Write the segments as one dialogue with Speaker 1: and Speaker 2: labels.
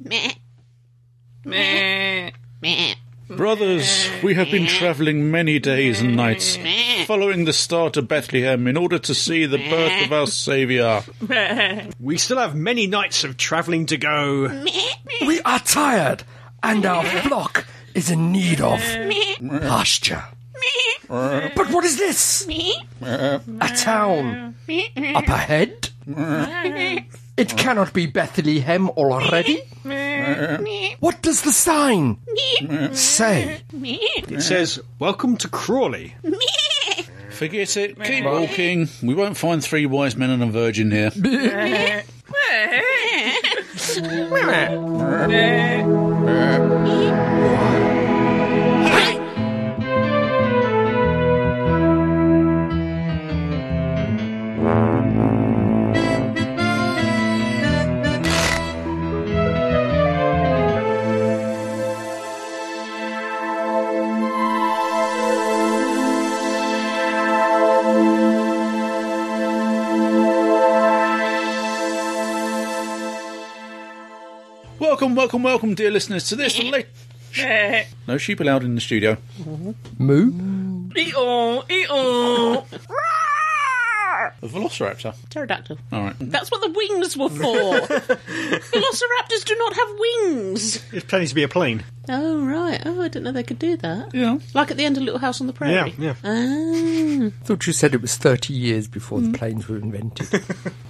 Speaker 1: Meh.
Speaker 2: Meh.
Speaker 1: Meh.
Speaker 3: Brothers, we have been travelling many days and nights, following the star to Bethlehem in order to see the birth of our Saviour.
Speaker 4: We still have many nights of travelling to go.
Speaker 5: We are tired, and our flock is in need of pasture. But what is this? A town up ahead? It cannot be Bethlehem already. What does the sign say?
Speaker 4: It says, Welcome to Crawley.
Speaker 3: Forget it, keep walking. We won't find three wise men and a virgin here. Welcome, welcome, welcome, dear listeners, to this late. No sheep allowed in the studio.
Speaker 5: Moo?
Speaker 2: Eat-oh, eat-oh.
Speaker 3: A velociraptor.
Speaker 1: Pterodactyl.
Speaker 3: All right.
Speaker 1: That's what the wings were for. Velociraptors do not have wings.
Speaker 4: It's planning to be a plane.
Speaker 1: Oh, right. Oh, I didn't know they could do that.
Speaker 3: Yeah.
Speaker 1: Like at the end of Little House on the
Speaker 4: Yeah,
Speaker 1: Prairie.
Speaker 4: yeah.
Speaker 1: Oh,
Speaker 5: Thought you said it was 30 years before the planes were invented.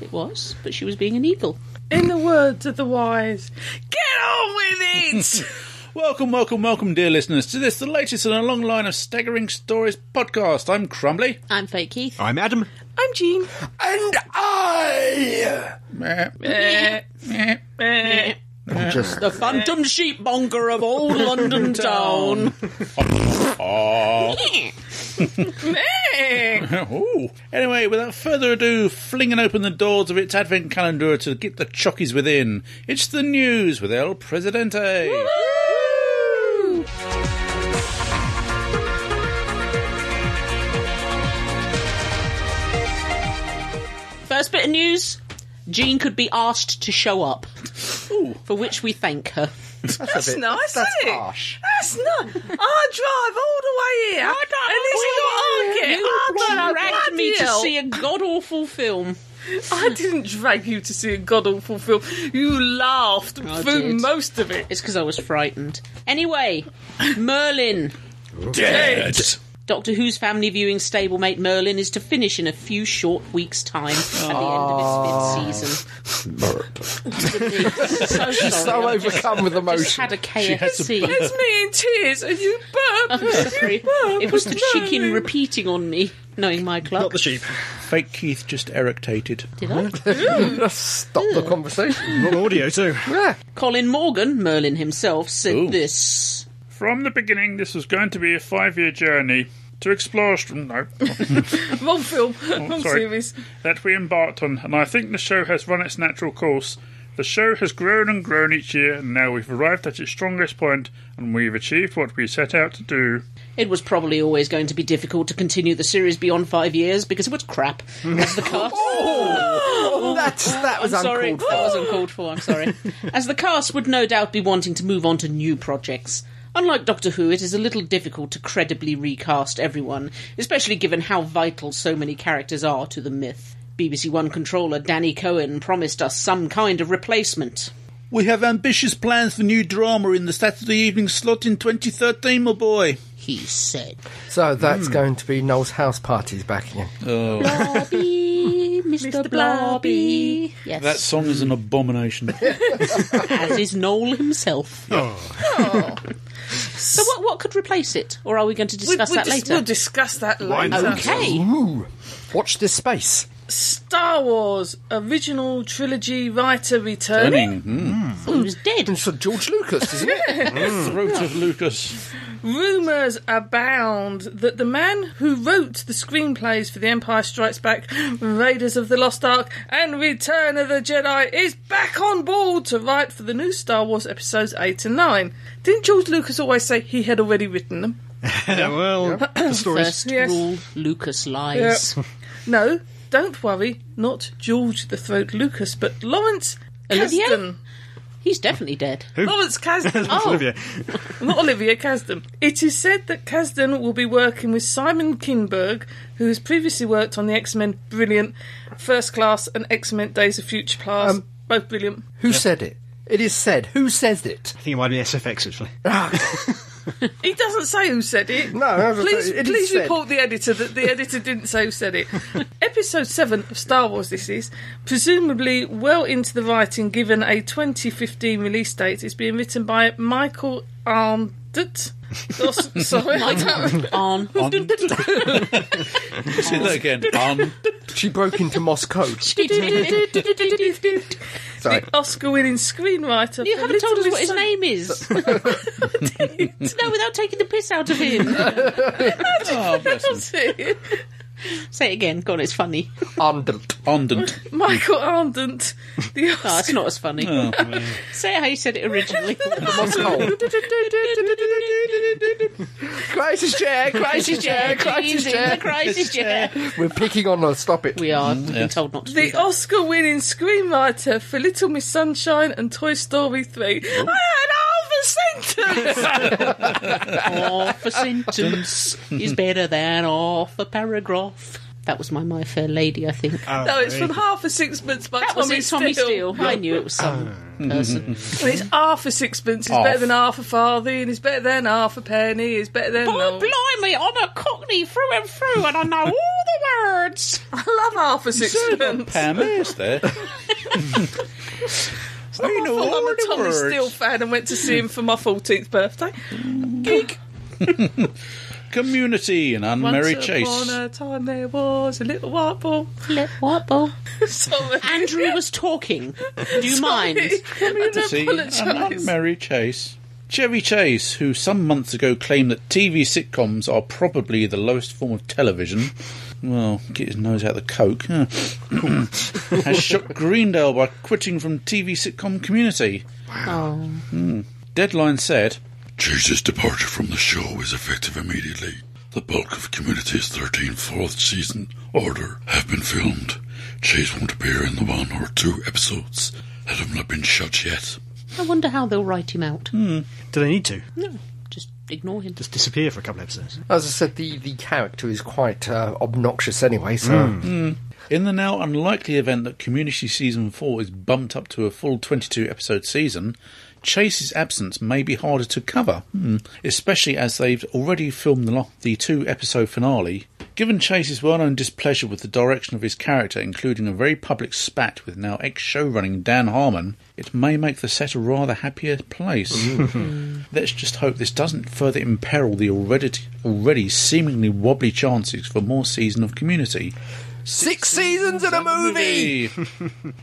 Speaker 1: it was, but she was being an eagle.
Speaker 2: In the words of the wise, get on with it!
Speaker 3: Welcome, welcome, welcome, dear listeners, to this, the latest in a long line of staggering stories podcast. I'm Crumbly.
Speaker 1: I'm Fake Keith.
Speaker 4: I'm Adam.
Speaker 2: I'm Jean.
Speaker 5: and I!
Speaker 3: Meh, meh.
Speaker 2: Eh,
Speaker 5: Just
Speaker 1: The phantom sheepmonger of old London town.
Speaker 3: Oh.
Speaker 2: eh.
Speaker 3: Ooh. Anyway, without further ado, flinging open the doors of its advent calendar to get the chockies within. It's the news with El Presidente.
Speaker 1: First bit of news Jean could be asked to show up, for which we thank her.
Speaker 2: That's nice,
Speaker 5: That's
Speaker 2: isn't it?
Speaker 5: harsh.
Speaker 2: That's not. I drive all the way here. At least you
Speaker 1: You
Speaker 2: got Arkin.
Speaker 1: dragged me to see a god awful film.
Speaker 2: I didn't drag you to see a god awful film. You laughed
Speaker 1: I
Speaker 2: through
Speaker 1: did.
Speaker 2: most of it.
Speaker 1: It's because I was frightened. Anyway, Merlin.
Speaker 3: Dead.
Speaker 1: Doctor Who's family viewing stablemate Merlin is to finish in a few short weeks' time at the end of his fifth season. so sorry.
Speaker 5: so
Speaker 1: I just,
Speaker 5: overcome with
Speaker 1: just
Speaker 5: emotion.
Speaker 1: had a KFC.
Speaker 2: It's me in tears, and you burp.
Speaker 1: I'm sorry. It was the chicken repeating on me, knowing my
Speaker 4: Not
Speaker 1: clock.
Speaker 4: the sheep.
Speaker 3: Fake Keith just erectated.
Speaker 1: Did I?
Speaker 5: Stop the conversation.
Speaker 4: Not audio, too.
Speaker 5: Yeah.
Speaker 1: Colin Morgan, Merlin himself, said
Speaker 3: Ooh.
Speaker 1: this.
Speaker 6: From the beginning, this was going to be a five year journey to explore. No, oh,
Speaker 2: Wrong film.
Speaker 1: Oh,
Speaker 2: Wrong
Speaker 6: sorry.
Speaker 2: series.
Speaker 6: that we embarked on, and I think the show has run its natural course. The show has grown and grown each year, and now we've arrived at its strongest point, and we've achieved what we set out to do.
Speaker 1: It was probably always going to be difficult to continue the series beyond five years because it was crap. As the cast,
Speaker 5: That's, Oh, that was
Speaker 1: I'm sorry,
Speaker 5: uncalled for.
Speaker 1: that was uncalled for. I'm sorry. As the cast would no doubt be wanting to move on to new projects. Unlike Doctor Who, it is a little difficult to credibly recast everyone, especially given how vital so many characters are to the myth. BBC One controller Danny Cohen promised us some kind of replacement.
Speaker 3: We have ambitious plans for new drama in the Saturday evening slot in 2013, my boy.
Speaker 1: He said,
Speaker 5: So that's going to be Noel's house parties back again.
Speaker 1: "Blobby, Mr. Blobby." Yes,
Speaker 3: That song is an abomination.
Speaker 1: as is Noel himself. Oh. so, what what could replace it, or are we going to
Speaker 2: We,
Speaker 1: discuss
Speaker 2: we
Speaker 1: that
Speaker 2: dis-
Speaker 1: later?
Speaker 2: We'll discuss that later.
Speaker 4: not?
Speaker 1: okay.
Speaker 5: Ooh, watch this space.
Speaker 2: Star Wars original trilogy writer returning.
Speaker 3: Burning. Mm.
Speaker 1: He was dead.
Speaker 5: It's a George Lucas, isn't it?
Speaker 3: Throat of Lucas.
Speaker 2: Rumours abound that the man who wrote the screenplays for The Empire Strikes Back, Raiders of the Lost Ark, and Return of the Jedi is back on board to write for the new Star Wars episodes 8 and 9. Didn't George Lucas always say he had already written them?
Speaker 4: well, the stories.
Speaker 1: First
Speaker 2: Yes.
Speaker 1: rule: Lucas lies.
Speaker 2: No, don't worry, not George the Throat Lucas, but Lawrence
Speaker 1: Olivier?
Speaker 2: Kasdan.
Speaker 1: He's definitely dead.
Speaker 2: Lawrence Kasdan.
Speaker 4: Olivia.
Speaker 2: Not Olivia Kasdan. It is said that Kasdan will be working with Simon Kinberg, who has previously worked on the X Men Brilliant, First Class, and X Men Days of Future Past.
Speaker 5: Um,
Speaker 2: both brilliant.
Speaker 5: Who said it? It is said. Who says it? Ah,
Speaker 4: I think it might be SFX, actually.
Speaker 2: He doesn't say who said it.
Speaker 5: No, I was gonna
Speaker 2: please,
Speaker 5: say, it is
Speaker 2: please
Speaker 5: said.
Speaker 2: report the editor that the editor didn't say who said it. Episode seven of Star Wars. This is presumably well into the writing, given a 2015 release date. It's being written by Michael Arndt. Oh, s- sorry, I don't-
Speaker 1: On.
Speaker 3: Say that again. Um,
Speaker 5: She broke into Moscow.
Speaker 2: the Oscar-winning screenwriter.
Speaker 1: You
Speaker 2: for
Speaker 1: haven't told us
Speaker 2: Little
Speaker 1: what
Speaker 2: Miss
Speaker 1: his
Speaker 2: Sun-
Speaker 1: name is. no, without taking the piss out of him.
Speaker 3: oh, bless him.
Speaker 1: Say it again. God, it's funny.
Speaker 5: Arnold.
Speaker 3: Ondant.
Speaker 2: Michael Arndt.
Speaker 1: No,
Speaker 2: The Oscar-
Speaker 1: Oh, Ah, it's not as funny.
Speaker 2: Oh,
Speaker 1: Say it how you said it originally.
Speaker 5: Moscow. crisis chair, crisis chair, crisis
Speaker 1: Using the
Speaker 5: chair.
Speaker 1: crisis chair.
Speaker 5: We're picking on her. Stop it.
Speaker 1: We are. We've been told not to. do
Speaker 2: The
Speaker 1: that.
Speaker 2: Oscar winning screenwriter for Little Miss Sunshine and Toy Story 3. I had half a sentence!
Speaker 1: off a sentence is better than off a paragraph. That was my My Fair Lady, I think.
Speaker 2: no, it's from Half a Sixpence by
Speaker 1: that was
Speaker 2: Tommy,
Speaker 1: it, Oh. Tommy
Speaker 2: Steele.
Speaker 1: Steele. I knew it was some person.
Speaker 2: And It's half a sixpence, it's
Speaker 3: Half.
Speaker 2: better than half a farthing, it's better than half a penny, it's better than.
Speaker 1: Boy,
Speaker 2: no.
Speaker 1: Oh, blimey, I'm a cockney through and through, and I know all the words.
Speaker 2: I love half a sixpence.
Speaker 3: Pam is there. I know
Speaker 2: I'm
Speaker 3: all
Speaker 2: a
Speaker 3: the
Speaker 2: Tommy
Speaker 3: words.
Speaker 2: Steele fan and went to see him for my 14th birthday.
Speaker 3: Community and Anne
Speaker 2: Once
Speaker 3: Mary
Speaker 2: upon
Speaker 3: Chase.
Speaker 2: a time there was a little white ball.
Speaker 1: What, Bob?
Speaker 2: Sorry.
Speaker 1: Andrew was talking. Do you mind?
Speaker 3: Community and Anne Mary Chase. Chevy Chase, who some months ago claimed that TV sitcoms are probably the lowest form of television, well, get his nose out of the coke, huh, has shocked Greendale by quitting from TV sitcom community. Hmm.
Speaker 1: Oh.
Speaker 3: Deadline said,
Speaker 7: Chase's departure from the show is effective immediately. The bulk of Community's 13th, fourth season order have been filmed. Chase won't appear in the one or two episodes that have not been shot yet.
Speaker 1: I wonder how they'll write him out.
Speaker 5: Hmm.
Speaker 4: Do they need to?
Speaker 1: No, just ignore him.
Speaker 4: Just disappear for a couple of episodes.
Speaker 5: As I said, the, the character is quite uh, obnoxious anyway, so.
Speaker 3: In the now unlikely event that Community Season 4 is bumped up to a full 22 episode season, Chase's absence may be harder to cover, hmm, especially as they've already filmed the, lo- the two episode finale. Given Chase's well known displeasure with the direction of his character, including a very public spat with now ex show running Dan Harmon, it may make the set a rather happier place. Let's just hope this doesn't further imperil the already, already seemingly wobbly chances for more season of Community.
Speaker 5: Six seasons in a movie!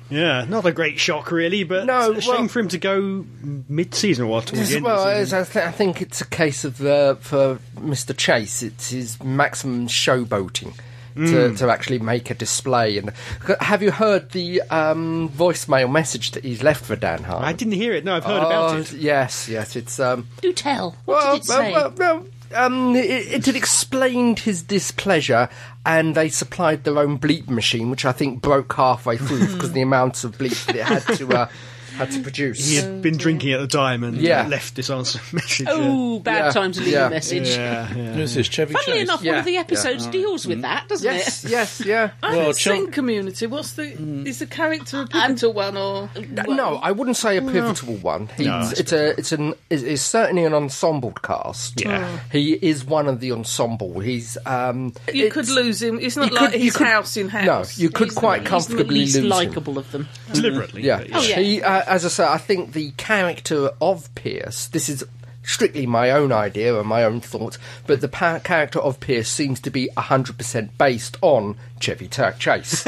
Speaker 4: Yeah, not a great shock, really, but
Speaker 5: No,
Speaker 4: it's a shame
Speaker 5: well-
Speaker 4: for him to go mid season or towards the end.
Speaker 5: Well,
Speaker 4: of the
Speaker 5: I,
Speaker 4: season.
Speaker 5: I thi- I think it's a case of uh, for Mr. Chase, it's his maximum showboating
Speaker 4: Hmm.
Speaker 5: to, to actually make a display. And have you heard the um, voicemail message that he's left for Dan Hart?
Speaker 4: I Oh, didn't hear it. No, I've heard about it.
Speaker 5: Yes, yes, it's um.
Speaker 1: Do tell. What
Speaker 5: well,
Speaker 1: did it say?
Speaker 5: well, well, well, um, it, it had explained his displeasure, and they supplied their own bleep machine, which I think broke halfway through because the amount of bleep that it had to uh, had to produce.
Speaker 4: He had been drinking at the time and
Speaker 5: Yeah.
Speaker 4: uh, left this answer message. uh,
Speaker 1: oh, bad
Speaker 5: Yeah,
Speaker 1: time to leave
Speaker 5: yeah.
Speaker 1: a message.
Speaker 4: yeah, yeah.
Speaker 3: This is Chevy
Speaker 1: Funnily
Speaker 3: Chase.
Speaker 1: enough, one
Speaker 5: Yeah,
Speaker 1: of the episodes deals with that, doesn't
Speaker 5: Yes, yes, yeah.
Speaker 2: I
Speaker 3: Well,
Speaker 2: haven't
Speaker 3: Chel-
Speaker 2: seen Community. What's the
Speaker 5: Mm.
Speaker 2: is the character a pivotal one or
Speaker 5: no, I wouldn't say a pivotal one. He's, it's a, it's an, it's, it's certainly an ensemble cast.
Speaker 4: Yeah.
Speaker 1: Hmm.
Speaker 5: he is one of the ensemble. He's um,
Speaker 2: you
Speaker 5: it's-
Speaker 2: could lose him? It's not
Speaker 5: you
Speaker 2: like
Speaker 5: could- you
Speaker 2: his
Speaker 5: could-
Speaker 2: house in
Speaker 5: No,
Speaker 2: house.
Speaker 5: you could
Speaker 1: He's the-
Speaker 5: quite comfortably
Speaker 1: he's the
Speaker 5: lose
Speaker 1: least
Speaker 5: him.
Speaker 1: likable of them.
Speaker 4: deliberately.
Speaker 5: Yeah.
Speaker 4: but
Speaker 1: Oh, yeah.
Speaker 5: He, uh, as I say, I think the character of Pierce, this is strictly my own idea and my own thought, but the pa- character of Pierce seems to be 100% based on Chevy Turk Chase.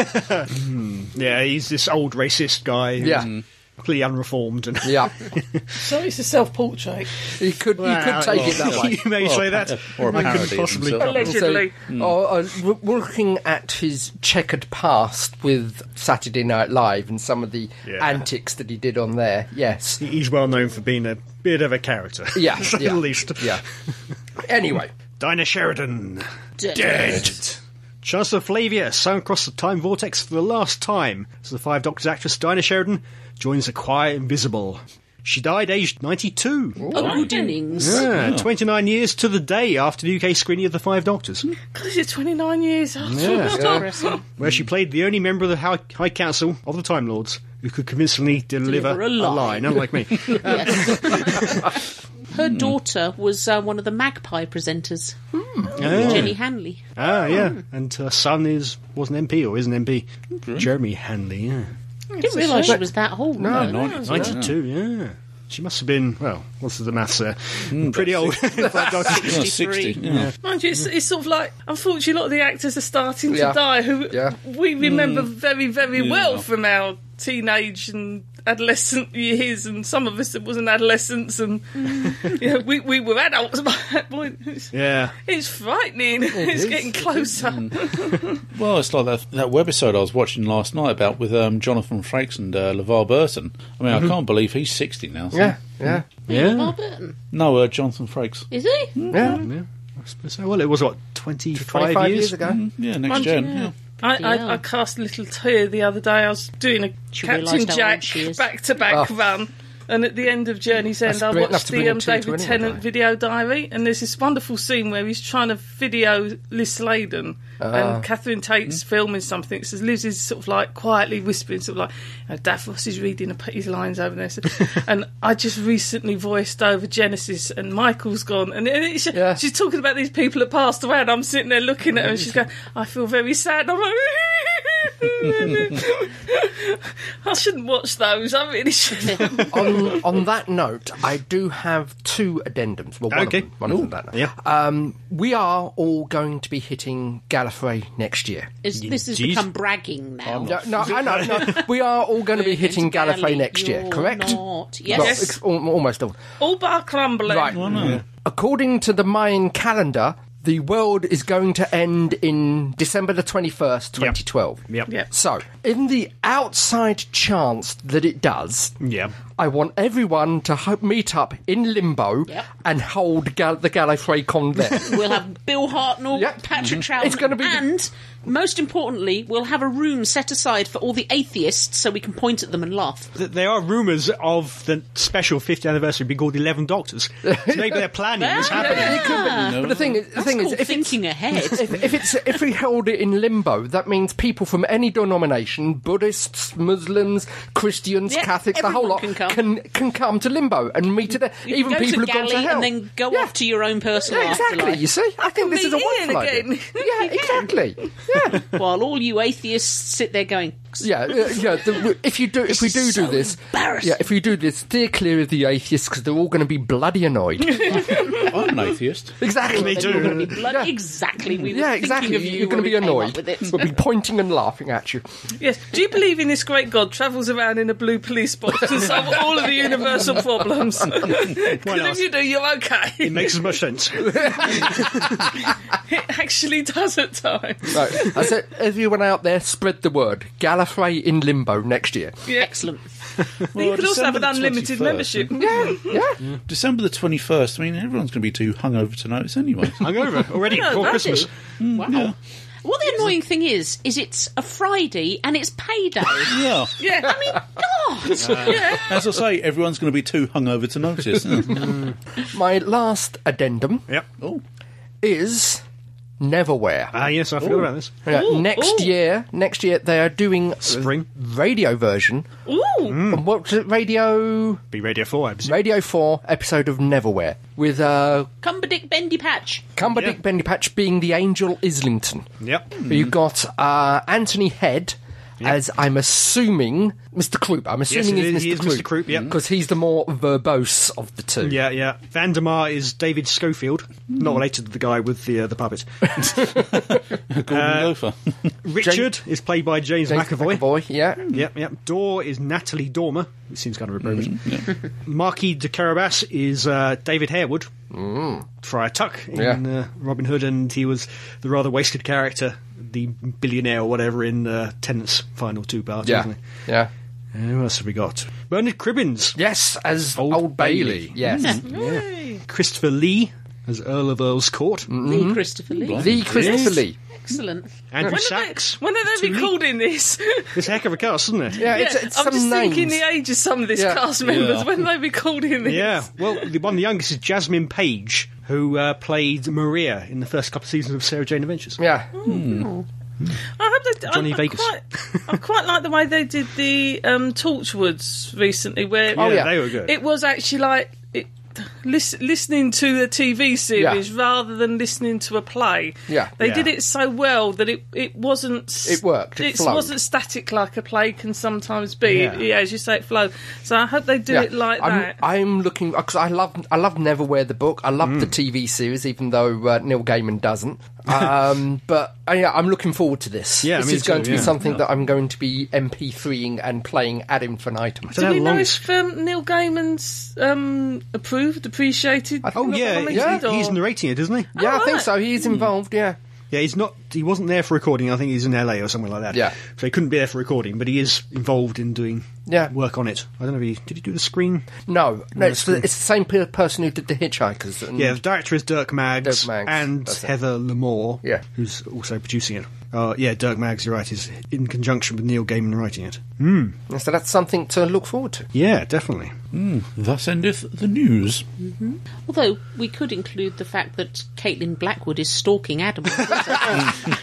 Speaker 4: Yeah, he's this old racist guy. Who's
Speaker 5: Yeah.
Speaker 4: Completely unreformed and
Speaker 5: yeah.
Speaker 2: So it's a self portrait.
Speaker 5: You could, you could take it that way.
Speaker 4: you may say that.
Speaker 3: or a
Speaker 4: I couldn't
Speaker 3: parody of
Speaker 4: possibly.
Speaker 3: himself.
Speaker 2: Allegedly.
Speaker 5: or, uh, w- looking at his checkered past with Saturday Night Live and some of the
Speaker 4: Yeah.
Speaker 5: antics that he did on there, yes.
Speaker 4: He's well known for being a bit of a character.
Speaker 5: Yeah,
Speaker 4: at
Speaker 5: yeah.
Speaker 4: least.
Speaker 5: Yeah. Anyway,
Speaker 4: Dinah Sheridan.
Speaker 1: Dead.
Speaker 4: Chancellor Flavia swam across the time vortex for the last time as the Five Doctors actress Dinah Sheridan joins the choir invisible. She died aged 92.
Speaker 1: Oh, Dennings.
Speaker 4: Yeah, 29 years to the day after the UK screening of The Five Doctors,
Speaker 2: God, is it 29 years? Oh,
Speaker 4: Yeah.
Speaker 2: stop.
Speaker 5: uh,
Speaker 1: Depressing.
Speaker 4: where
Speaker 5: Hmm.
Speaker 4: she played the only member of the High, High Council of the Time Lords who could convincingly deliver,
Speaker 1: Deliver a lie.
Speaker 4: unlike me. Ah,
Speaker 1: Her
Speaker 5: Hmm.
Speaker 1: daughter was uh, one of the Magpie presenters, Jenny
Speaker 4: ah,
Speaker 1: Hanley.
Speaker 4: ah,
Speaker 5: Hmm.
Speaker 4: yeah. And her son is was an MP or is an MP. Jeremy Hanley, yeah.
Speaker 1: Didn't realise she was that old.
Speaker 5: No,
Speaker 3: Yeah, 90s,
Speaker 4: 92, yeah. She must have been, well, what's the maths there?
Speaker 5: Hmm,
Speaker 4: Pretty old. Five Doctors.
Speaker 3: Yeah, 60. Yeah.
Speaker 2: Mind you, it's, it's sort of like, unfortunately, a lot of the actors are starting
Speaker 5: Yeah.
Speaker 2: to die who
Speaker 5: Yeah.
Speaker 2: we remember
Speaker 1: Mm.
Speaker 2: very, very
Speaker 3: Yeah.
Speaker 2: well from our teenage and adolescent years, and some of us it wasn't adolescents, and
Speaker 1: Mm.
Speaker 2: yeah, we, we were adults by that point. It's,
Speaker 4: Yeah.
Speaker 2: it's frightening. it's
Speaker 5: is. Mm.
Speaker 2: getting closer.
Speaker 3: Well, it's like that, that webisode I was watching last night about with um, Jonathan Frakes and uh, LeVar Burton. I
Speaker 1: Mm-hmm.
Speaker 3: mean, I can't believe he's 60 now. so-
Speaker 5: Yeah, yeah,
Speaker 4: Yeah.
Speaker 1: Bob Burton,
Speaker 3: No, uh, Jonathan Frakes.
Speaker 1: is he?
Speaker 5: yeah.
Speaker 4: So, well, it was, what, 25,
Speaker 5: 25 years,
Speaker 4: years?
Speaker 5: ago.
Speaker 3: Yeah, next
Speaker 2: Mind you-
Speaker 3: gen. Yeah.
Speaker 2: I,
Speaker 1: hell.
Speaker 2: I, I cast Little Tear the other day. I was doing a
Speaker 1: She
Speaker 2: Captain
Speaker 1: realised how
Speaker 2: Jack
Speaker 1: old she is.
Speaker 2: back to back
Speaker 5: Oh.
Speaker 2: run. And at the end of Journey's End,
Speaker 5: That's
Speaker 2: I
Speaker 5: brilliant enough
Speaker 2: watched
Speaker 5: to
Speaker 2: the
Speaker 5: bring two
Speaker 2: um,
Speaker 5: to
Speaker 2: David
Speaker 5: anyone,
Speaker 2: Tennant
Speaker 5: though.
Speaker 2: video diary, and there's this wonderful scene where he's trying to video Liz Sladen. and Catherine Tate's filming something. So Liz is sort of like quietly whispering, sort of like, you know, Davros is reading a- his lines over there. So- and I just recently voiced over Genesis, and Michael's gone. And, and it's,
Speaker 5: Yeah.
Speaker 2: she's talking about these people that passed away, and I'm sitting there looking at her, and she's going, I feel very sad. And I'm like, I shouldn't watch those. I really shouldn't.
Speaker 5: on, on that note, I do have two addendums. Well, one
Speaker 4: Okay.
Speaker 5: of them. One of them that.
Speaker 4: Yeah.
Speaker 5: Um, we are all going to be hitting Gallifrey next year.
Speaker 1: Is, this has
Speaker 4: Jeez.
Speaker 1: become bragging now.
Speaker 5: No, no, I know. No, we are all going to be hitting Gallifrey
Speaker 1: Galley,
Speaker 5: next year,
Speaker 1: you're
Speaker 5: correct?
Speaker 1: not.
Speaker 5: Well,
Speaker 1: Yes.
Speaker 5: ex- al- almost all.
Speaker 2: All bar crumbling.
Speaker 5: Right. According to the Mayan calendar, the world is going to end in December the 21st, 2012.
Speaker 4: Yep.
Speaker 2: Yep.
Speaker 5: So, in the outside chance that it does,
Speaker 4: Yeah.
Speaker 5: I want everyone to ho- meet up in limbo
Speaker 1: Yep.
Speaker 5: and hold Gal- the Gallifrey con there.
Speaker 1: We'll have Bill Hartnell,
Speaker 5: Yep. Mm-hmm.
Speaker 1: Patrick Troughton,
Speaker 5: It's gonna be-
Speaker 1: and most importantly, we'll have a room set aside for all the atheists so we can point at them and laugh.
Speaker 4: Th- There are rumours of the special 50th anniversary being called 11 Doctors. So maybe they're planning this happening.
Speaker 5: It could be. But the thing is, the
Speaker 1: That's
Speaker 5: thing is,
Speaker 1: called
Speaker 5: if it's
Speaker 1: thinking ahead.
Speaker 5: if, if it's if we held it in limbo, that means people from any denomination, Buddhists, Muslims, Christians,
Speaker 1: Yeah,
Speaker 5: Catholics, the
Speaker 1: everyone
Speaker 5: whole lot
Speaker 1: can come.
Speaker 5: can can come to limbo and meet it there. Even
Speaker 1: go
Speaker 5: people
Speaker 1: to
Speaker 5: who've gone to
Speaker 1: Galley
Speaker 5: hell
Speaker 1: and then go
Speaker 5: Yeah.
Speaker 1: off to your own personal
Speaker 5: Yeah, exactly. You
Speaker 1: afterlife.
Speaker 5: see, I think this is a
Speaker 2: meet Ian
Speaker 5: wonderful idea.
Speaker 2: again.
Speaker 5: Yeah, exactly. Yeah,
Speaker 1: While all you atheists sit there going,
Speaker 5: yeah, uh, yeah. The, if you do, if we do
Speaker 1: is
Speaker 5: do
Speaker 1: so
Speaker 5: this,
Speaker 1: embarrassing.
Speaker 5: yeah, if we do this, steer clear of the atheists because they're all going to be bloody annoyed.
Speaker 3: I'm an atheist.
Speaker 5: exactly.
Speaker 4: They do.
Speaker 1: blood, exactly, we were
Speaker 5: Yeah,
Speaker 1: thinking
Speaker 5: exactly.
Speaker 1: of you
Speaker 5: You're
Speaker 1: when
Speaker 5: going to be
Speaker 1: we came up
Speaker 5: annoyed.
Speaker 1: With it.
Speaker 5: We'll be pointing and laughing at you.
Speaker 2: Yes. Do you believe in this great God travels around in a blue police box to solve all of the universal problems? Because if
Speaker 4: not?
Speaker 2: you do, you're
Speaker 4: It
Speaker 2: okay.
Speaker 4: makes as much sense.
Speaker 2: It actually does at times.
Speaker 5: No, I said, everyone out there, spread the word. Gallifrey in limbo next year.
Speaker 1: Excellent.
Speaker 3: Well,
Speaker 2: you could also have
Speaker 3: December
Speaker 2: an
Speaker 3: the
Speaker 2: unlimited
Speaker 3: 21st.
Speaker 2: membership.
Speaker 5: Yeah, yeah.
Speaker 3: December the 21st. I mean, everyone's going to be too hungover to notice anyway.
Speaker 4: I'm over already
Speaker 2: Yeah,
Speaker 4: before
Speaker 2: that
Speaker 4: Christmas.
Speaker 2: is-
Speaker 1: Wow. Well, the annoying thing is, is it's a Friday and it's payday.
Speaker 3: yeah.
Speaker 2: Yeah.
Speaker 1: I mean, God.
Speaker 3: As I say, everyone's going to be too hungover to notice.
Speaker 5: My last addendum
Speaker 4: Yep.
Speaker 3: oh,
Speaker 5: is Neverwhere.
Speaker 4: Ah, yes, I forgot about this.
Speaker 5: Yeah,
Speaker 2: Ooh,
Speaker 5: next
Speaker 2: ooh.
Speaker 5: year, next year they are doing
Speaker 4: Spring.
Speaker 5: radio version.
Speaker 2: Ooh.
Speaker 4: Hmm.
Speaker 5: And what's it? Radio
Speaker 4: Be Radio 4, I presume.
Speaker 5: Radio Four episode of Neverwhere with uh,
Speaker 1: Cumberdick Bendy Patch.
Speaker 5: Cumberdick
Speaker 4: Yeah. Hmm.
Speaker 5: Bendy Patch being the angel Islington.
Speaker 4: Yep.
Speaker 5: You got uh, Anthony Head as I'm assuming Mr. Croup. I'm assuming
Speaker 4: it is-
Speaker 5: he's
Speaker 4: he is
Speaker 5: Mr.
Speaker 4: Mr. Croup, yeah.
Speaker 5: because he's the more verbose of the two.
Speaker 4: Yeah, yeah. Vandemar is David Schofield, not related to the guy with the uh, the puppet.
Speaker 3: Gordon
Speaker 1: Uh,
Speaker 3: Gopher.
Speaker 4: Richard is played by James,
Speaker 5: James
Speaker 4: McAvoy.
Speaker 5: McAvoy,
Speaker 2: Hmm.
Speaker 5: yeah.
Speaker 4: Yep, yep. Dor is Natalie Dormer. It seems kind of appropriate. Marquis de Carabas is uh, David Harewood. Friar Tuck in
Speaker 5: Mm. Yeah.
Speaker 4: uh, Robin Hood, and he was the rather wasted character, the billionaire or whatever, in uh, Tennant's final two parts,
Speaker 5: Yeah.
Speaker 4: wasn't
Speaker 5: Yeah.
Speaker 4: he? And who else have we got? Bernard Cribbins,
Speaker 5: Yes, as
Speaker 4: Old
Speaker 5: Old,
Speaker 4: Bailey.
Speaker 5: Bailey.
Speaker 4: Hmm.
Speaker 5: Yes.
Speaker 2: Yay.
Speaker 4: Christopher Lee as Earl of Earl's Court.
Speaker 5: Mm. Mm-hmm.
Speaker 1: The Christopher Lee.
Speaker 5: The Christopher Lee.
Speaker 1: Excellent.
Speaker 4: Andrew
Speaker 2: When are,
Speaker 4: Sachs.
Speaker 2: they, when are they
Speaker 4: Tulip.
Speaker 2: recording this?
Speaker 4: It's a heck of a cast, isn't it?
Speaker 5: Yeah, it's, it's
Speaker 2: I'm
Speaker 5: some
Speaker 2: just
Speaker 5: names.
Speaker 2: thinking the age of some of these
Speaker 5: Yeah.
Speaker 2: cast members.
Speaker 3: Yeah.
Speaker 2: When are they recording this?
Speaker 4: Yeah, well, the one of the youngest is Jasmine Page, who uh, played Maria in the first couple of seasons of Sarah Jane Adventures.
Speaker 5: yeah,
Speaker 2: I hope they.
Speaker 4: Johnny
Speaker 2: I,
Speaker 4: Vegas.
Speaker 2: I quite, I quite like the way they did the um, Torchwoods recently, where
Speaker 5: Oh, yeah.
Speaker 4: they were good.
Speaker 2: it was actually like it, lis- listening to the TV series
Speaker 5: Yeah.
Speaker 2: rather than listening to a play.
Speaker 5: Yeah.
Speaker 2: they
Speaker 4: Yeah.
Speaker 2: did it so well that it it wasn't. s-
Speaker 5: It worked, it flowed.
Speaker 2: wasn't static like a play can sometimes be.
Speaker 4: Yeah.
Speaker 2: Yeah, as you say, it flowed. So I hope they do
Speaker 5: yeah.
Speaker 2: it like
Speaker 5: I'm,
Speaker 2: that.
Speaker 5: I'm looking because I love I love Neverwhere the book. I love the
Speaker 4: Hmm.
Speaker 5: TV series, even though uh, Neil Gaiman doesn't. Um, but uh, yeah, I'm looking forward to this.
Speaker 4: Yeah,
Speaker 5: this
Speaker 4: me
Speaker 5: is going
Speaker 4: too,
Speaker 5: to be
Speaker 4: yeah.
Speaker 5: something that I'm going to be MP3ing and playing ad infinitum.
Speaker 4: I
Speaker 2: do
Speaker 4: don't
Speaker 2: we
Speaker 4: know how
Speaker 2: know
Speaker 4: long
Speaker 2: if um, Neil Gaiman's um, approved, appreciated?
Speaker 5: Oh,
Speaker 2: not
Speaker 4: yeah,
Speaker 2: nominated,
Speaker 4: he's,
Speaker 2: or-
Speaker 4: he's narrating it, isn't he?
Speaker 5: Yeah, I think
Speaker 2: right.
Speaker 5: so. He's
Speaker 4: Hmm.
Speaker 5: involved. Yeah,
Speaker 4: Yeah, he's not. He wasn't there for recording. I think he's in LA or somewhere like that.
Speaker 5: Yeah.
Speaker 4: so he couldn't be there for recording, but he is involved in doing
Speaker 5: Yeah.
Speaker 4: work on it. I don't know if he did. He do the screen.
Speaker 5: no, no, it's the, it's the same pe- person who did the Hitchhikers. And
Speaker 4: Yeah, the director is Dirk Maggs,
Speaker 5: Hmm. Dirk Maggs,
Speaker 4: and
Speaker 5: that's it.
Speaker 4: Heather Lamore,
Speaker 5: Yeah.
Speaker 4: who's also producing it. Uh, yeah, Dirk Maggs, you're right, is in conjunction with Neil Gaiman writing it.
Speaker 5: so that's something to look forward to.
Speaker 4: Yeah, definitely.
Speaker 3: Thus endeth the news.
Speaker 1: Although we could include the fact that Caitlin Blackwood is stalking Adam.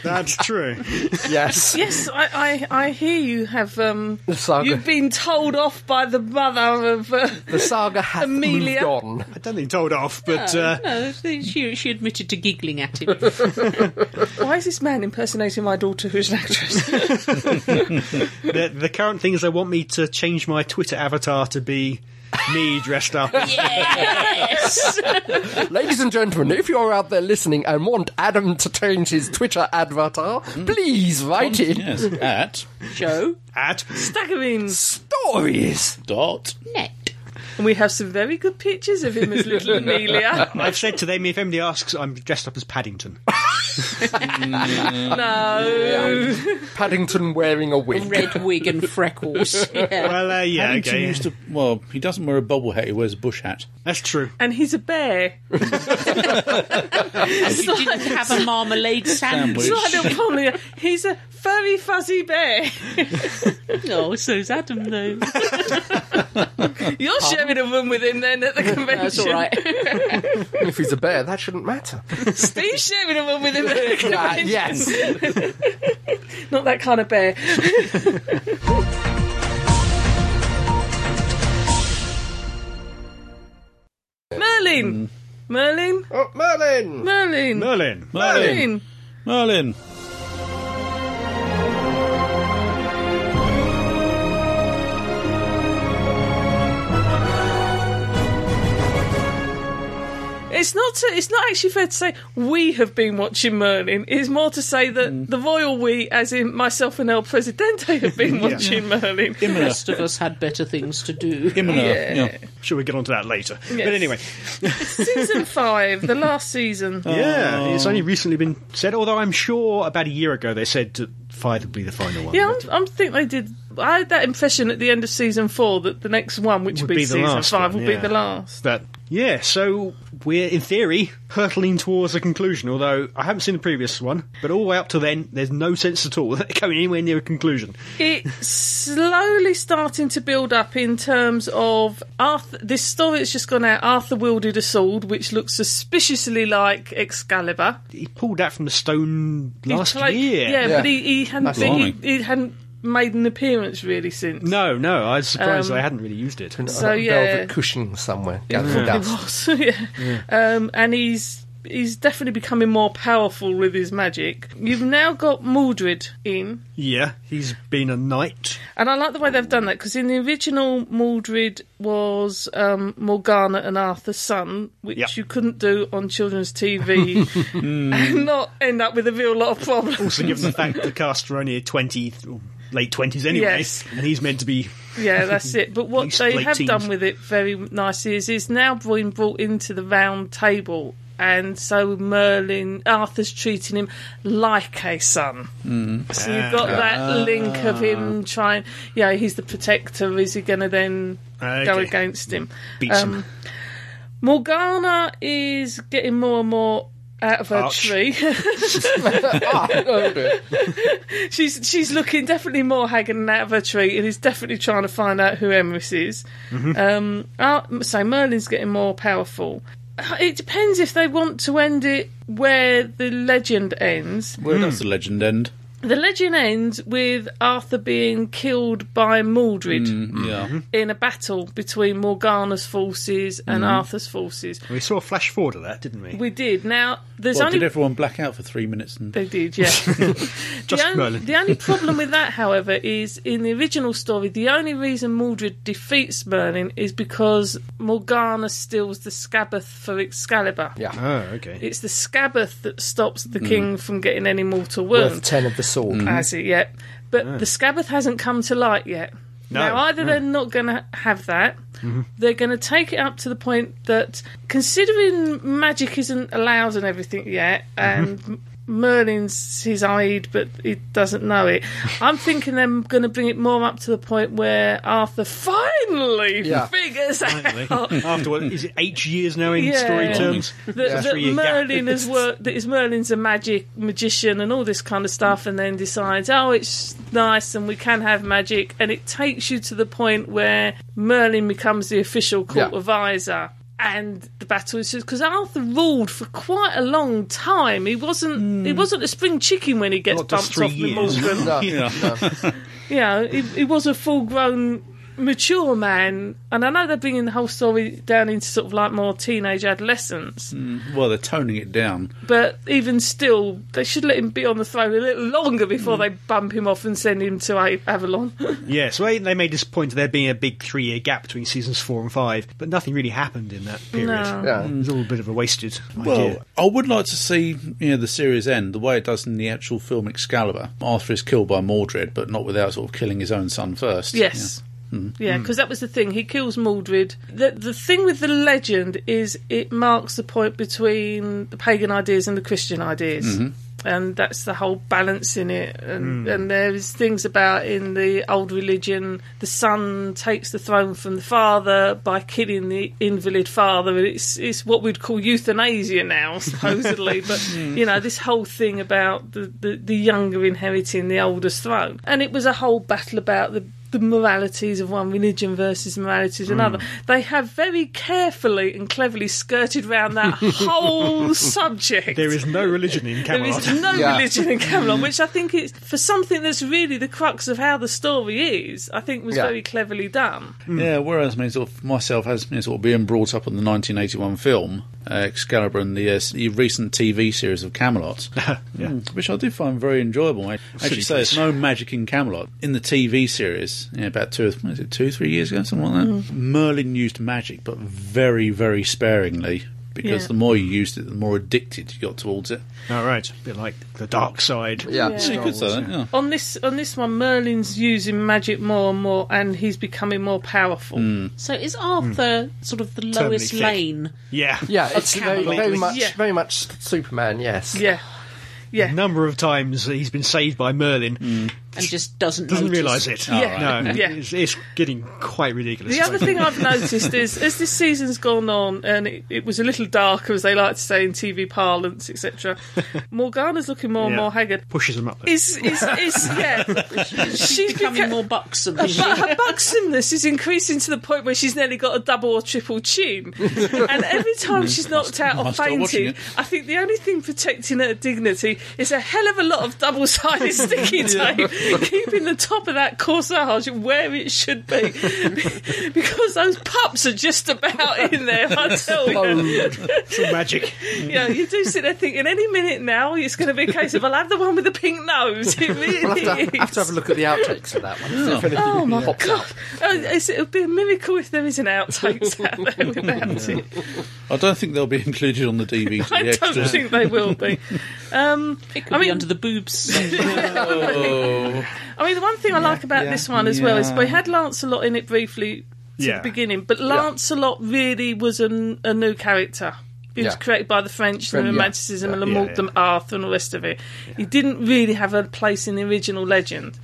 Speaker 4: That's true.
Speaker 5: Yes.
Speaker 2: Yes, I, I, I hear you have. Um,
Speaker 5: The saga.
Speaker 2: You've been told off by the mother of. Uh,
Speaker 5: The saga hath
Speaker 2: Amelia.
Speaker 5: moved on.
Speaker 4: I don't think told off, but uh,
Speaker 1: no, she, she admitted to giggling at him.
Speaker 2: why is this man impersonating my daughter, who's an actress?
Speaker 4: the, the current thing is they want me to change my Twitter avatar to be me dressed up.
Speaker 1: yes!
Speaker 5: Ladies and gentlemen, if you're out there listening and want Adam to change his Twitter avatar,
Speaker 2: Mm.
Speaker 5: please write in
Speaker 3: Yes, at
Speaker 1: Joe,
Speaker 4: Ad.
Speaker 2: Staggering.
Speaker 5: stories.
Speaker 3: dot.
Speaker 1: net.
Speaker 2: And we have some very good pictures of him as little Amelia.
Speaker 4: I've said to them, if anybody asks, I'm dressed up as Paddington.
Speaker 2: No.
Speaker 5: Paddington wearing a wig.
Speaker 1: Red wig and freckles. Yeah.
Speaker 4: Well, uh, yeah,
Speaker 3: Paddington
Speaker 4: okay.
Speaker 3: used to. Well, he doesn't wear a bobble hat. He wears a bush hat.
Speaker 4: That's true.
Speaker 2: And he's a bear.
Speaker 1: She didn't have a marmalade sandwich.
Speaker 3: Sandwich.
Speaker 2: Not a Pomeranian. He's a furry, fuzzy bear.
Speaker 1: oh, so's Adam, though.
Speaker 2: You're sharing a room with him then at the convention.
Speaker 1: That's all right.
Speaker 5: if he's a bear, that shouldn't matter.
Speaker 2: Steve's sharing a room with him at the convention.
Speaker 5: Ah, yes.
Speaker 2: Not that kind of bear. Merlin.
Speaker 1: Um.
Speaker 2: Merlin.
Speaker 5: Oh, Merlin.
Speaker 2: Merlin.
Speaker 4: Merlin.
Speaker 3: Merlin. Merlin.
Speaker 2: It's not. To, it's not actually fair to say we have been watching Merlin. It's more to say that the royal we, as in myself and El Presidente, have been watching Merlin.
Speaker 1: The rest of us had better things to do.
Speaker 3: Him and her. Yeah.
Speaker 4: Sure, we get onto that later. But anyway,
Speaker 2: season five, the last season.
Speaker 4: yeah, it's only recently been said. Although I'm sure about a year ago they said that five would be the final one.
Speaker 2: Yeah, I'm, I'm think they did. I had that impression at the end of season four that the next one, which
Speaker 4: Would
Speaker 2: would be,
Speaker 4: be the
Speaker 2: season
Speaker 4: last
Speaker 2: five,
Speaker 4: one,
Speaker 2: will
Speaker 4: yeah.
Speaker 2: be the last.
Speaker 4: But yeah, so we're in theory hurtling towards a conclusion. Although I haven't seen the previous one, but all the way up to then, there's no sense at all that they're going anywhere near a conclusion.
Speaker 2: It's slowly starting to build up in terms of Arthur. This story that's just gone out. Arthur wielded a sword which looks suspiciously like Excalibur.
Speaker 4: He pulled that from the stone
Speaker 2: He
Speaker 4: last
Speaker 2: played-
Speaker 4: year.
Speaker 2: yeah,
Speaker 5: Yeah.
Speaker 2: but he, he hadn't
Speaker 5: That's
Speaker 2: been, he,
Speaker 3: long.
Speaker 2: he hadn't made an appearance really since.
Speaker 4: No, no, I was surprised
Speaker 2: Um,
Speaker 4: they hadn't really used it.
Speaker 2: So yeah,
Speaker 5: Velvet cushion somewhere. gathered dust.
Speaker 2: was, yeah. Um, and he's he's definitely becoming more powerful with his magic. You've now got Mordred in,
Speaker 4: Yeah, he's been a knight.
Speaker 2: and I like the way they've done that because in the original, Mordred was um, Morgana and Arthur's son, which
Speaker 4: Yep.
Speaker 2: you couldn't do on children's TV and not end up with a real lot of problems.
Speaker 4: Also, given the fact the cast are only 20, or late 20s anyway,
Speaker 2: Yes.
Speaker 4: and he's meant to be.
Speaker 2: Yeah, that's it. But what
Speaker 4: least
Speaker 2: they
Speaker 4: late
Speaker 2: have
Speaker 4: teens.
Speaker 2: done with it very nicely is it's now been brought into the round table. And so Merlin, Arthur's treating him like a son.
Speaker 4: Mm.
Speaker 2: So you've got that link of him
Speaker 4: Ah.
Speaker 2: trying, yeah, he's the protector. Is he going to then go
Speaker 4: Okay.
Speaker 2: against him?
Speaker 4: Beats him.
Speaker 2: Morgana is getting more and more out of her
Speaker 4: Ouch.
Speaker 2: tree.
Speaker 5: Oh,
Speaker 2: she's she's looking definitely more hanging out of her tree and is definitely trying to find out who Emrys is. Um, uh, so Merlin's getting more powerful. Uh, It depends if they want to end it where the legend ends.
Speaker 3: Where does the legend end?
Speaker 2: The legend ends with Arthur being killed by Mordred
Speaker 3: Mm. Yeah.
Speaker 2: in a battle between Morgana's forces and Arthur's forces.
Speaker 4: We saw a flash forward of that, didn't we?
Speaker 2: We did. Now, there's
Speaker 3: Well,
Speaker 2: only.
Speaker 3: did everyone black out for three minutes? And
Speaker 2: They did, yeah.
Speaker 4: Just
Speaker 2: the, only,
Speaker 4: Merlin.
Speaker 2: the only problem with that, however, is in the original story, the only reason Mordred defeats Merlin is because Morgana steals the Scabbard for Excalibur.
Speaker 5: Yeah.
Speaker 4: Oh, okay.
Speaker 2: It's the Scabbard that stops the
Speaker 4: Mm.
Speaker 2: king from getting any mortal
Speaker 5: Worth
Speaker 2: wound.
Speaker 5: ten of the sword.
Speaker 2: as it yet. But the Scabbard hasn't come to light yet.
Speaker 4: No, Mm-hmm.
Speaker 2: now, either they're not going to have that, they're going to take it up to the point that, considering magic isn't allowed and everything yet, and
Speaker 4: Mm-hmm.
Speaker 2: M- Merlin's his eyed, but he doesn't know it, I'm thinking they're going to bring it more up to the point where Arthur finally
Speaker 5: Yeah.
Speaker 2: figures out
Speaker 4: Afterward, is it eight years now in story
Speaker 2: Yeah.
Speaker 4: terms?
Speaker 2: that,
Speaker 4: That's
Speaker 2: that
Speaker 4: where you get-
Speaker 2: Merlin has worked. That is Merlin's a magic magician and all this kind of stuff, and then decides, oh, it's nice and we can have magic, and it takes you to the point where Merlin becomes the official court
Speaker 5: Yeah.
Speaker 2: advisor. And the battle is because Arthur ruled for quite a long time. He wasn't. He wasn't a spring chicken when he gets
Speaker 4: Hmm. Not just
Speaker 2: bumped
Speaker 4: three
Speaker 2: off the
Speaker 4: years.
Speaker 2: Morgan.
Speaker 5: No,
Speaker 3: Yeah.
Speaker 5: no.
Speaker 2: You know, he, he was a full grown, mature man. And I know they're bringing the whole story down into sort of like more teenage adolescence.
Speaker 3: well, they're toning it down.
Speaker 2: But even still, they should let him be on the throne a little longer before they bump him off and send him to A- Avalon.
Speaker 4: Yeah, so they, they made this point of there being a big three year gap between seasons four and five, but nothing really happened in that period.
Speaker 2: No.
Speaker 5: Yeah.
Speaker 4: It was all a bit of a wasted
Speaker 3: Well,
Speaker 4: idea.
Speaker 3: I would like to see you know the series end the way it does in the actual film Excalibur. Arthur is killed by Mordred, but not without sort of killing his own son first.
Speaker 2: yes. Yeah, because that was the thing. He kills Mordred. The, the thing with the legend is it marks the point between the pagan ideas and the Christian ideas. And that's the whole balance in it. And, and there's things about in the old religion the son takes the throne from the father by killing the invalid father. And it's, it's what we'd call euthanasia now, supposedly. but, you know, this whole thing about the, the, the younger inheriting the older's throne. And it was a whole battle about the the moralities of one religion versus moralities of another.
Speaker 4: Mm.
Speaker 2: They have very carefully and cleverly skirted round that whole subject.
Speaker 4: There is no religion in
Speaker 2: There is
Speaker 4: Camelot.
Speaker 2: no
Speaker 5: Yeah.
Speaker 2: religion in Camelot, which I think it's for something that's really the crux of how the story is. I think was
Speaker 5: Yeah.
Speaker 2: very cleverly done.
Speaker 3: Yeah, whereas I mean, sort of myself has me sort of being brought up on the 1981 film uh, Excalibur and the, uh, s- the recent TV series of Camelot, Mm, which I did find very enjoyable. I actually say there's no magic in Camelot in the TV series. yeah, about two, what is it two, three years ago, something like that.
Speaker 2: Hmm.
Speaker 3: Merlin used magic, but very, very sparingly. Because
Speaker 2: Yeah.
Speaker 3: the more you used it, the more addicted you got towards it.
Speaker 4: All right, a bit like the dark side.
Speaker 5: Yeah.
Speaker 2: Yeah.
Speaker 3: So you could say that, yeah.
Speaker 2: On this on this one, Merlin's using magic more and more, and he's becoming more powerful.
Speaker 4: Mm.
Speaker 1: So is Arthur sort of the lowest
Speaker 4: thick.
Speaker 1: lane?
Speaker 4: Yeah.
Speaker 5: Yeah, it's very,
Speaker 1: Camelot.
Speaker 5: very much,
Speaker 2: Yeah.
Speaker 5: very much Superman. Yes.
Speaker 2: Yeah, yeah.
Speaker 4: Number of times he's been saved by Merlin,
Speaker 1: and just doesn't
Speaker 4: doesn't
Speaker 1: notice.
Speaker 4: realise it.
Speaker 2: Yeah.
Speaker 4: No,
Speaker 2: Yeah.
Speaker 4: It's, it's getting quite ridiculous.
Speaker 2: The other thing I've noticed is as this season's gone on, and it, it was a little darker, as they like to say in TV parlance, etc. Morgana's looking more and
Speaker 4: Yeah.
Speaker 2: more haggard.
Speaker 4: pushes them up. There.
Speaker 2: Is is is yeah? She's
Speaker 1: Becoming
Speaker 2: beca-
Speaker 1: more buxom.
Speaker 2: But her buxomness is increasing to the point where she's nearly got a double or triple chin. And every time she's knocked out or
Speaker 3: must start watching
Speaker 2: fainted, I think the only thing protecting her dignity is a hell of a lot of double sided sticky tape, keeping the top of that corsage where it should be. because those pups are just about in there, I tell
Speaker 5: Um,
Speaker 2: you.
Speaker 4: It's all magic.
Speaker 2: Yeah, you do sit there thinking, any minute now, it's going to be a case of, I'll have the one with the pink nose. It really
Speaker 5: We'll have
Speaker 2: is.
Speaker 5: to, have to have a look at the outtakes of that one. see if anything
Speaker 2: Oh my
Speaker 5: pops
Speaker 2: god!
Speaker 5: out.
Speaker 2: Oh, it's, it'll be a miracle if there is an outtakes out there without it.
Speaker 3: I don't think they'll be included on the DVD
Speaker 2: I don't
Speaker 3: extras.
Speaker 2: think they will be. Um,
Speaker 1: It could
Speaker 2: I
Speaker 1: be
Speaker 2: mean-
Speaker 1: under the boobs.
Speaker 3: Oh.
Speaker 2: I mean, the one thing I like about
Speaker 3: yeah,
Speaker 2: this one as well is
Speaker 3: yeah.
Speaker 2: we had Lancelot in it briefly to
Speaker 4: Yeah.
Speaker 2: the beginning, but Lancelot really was an, a new character. It was
Speaker 5: Yeah.
Speaker 2: created by the French, and
Speaker 5: French,
Speaker 2: the
Speaker 5: yeah.
Speaker 2: Romanticism, and the
Speaker 4: Yeah,
Speaker 2: Mortem Arthur, and all the rest of it. It didn't really have a place in the original legend.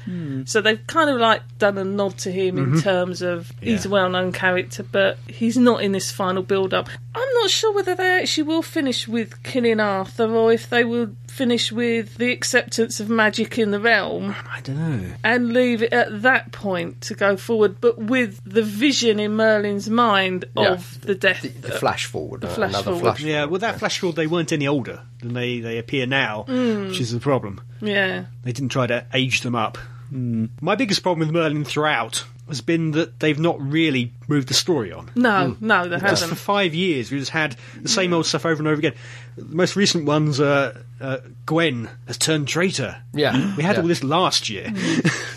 Speaker 2: So they've kind of like done a nod to him in terms of he's
Speaker 4: Mm-hmm.
Speaker 2: a
Speaker 4: Yeah.
Speaker 2: well known character, but he's not in this final build up. I'm not sure whether they actually will finish with killing Arthur or if they will finish with the acceptance of magic in the realm
Speaker 4: I don't know.
Speaker 2: and leave it at that point to go forward, but with the vision in Merlin's mind
Speaker 5: Yeah.
Speaker 2: of the death.
Speaker 5: The, the flash forward, uh,
Speaker 2: flash
Speaker 5: another
Speaker 2: forward.
Speaker 5: flash.
Speaker 4: Yeah, well, that flash forward, they weren't any older than they, they appear now, which is the problem.
Speaker 2: yeah.
Speaker 4: They didn't try to age them up. My biggest problem with Merlin throughout has been that they've not really moved the story on.
Speaker 2: No,
Speaker 5: Hmm.
Speaker 2: no, there
Speaker 4: Just for
Speaker 2: hasn't.
Speaker 4: five years, we just had the same old stuff over and over again. The most recent ones, uh, uh, Gwen has turned traitor.
Speaker 5: Yeah.
Speaker 4: We had
Speaker 5: Yeah.
Speaker 4: all this last year,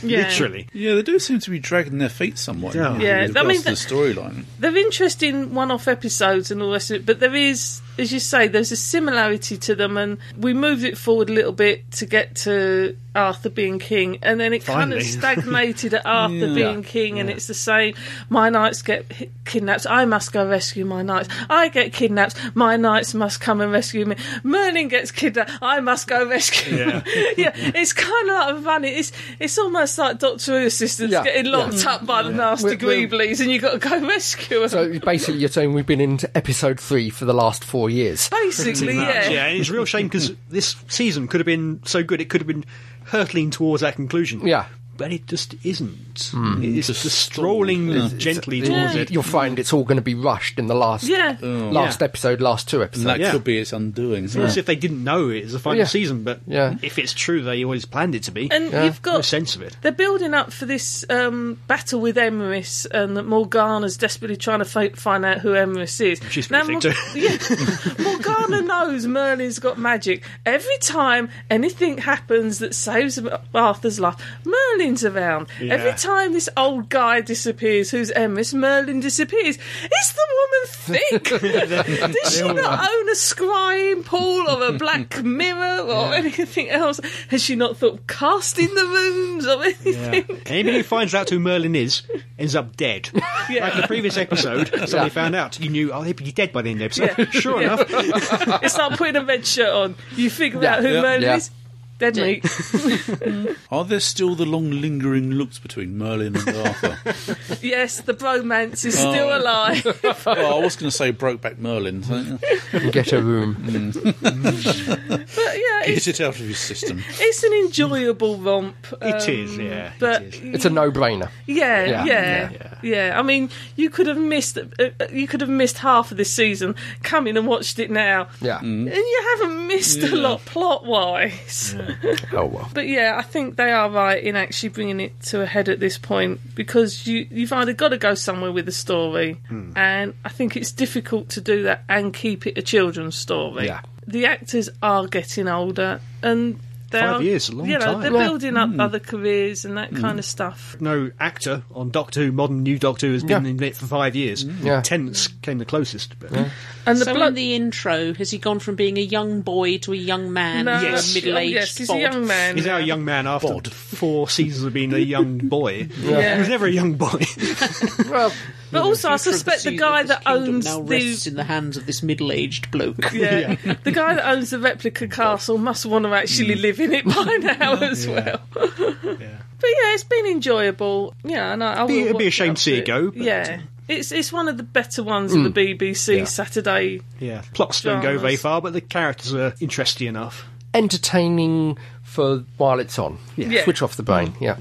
Speaker 2: Yeah.
Speaker 4: literally.
Speaker 3: Yeah, they do seem to be dragging their feet somewhat.
Speaker 4: Yeah.
Speaker 3: in
Speaker 2: Yeah,
Speaker 3: regards
Speaker 2: I mean,
Speaker 3: to the storyline.
Speaker 2: They're interesting one off episodes and all the rest of it, but there is, as you say, there's a similarity to them, and we moved it forward a little bit to get to Arthur being king, and then it kind
Speaker 4: Finally.
Speaker 2: of stagnated at Arthur being king, and it's the same. My knights get hi- kidnapped, I must go rescue my knights. I get kidnapped, my knights must come and rescue me. Merlin gets kidnapped, I must go rescue
Speaker 4: Yeah.
Speaker 2: yeah, it's kind of like funny. It's it's almost like Doctor Who assistants
Speaker 5: Yeah,
Speaker 2: getting locked up by the nasty
Speaker 5: We're- we're-
Speaker 2: greeblies, and you got to go rescue them.
Speaker 5: So basically, you're saying we've been into episode three for the last four years.
Speaker 2: Basically, yeah.
Speaker 4: yeah, and it's a real shame because this season could have been so good. It could have been hurtling towards that conclusion.
Speaker 5: Yeah. Hmm.
Speaker 4: But it just isn't. It's just, strolling gently towards
Speaker 5: You-
Speaker 4: it. Mm.
Speaker 5: You'll find it's all going to be rushed in the last
Speaker 2: Yeah.
Speaker 5: last
Speaker 4: Yeah.
Speaker 5: episode, last two
Speaker 3: And
Speaker 5: episodes.
Speaker 3: that
Speaker 4: Yeah.
Speaker 3: could be its undoing.
Speaker 4: It's as if they didn't know it was the final
Speaker 5: Yeah.
Speaker 4: season, but
Speaker 5: Yeah.
Speaker 4: if it's true, they always planned it to be.
Speaker 2: And you've
Speaker 4: no
Speaker 2: got
Speaker 4: sense of it.
Speaker 2: they're building up for this um, battle with Emerus, and that Morgana's desperately trying to fi- find out who Emerus is.
Speaker 4: She's
Speaker 2: Now,
Speaker 4: pretty
Speaker 2: Mor-
Speaker 4: thick
Speaker 2: yeah, Morgana knows Merlin's got magic. Every time anything happens that saves Arthur's life, Merlin's around. Every
Speaker 4: Yeah.
Speaker 2: time this old guy disappears, who's Emerus, Merlin disappears. Is the woman thick? Does she not own a scrying pool or a black mirror or anything else? Has she not thought of casting the rooms or anything?
Speaker 4: Anybody who finds out who Merlin is ends up dead. Like the previous episode, somebody found out. You knew, oh, he'd be dead by the end of the episode.
Speaker 2: Yeah.
Speaker 4: Sure
Speaker 2: Yeah.
Speaker 4: enough.
Speaker 2: It's like putting a red shirt on. You figure
Speaker 5: Yeah,
Speaker 2: out who
Speaker 5: yeah,
Speaker 2: Merlin
Speaker 5: yeah.
Speaker 2: is. Dead meat.
Speaker 3: Are there still the long lingering looks between Merlin and Arthur?
Speaker 2: yes, the bromance is still alive.
Speaker 3: well, I was going to say Brokeback Merlin. so-
Speaker 4: Mm.
Speaker 5: and get a room.
Speaker 2: But yeah,
Speaker 3: Get
Speaker 2: it's,
Speaker 3: it out of your system.
Speaker 2: it's an enjoyable romp.
Speaker 4: It
Speaker 2: um,
Speaker 4: is, yeah.
Speaker 2: But
Speaker 4: it is.
Speaker 5: It's a no-brainer.
Speaker 2: yeah,
Speaker 5: Yeah,
Speaker 2: yeah,
Speaker 5: yeah,
Speaker 2: yeah, I mean, you could have missed uh, uh, you could have missed half of this season. Come in and watched it now,
Speaker 5: Yeah.
Speaker 4: Mm.
Speaker 2: and you haven't missed a lot plot wise.
Speaker 5: Oh well.
Speaker 2: But yeah, I think they are right in actually bringing it to a head at this point because you you've either got to go somewhere with the story, and I think it's difficult to do that and keep it a children's story.
Speaker 5: Yeah.
Speaker 2: The actors are getting older, and they
Speaker 4: Five
Speaker 2: are,
Speaker 4: years, a long
Speaker 2: you know,
Speaker 4: time.
Speaker 2: They're
Speaker 4: Yeah.
Speaker 2: building up other careers and that kind of stuff.
Speaker 4: No actor on Doctor Who, modern new Doctor Who, has been
Speaker 5: Yeah.
Speaker 4: in it for five years.
Speaker 5: Yeah.
Speaker 4: Tenants came the closest. But
Speaker 2: And the
Speaker 1: so
Speaker 2: blood.
Speaker 1: in the intro, has he gone from being a young boy to a young man,
Speaker 2: No,
Speaker 4: Yes.
Speaker 1: a middle-aged
Speaker 2: oh, yes, he's
Speaker 1: bod?
Speaker 2: a young man.
Speaker 4: He's now a young man after
Speaker 3: Bod.
Speaker 4: four seasons of being a young boy.
Speaker 2: Yeah.
Speaker 4: He was never a young boy.
Speaker 5: Well,
Speaker 2: But also, I
Speaker 1: Future of
Speaker 2: suspect the
Speaker 1: sea-
Speaker 2: guy
Speaker 1: of
Speaker 2: that
Speaker 1: this kingdom
Speaker 2: owns
Speaker 1: now
Speaker 2: the
Speaker 1: rests in the hands of this middle-aged bloke.
Speaker 2: Yeah. the guy that owns the replica castle must want to actually
Speaker 4: Mm.
Speaker 2: live in it by now as well. but yeah, it's been enjoyable. Yeah, and I, I
Speaker 4: Be-
Speaker 2: will
Speaker 4: it'd be a
Speaker 2: watch
Speaker 4: shame
Speaker 2: up
Speaker 4: to see it go, but- Mm.
Speaker 2: yeah, it's it's one of the better ones on the BBC Saturday.
Speaker 4: yeah. Plots don't go
Speaker 2: Dramas.
Speaker 4: very far, but the characters are interesting enough.
Speaker 5: entertaining for while it's on.
Speaker 2: Yeah.
Speaker 5: Switch off the brain.
Speaker 4: Mm.
Speaker 5: Yeah.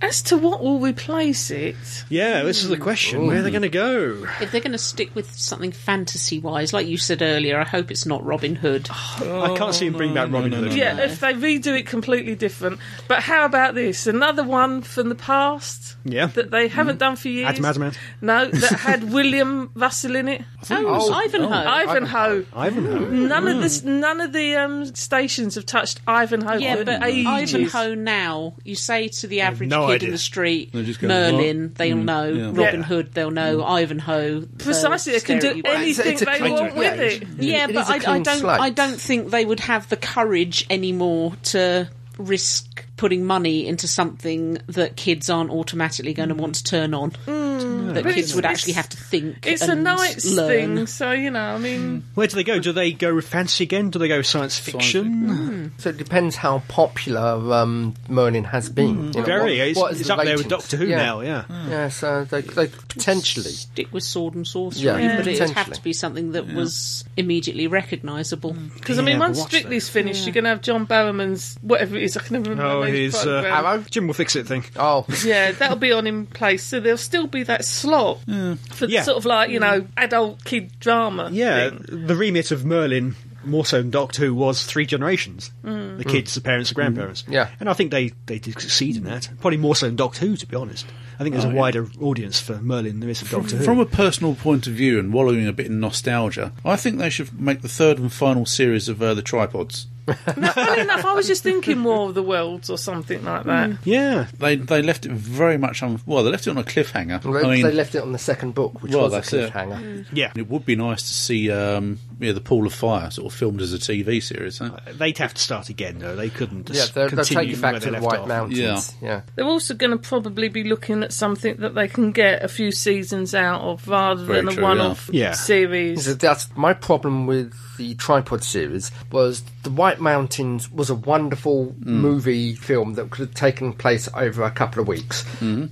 Speaker 2: As to what will replace it,
Speaker 4: Yeah, this is the question. Where are they going to go?
Speaker 1: If they're going to stick with something fantasy-wise, like you said earlier, I hope it's not Robin Hood.
Speaker 4: I can't see him bring back Robin Hood.
Speaker 2: yeah, if they redo it completely different. But how about this? Another one from the past
Speaker 4: Yeah. Mm.
Speaker 2: that they haven't done for years.
Speaker 4: Adam Adam.
Speaker 2: No, that had William Russell in it.
Speaker 1: Oh, Ivanhoe.
Speaker 2: Ivanhoe.
Speaker 4: Ivanhoe.
Speaker 2: None of this, none of the um, stations have touched Ivanhoe
Speaker 1: Yeah,
Speaker 2: for
Speaker 1: but
Speaker 2: ages.
Speaker 1: Ivanhoe now, you say to the average
Speaker 4: no
Speaker 1: kid
Speaker 4: idea.
Speaker 1: in the street,
Speaker 3: just go,
Speaker 1: Merlin,
Speaker 3: "What?"
Speaker 1: they'll know.
Speaker 3: yeah.
Speaker 1: Robin
Speaker 2: Yeah.
Speaker 1: Hood, they'll know. Ivanhoe. they'll
Speaker 2: Precisely, they can
Speaker 1: stare
Speaker 2: do
Speaker 1: at you.
Speaker 2: anything
Speaker 5: It's a- it's a
Speaker 2: they
Speaker 5: clean-
Speaker 2: want with
Speaker 5: yeah,
Speaker 2: it.
Speaker 1: Yeah,
Speaker 5: It is
Speaker 1: but
Speaker 5: a
Speaker 1: I, I
Speaker 5: clean
Speaker 1: don't.
Speaker 5: slate.
Speaker 1: I don't think they would have the courage anymore to risk putting money into something that kids aren't automatically going to want to turn on. that
Speaker 2: Mm. But
Speaker 1: kids
Speaker 2: it's-
Speaker 1: would
Speaker 2: it's-
Speaker 1: actually have to think.
Speaker 2: It's a
Speaker 1: and
Speaker 2: nice
Speaker 1: learn.
Speaker 2: thing, so you know. I mean,
Speaker 4: Where do they go? Do they go with fantasy again? Do they go science fiction?
Speaker 5: So it depends how popular um, Merlin has been. You know,
Speaker 4: Mm. Very.
Speaker 5: what-
Speaker 4: it's
Speaker 5: what is
Speaker 4: it's
Speaker 5: the
Speaker 4: up there with
Speaker 5: ratings?
Speaker 4: Doctor Who
Speaker 5: Yeah. Mm.
Speaker 4: now, yeah.
Speaker 5: Yeah, so they, they potentially.
Speaker 1: Stick with sword and sorcery,
Speaker 5: Yeah, Yeah.
Speaker 1: but it would have
Speaker 5: potentially.
Speaker 1: to be something that was immediately recognisable.
Speaker 2: because I mean,
Speaker 4: Yeah,
Speaker 2: once
Speaker 4: but watch
Speaker 2: Strictly's finished, you're going to have John Barrowman's whatever it is. I can never remember.
Speaker 4: Oh,
Speaker 2: his
Speaker 4: his uh,
Speaker 2: program.
Speaker 4: Jim will fix it thing.
Speaker 5: Oh,
Speaker 2: Yeah, that'll be on in place, so there'll still be that slot for the
Speaker 4: Yeah.
Speaker 2: sort of like you know adult kid drama.
Speaker 4: Yeah,
Speaker 2: thing.
Speaker 4: the remit of Merlin, more so than Doctor Who, was three generations: the kids, the parents, the grandparents.
Speaker 5: Mm-hmm. Yeah.
Speaker 4: and I think they they did succeed in that. Probably more so than Doctor Who, to be honest. I think there's
Speaker 5: Oh,
Speaker 4: a wider audience for Merlin than there is for Doctor Who.
Speaker 3: From a personal point of view and wallowing a bit in nostalgia, I think they should make the third and final series of uh, the tripods.
Speaker 2: Funny enough, I was just thinking War of the Worlds or something like that.
Speaker 4: yeah,
Speaker 3: They they left it very much on well, they left it on a cliffhanger.
Speaker 5: they,
Speaker 3: I mean,
Speaker 5: they left it on the second book, which
Speaker 3: Well,
Speaker 5: was a
Speaker 3: that's it.
Speaker 5: cliffhanger.
Speaker 2: Mm.
Speaker 4: yeah.
Speaker 3: it would be nice to see um, yeah, the Pool of Fire sort of filmed as a TV series.
Speaker 5: Uh,
Speaker 3: Huh?
Speaker 4: They'd have to start again, though. They couldn't.
Speaker 5: Yeah,
Speaker 4: Just
Speaker 5: they'll, they'll
Speaker 4: continue
Speaker 5: take you back
Speaker 4: where
Speaker 5: to
Speaker 4: they
Speaker 5: the
Speaker 4: left
Speaker 5: White
Speaker 4: off.
Speaker 5: Mountains. Yeah.
Speaker 2: They're also going to probably be looking at something that they can get a few seasons out of rather
Speaker 3: Very
Speaker 2: than a
Speaker 3: true,
Speaker 2: one-off
Speaker 4: yeah. Yeah.
Speaker 5: So
Speaker 2: series.
Speaker 5: that's my problem with the tripod series was the White Mountains was a wonderful
Speaker 3: Mm.
Speaker 5: movie film that could have taken place over a couple of weeks.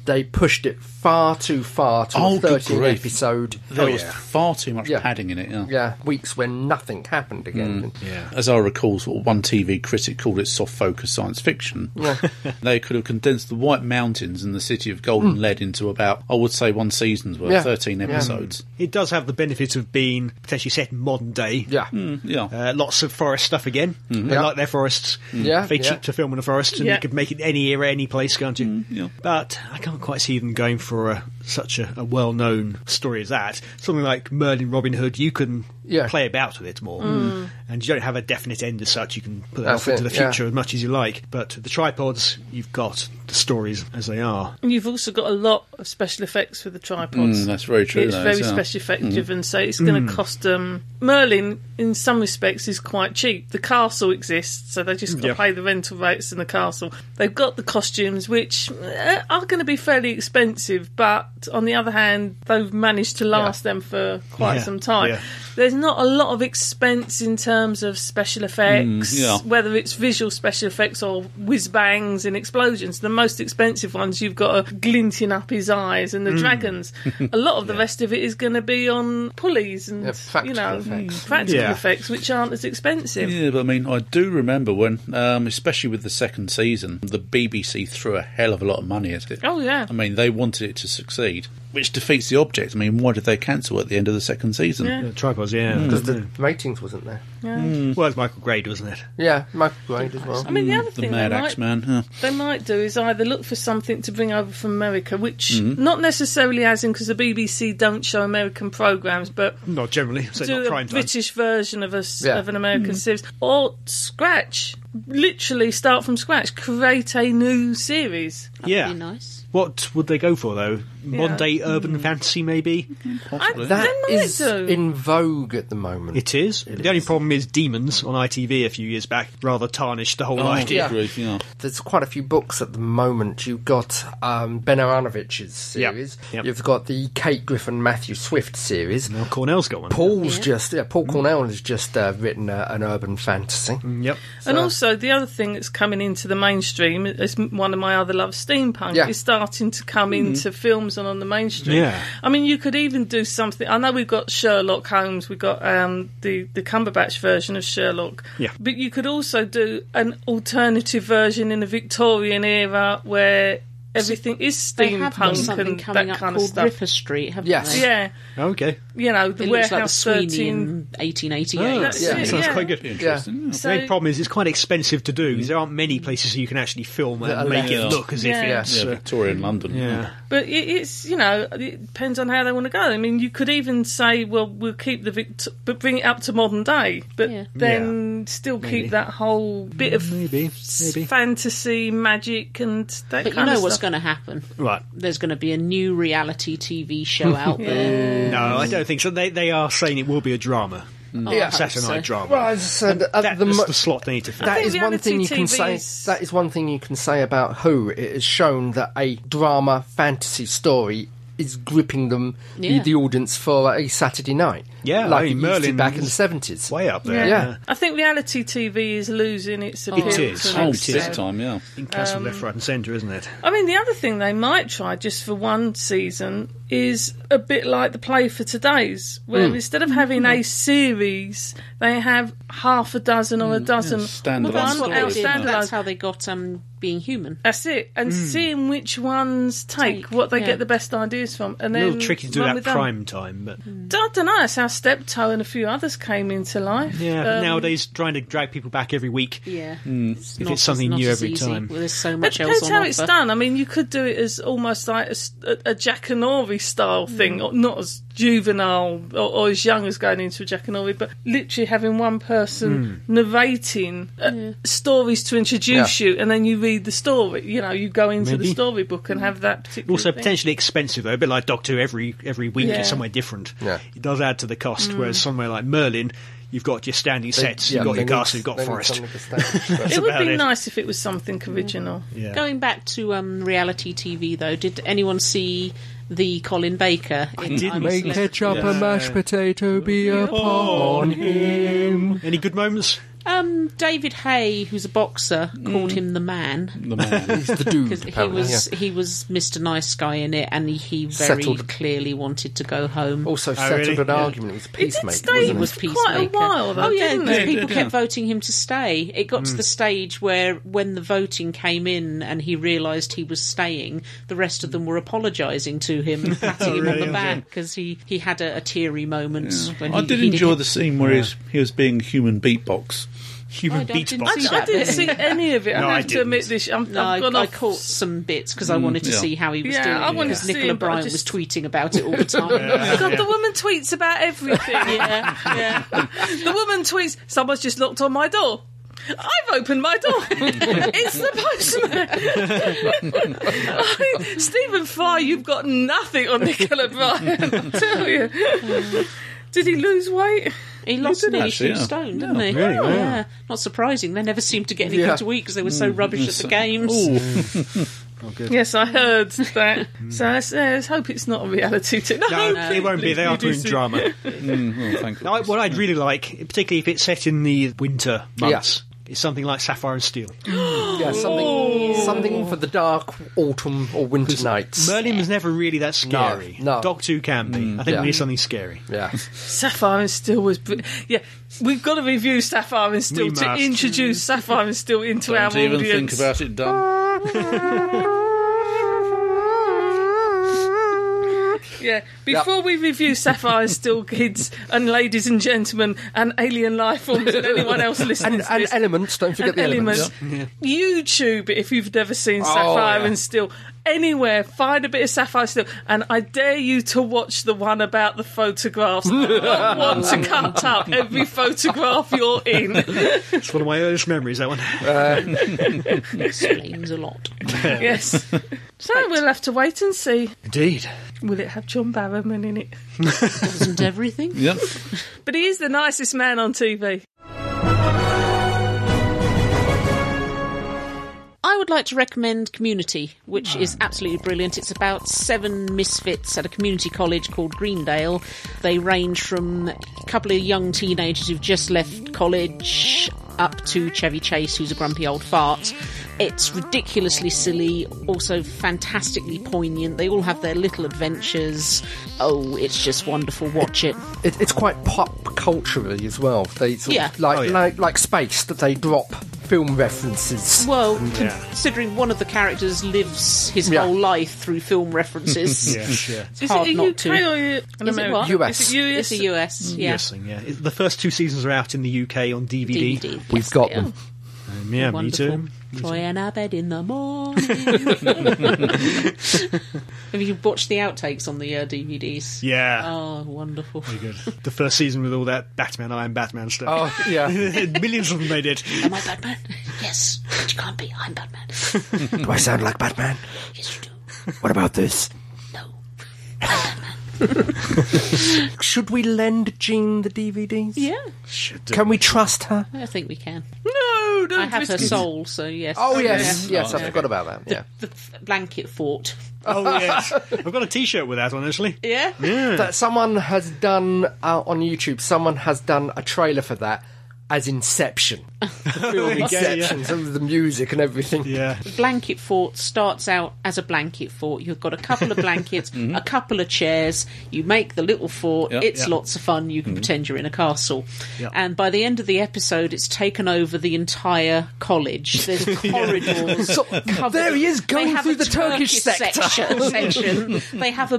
Speaker 5: They pushed it far too far to
Speaker 3: Mm-hmm. Oh,
Speaker 5: a
Speaker 3: good
Speaker 5: thirteen
Speaker 3: grief.
Speaker 5: episode.
Speaker 3: There
Speaker 4: Oh,
Speaker 3: was
Speaker 4: yeah.
Speaker 3: far too much
Speaker 5: Yeah.
Speaker 3: padding in it. Yeah.
Speaker 5: Yeah, weeks when nothing happened
Speaker 3: Mm.
Speaker 5: again.
Speaker 3: As I recall, sort of one TV critic called it soft focus science fiction. they could have condensed the White Mountains and the city of Golden Lead into about, I would say, one season's worth,
Speaker 5: Hmm. Yeah.
Speaker 3: 13
Speaker 5: Yeah.
Speaker 3: episodes.
Speaker 4: It does have the benefit of being potentially set in modern day.
Speaker 5: Yeah,
Speaker 3: Mm, Yeah.
Speaker 4: Uh, lots of forest stuff again. They
Speaker 5: Yeah.
Speaker 4: like their forests.
Speaker 5: Yeah,
Speaker 4: They
Speaker 5: yeah.
Speaker 4: cheap to film in the forest, and
Speaker 2: Yeah.
Speaker 4: you could make it any era, any place, can't you?
Speaker 3: yeah.
Speaker 4: But I can't quite see them going for a, such a, a well known story as that. Something like Merlin Robin Hood, you can
Speaker 5: Yeah. Mm.
Speaker 4: play about with it more. And you don't have a definite end as such. You can put that
Speaker 5: That's
Speaker 4: off into
Speaker 5: it,
Speaker 4: the
Speaker 5: yeah.
Speaker 4: future as much as you like. But the tripods, you've got the stories as they are.
Speaker 2: And You've also got a lot of special effects with the tripods.
Speaker 3: Mm, that's very true.
Speaker 2: it's
Speaker 3: though, Mm-hmm.
Speaker 2: very
Speaker 3: yeah.
Speaker 2: special effect driven, so it's
Speaker 4: Mm.
Speaker 2: going to cost them. Merlin, in some respects, is quite cheap. The castle exists, so they just got to
Speaker 4: Yeah.
Speaker 2: pay the rental rates in the castle. They've got the costumes, which uh, are going to be fairly expensive, but on the other hand, they've managed to last them for quite
Speaker 4: Yeah,
Speaker 2: some time.
Speaker 4: yeah.
Speaker 2: There's not a lot of expense in terms of special effects,
Speaker 3: Mm, yeah.
Speaker 2: whether it's visual special effects or whiz bangs and explosions. The most expensive ones, you've got a glinting up his eyes and the
Speaker 5: Mm.
Speaker 2: dragons. A lot of the rest of it is going to be on pulleys and
Speaker 5: Yeah, practical
Speaker 2: you know mm,
Speaker 5: effects.
Speaker 2: practical
Speaker 4: Yeah.
Speaker 2: effects, which aren't as expensive.
Speaker 3: Yeah, but I mean, I do remember when, um, especially with the second season, the BBC threw a hell of a lot of money at it.
Speaker 2: Oh yeah,
Speaker 3: I mean, they wanted it to succeed, which defeats the object. I mean, why did they cancel at the end of the second season?
Speaker 2: Yeah.
Speaker 4: The tripods, yeah.
Speaker 5: because the ratings wasn't there.
Speaker 4: Well, it's Michael Grade, wasn't it?
Speaker 5: Yeah, Michael Grade as well.
Speaker 2: I mean the other
Speaker 3: Mm, The
Speaker 2: thing
Speaker 3: Mad
Speaker 2: they might
Speaker 3: Axe Man. huh.
Speaker 2: they might do is either look for something to bring over from America, which
Speaker 3: Mm-hmm.
Speaker 2: not necessarily as in because the BBC don't show American programs, but
Speaker 4: Not generally. So
Speaker 2: do
Speaker 4: not
Speaker 2: a
Speaker 4: prime time.
Speaker 2: British version of a s
Speaker 5: Yeah.
Speaker 2: of an American series, or scratch, literally start from scratch, create a new series.
Speaker 4: yeah.
Speaker 1: Be nice.
Speaker 4: What would they go for though? Modern day urban fantasy, maybe.
Speaker 2: I,
Speaker 5: That
Speaker 2: they might
Speaker 5: is
Speaker 2: do.
Speaker 5: in vogue at the moment.
Speaker 4: It is. the only problem is demons on ITV a few years back rather tarnished the whole
Speaker 3: Oh,
Speaker 4: idea.
Speaker 5: yeah.
Speaker 3: good grief, yeah.
Speaker 5: there's quite a few books at the moment. You've got um, Ben Aranovich's
Speaker 4: Yep,
Speaker 5: series.
Speaker 4: yep.
Speaker 5: You've got the Kate Griffin Matthew Swift series.
Speaker 4: Now Cornell's got one.
Speaker 5: Paul's just yeah. Paul Cornell has just uh, written uh, an urban fantasy.
Speaker 4: Yep.
Speaker 2: and also the other thing that's coming into the mainstream is m- one of my other loves, steampunk,
Speaker 5: Yeah.
Speaker 2: is starting to come into films and on the mainstream.
Speaker 4: Yeah.
Speaker 2: I mean, you could even do something. I know we've got Sherlock Holmes, we've got um, the the Cumberbatch version of Sherlock.
Speaker 4: Yeah.
Speaker 2: But you could also do an alternative version in the Victorian era where everything is
Speaker 1: They have got
Speaker 2: steampunk
Speaker 1: something
Speaker 2: and
Speaker 1: coming
Speaker 2: that
Speaker 1: up
Speaker 2: kind of
Speaker 1: called
Speaker 2: stuff.
Speaker 1: Ripper Street, haven't
Speaker 5: Yes.
Speaker 1: they?
Speaker 2: Yeah.
Speaker 4: Okay.
Speaker 2: You know, the
Speaker 1: It looks like the
Speaker 2: Warehouse
Speaker 1: Sweeney
Speaker 2: 13.
Speaker 1: in 1888.
Speaker 4: Oh,
Speaker 2: That's
Speaker 5: Yeah.
Speaker 2: it,
Speaker 4: Sounds
Speaker 2: yeah.
Speaker 4: quite good.
Speaker 5: Interesting.
Speaker 2: So,
Speaker 4: the only problem is it's quite expensive to do because there aren't many places you can actually film
Speaker 5: That
Speaker 4: and
Speaker 5: are
Speaker 4: make
Speaker 5: left.
Speaker 4: it look as
Speaker 2: Yeah.
Speaker 4: if
Speaker 5: Yeah.
Speaker 4: it's.
Speaker 3: Yeah,
Speaker 4: uh,
Speaker 3: Victorian London.
Speaker 4: yeah.
Speaker 2: But it, it's you know it depends on how they want to go. I mean, you could even say, well, we'll keep the Vict- but bring it up to modern day, but
Speaker 1: Yeah.
Speaker 2: then still
Speaker 4: Maybe.
Speaker 2: keep that whole bit of
Speaker 4: Maybe,
Speaker 2: s-
Speaker 4: maybe.
Speaker 2: fantasy, magic, and that
Speaker 1: But you
Speaker 2: kind
Speaker 1: know
Speaker 2: of
Speaker 1: what's
Speaker 2: stuff.
Speaker 1: going to happen?
Speaker 4: Right.
Speaker 1: There's going to be a new reality TV show out there.
Speaker 4: No, I don't think so. They they are saying it will be a drama,
Speaker 1: Oh, I
Speaker 5: Yeah.
Speaker 1: hope
Speaker 4: Saturday night
Speaker 1: so.
Speaker 4: drama.
Speaker 5: Well, as I said, at
Speaker 4: That's
Speaker 5: the mo-
Speaker 4: the slot they need to fill.
Speaker 5: that
Speaker 2: think
Speaker 5: is one
Speaker 2: reality
Speaker 5: thing you can
Speaker 2: TV
Speaker 5: say.
Speaker 2: is-
Speaker 5: That is one thing you can say about Who. It has shown that a drama fantasy story is gripping them, the-
Speaker 1: Yeah.
Speaker 5: the, audience, for a Saturday night.
Speaker 4: Yeah, I
Speaker 5: like
Speaker 4: mean,
Speaker 5: it used to
Speaker 4: Merlin
Speaker 5: back in the
Speaker 4: was
Speaker 5: seventies.
Speaker 4: Way up there.
Speaker 5: Yeah.
Speaker 2: I think reality TV is losing its appeal.
Speaker 4: is.
Speaker 2: to an
Speaker 3: Oh,
Speaker 2: extent.
Speaker 3: big time, yeah.
Speaker 4: In Castle left, right, and centre, isn't it?
Speaker 2: I mean, the other thing they might try just for one season is a bit like the play for today's, where instead of having a series, they have half a dozen or a dozen.
Speaker 3: Standalone
Speaker 1: That's
Speaker 2: One
Speaker 1: what they
Speaker 2: out
Speaker 3: stories.
Speaker 1: did.
Speaker 2: standalone.
Speaker 1: That's how they got um, being human.
Speaker 2: That's it, and
Speaker 4: Hmm.
Speaker 2: seeing which ones take,
Speaker 1: Take,
Speaker 2: what they
Speaker 1: yeah.
Speaker 2: get the best ideas from, and
Speaker 4: A
Speaker 2: then
Speaker 4: little tricky to do
Speaker 2: run
Speaker 4: that
Speaker 2: with them.
Speaker 4: prime time, but
Speaker 2: I don't know. That's how Steptoe and a few others came into life.
Speaker 4: yeah.
Speaker 2: Um,
Speaker 4: nowadays, trying to drag people back every week.
Speaker 1: Yeah. It's
Speaker 4: Mm. If
Speaker 1: not-
Speaker 4: it's something
Speaker 1: not
Speaker 4: new
Speaker 1: as
Speaker 4: every
Speaker 1: easy.
Speaker 4: time.
Speaker 1: Well, there's so
Speaker 2: It
Speaker 1: much else
Speaker 2: depends
Speaker 1: on
Speaker 2: how
Speaker 1: offer.
Speaker 2: it's done. I mean, you could do it as almost like a, s- a, a Jackanory style
Speaker 1: Hmm.
Speaker 2: thing, or not as juvenile or, or as young as going into a Jackanory, but literally having one person
Speaker 4: Hmm.
Speaker 2: narrating uh, stories to introduce you, and then you read the story. You know, you go into the
Speaker 4: Maybe.
Speaker 2: storybook and have that particular.
Speaker 4: Also,
Speaker 2: thing.
Speaker 4: potentially expensive though, a bit like Doctor Who, every every week
Speaker 2: Yeah. Mm.
Speaker 4: it's somewhere different.
Speaker 5: Yeah.
Speaker 4: It does add to the cost. Whereas somewhere like Merlin, you've got your standing sets,
Speaker 5: Yeah,
Speaker 4: you've got
Speaker 5: they
Speaker 4: your
Speaker 5: need-
Speaker 4: castle, you've got
Speaker 5: they need
Speaker 4: forest.
Speaker 5: something established,
Speaker 2: It would
Speaker 4: about
Speaker 2: be
Speaker 4: it.
Speaker 2: nice if it was something original.
Speaker 4: Yeah.
Speaker 1: Going back to um, reality TV, though, did anyone see the Colin Baker? in
Speaker 4: didn't.
Speaker 5: but
Speaker 1: I'm a
Speaker 5: Make
Speaker 1: Celebrity?
Speaker 5: ketchup and mashed potato be upon him.
Speaker 4: Oh. Any good moments?
Speaker 1: Um, David Hay, who's a boxer,
Speaker 4: Mm.
Speaker 1: called him the man
Speaker 3: The man.
Speaker 5: He's the dude.
Speaker 1: because he
Speaker 5: apparently,
Speaker 1: was
Speaker 5: yeah.
Speaker 1: he was Mr. Nice Guy in it, and he very
Speaker 5: Settled.
Speaker 1: clearly wanted to go home.
Speaker 3: Oh,
Speaker 5: Also settled
Speaker 4: really?
Speaker 5: an argument. It was a
Speaker 2: It did
Speaker 5: peacemaker.
Speaker 2: stay
Speaker 5: wasn't it?
Speaker 1: was
Speaker 2: for quite a
Speaker 1: peacemaker.
Speaker 2: while, though,
Speaker 1: oh yeah,
Speaker 2: didn't
Speaker 1: because
Speaker 2: it?
Speaker 1: people kept voting him to stay. It got
Speaker 3: Mm.
Speaker 1: to the stage where, when the voting came in and he realised he was staying, the rest of them were apologising to him, and patting him on the back because he, he had a, a teary moment. When
Speaker 3: I
Speaker 1: he,
Speaker 3: did
Speaker 1: he
Speaker 3: enjoy
Speaker 1: it.
Speaker 3: the scene where he was, he was being human beatbox.
Speaker 1: I
Speaker 2: Oh,
Speaker 4: Human
Speaker 1: don't- didn't
Speaker 4: beatbox.
Speaker 1: see
Speaker 2: I
Speaker 1: that
Speaker 2: didn't
Speaker 1: bit.
Speaker 2: see any of it.
Speaker 4: No,
Speaker 2: I
Speaker 4: I
Speaker 2: have to admit
Speaker 4: didn't.
Speaker 2: this. I'm,
Speaker 1: No,
Speaker 2: I've gone
Speaker 1: I, I
Speaker 2: off
Speaker 1: caught some bits because I wanted to
Speaker 3: Mm, yeah.
Speaker 1: see how he was
Speaker 2: Yeah,
Speaker 1: doing.
Speaker 2: I wanted
Speaker 1: because
Speaker 2: to see
Speaker 1: Nicola
Speaker 2: him, but I
Speaker 1: Bryant
Speaker 2: just-
Speaker 1: was tweeting about it all the time.
Speaker 2: God, the woman tweets about everything.
Speaker 1: Yeah, yeah.
Speaker 2: The woman tweets, "Someone's just knocked on my door." I've opened my door. it's the postman. I mean, Stephen Fry, you've got nothing on Nicola Bryan. I tell you. Did he lose weight?
Speaker 1: He lost
Speaker 3: did
Speaker 1: nearly
Speaker 3: actually,
Speaker 1: two
Speaker 3: yeah.
Speaker 1: stone, didn't he?
Speaker 4: really, wow. Mm,
Speaker 1: Yeah, not surprising. They never seemed to get anything
Speaker 5: Yeah.
Speaker 1: to eat because they were so rubbish at the games.
Speaker 2: Yes, I heard that. so let's, uh, let's hope it's not a reality TV.
Speaker 4: No,
Speaker 1: No.
Speaker 4: it won't be. They are
Speaker 2: do
Speaker 4: doing
Speaker 2: see-
Speaker 4: drama.
Speaker 3: Oh, thank
Speaker 4: No, I- what I'd really like, particularly if it's set in the winter months, is something like Sapphire and Steel.
Speaker 5: Yeah, something, something for the dark autumn or winter nights.
Speaker 4: Merlin was never really that scary.
Speaker 5: no.
Speaker 4: Doctor Who can be. I think
Speaker 5: yeah.
Speaker 4: we need something scary.
Speaker 5: yeah.
Speaker 2: Sapphire and Steel was. Br- yeah, we've got to review Sapphire and Steel
Speaker 4: We
Speaker 2: to
Speaker 4: must.
Speaker 2: introduce Sapphire and Steel into our
Speaker 3: Don't even
Speaker 2: audience.
Speaker 3: think about it, done.
Speaker 2: Yeah, before we review Sapphire Still Kids and Ladies and Gentlemen and Alien Life Forms and anyone else listening
Speaker 5: And,
Speaker 2: to
Speaker 5: and
Speaker 2: this,
Speaker 5: elements, don't forget
Speaker 2: and
Speaker 5: the elements. Oh,
Speaker 2: Elements, YouTube, if you've never seen Sapphire
Speaker 5: yeah.
Speaker 2: and Still, anywhere, find a bit of Sapphire Still, and I dare you to watch the one about the photographs. I don't want to cut out every photograph you're in.
Speaker 4: It's one of my earliest memories, that one.
Speaker 1: explains a lot.
Speaker 2: yes. So we'll have to wait and see.
Speaker 4: Indeed.
Speaker 2: Will it have John Barrowman in it?
Speaker 1: Wasn't everything?
Speaker 3: Yep.
Speaker 2: But he is the nicest man on TV.
Speaker 1: I would like to recommend Community, which is absolutely brilliant. It's about seven misfits at a community college called Greendale. They range from a couple of young teenagers who've just left college up to Chevy Chase, who's a grumpy old fart. It's ridiculously silly, also fantastically poignant. They all have their little adventures. Oh, it's just wonderful. Watch it.
Speaker 5: It, it's quite pop culturally as well. They sort
Speaker 1: Yeah.
Speaker 5: of like,
Speaker 4: Oh, yeah.
Speaker 5: like like space that they drop film references.
Speaker 1: Well, considering one of the characters lives his
Speaker 5: Yeah.
Speaker 1: whole life through film references,
Speaker 4: yeah.
Speaker 1: it's
Speaker 2: Is
Speaker 1: hard
Speaker 2: it a
Speaker 1: not
Speaker 2: UK
Speaker 1: to.
Speaker 2: or a- an
Speaker 1: Is it
Speaker 2: American?
Speaker 1: what?
Speaker 5: US.
Speaker 2: Is it US?
Speaker 1: It's a US, yeah.
Speaker 4: Yes, and yeah. It- The first two seasons are out in the UK on DVD.
Speaker 1: DVD.
Speaker 5: We've
Speaker 1: Yes,
Speaker 5: got
Speaker 1: they
Speaker 5: them.
Speaker 1: are.
Speaker 4: Um, yeah,
Speaker 1: Wonderful.
Speaker 4: me too.
Speaker 1: Troy and Abed in the morning. Have you watched the outtakes on the uh, DVDs?
Speaker 4: Yeah.
Speaker 1: Oh, wonderful.
Speaker 4: Good. The first season with all that Batman, I am Batman stuff.
Speaker 5: Oh yeah,
Speaker 4: Millions of them they did.
Speaker 1: Am I Batman? Yes, but you can't be. I'm Batman.
Speaker 5: do I sound like Batman?
Speaker 1: Yes, you do.
Speaker 5: What about this?
Speaker 1: No.
Speaker 5: Should we lend Jean the DVDs?
Speaker 1: Yeah,
Speaker 5: Can we trust her?
Speaker 1: I think we can.
Speaker 2: No. no,
Speaker 4: Oh,
Speaker 2: no.
Speaker 1: I have her
Speaker 2: biscuits.
Speaker 1: soul, so yes.
Speaker 8: Oh, yes, yes, I
Speaker 1: Yeah.
Speaker 8: forgot about that. Yeah.
Speaker 1: The f- blanket fort.
Speaker 4: Oh yes, I've got a T-shirt with that on actually.
Speaker 1: Yeah?
Speaker 8: that someone has done uh, on YouTube. Someone has done a trailer for that as Inception. The film
Speaker 4: go, yeah.
Speaker 8: Inception, some of the music and everything.
Speaker 4: Yeah,
Speaker 1: Blanket fort starts out as a blanket fort. You've got a couple of blankets,
Speaker 8: Mm-hmm.
Speaker 1: a couple of chairs. You make the little fort.
Speaker 3: Yep.
Speaker 1: it's
Speaker 3: Yep.
Speaker 1: lots of fun.
Speaker 8: Mm-hmm.
Speaker 1: You can pretend you're in a castle. And by the end of the episode, it's taken over the entire college. There's corridors.
Speaker 8: So,
Speaker 1: covered-
Speaker 8: there he is
Speaker 1: They
Speaker 8: going
Speaker 1: have
Speaker 8: through
Speaker 1: a
Speaker 8: the Turkish sector.
Speaker 1: section. section. They have a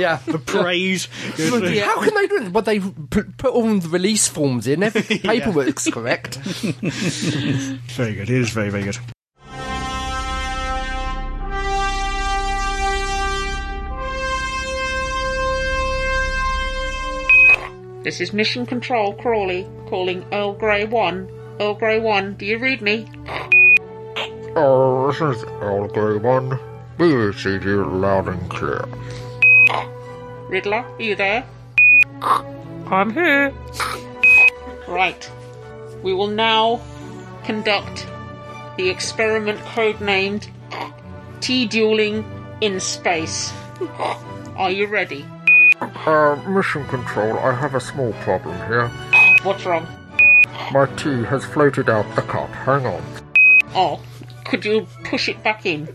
Speaker 8: Yeah.
Speaker 4: the praise.
Speaker 1: Yeah.
Speaker 8: How can they do it? Well, they put, put all the release forms in. Every paperwork's correct.
Speaker 4: Very good. It is very very good.
Speaker 1: This is Mission Control Crawley calling Earl Grey 1. Earl Grey 1, do you read me?
Speaker 9: Oh, this is Al Grayman. BBC you loud and clear.
Speaker 1: Riddler, are you there?
Speaker 6: I'm here.
Speaker 1: Right. We will now conduct the experiment codenamed T dueling in space. Are you ready?
Speaker 9: Uh, mission control, I have a small problem here.
Speaker 1: What's wrong?
Speaker 9: My tea has floated out the cup. Hang on.
Speaker 1: Oh, could you push it back in?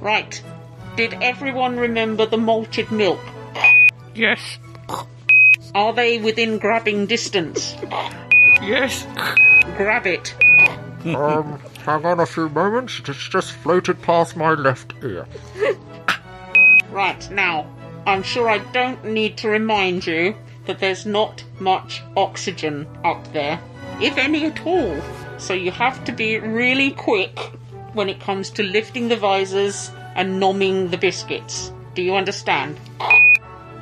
Speaker 1: Right. Did everyone remember the malted milk?
Speaker 6: Yes.
Speaker 1: Are they within grabbing distance?
Speaker 6: Yes.
Speaker 1: Grab it.
Speaker 9: Um, hang on a few moments. It's just floated past my left ear.
Speaker 1: Right, now, I'm sure I don't need to remind you that there's not much oxygen up there, if any at all. So you have to be really quick when it comes to lifting the visors and nomming the biscuits. Do you understand?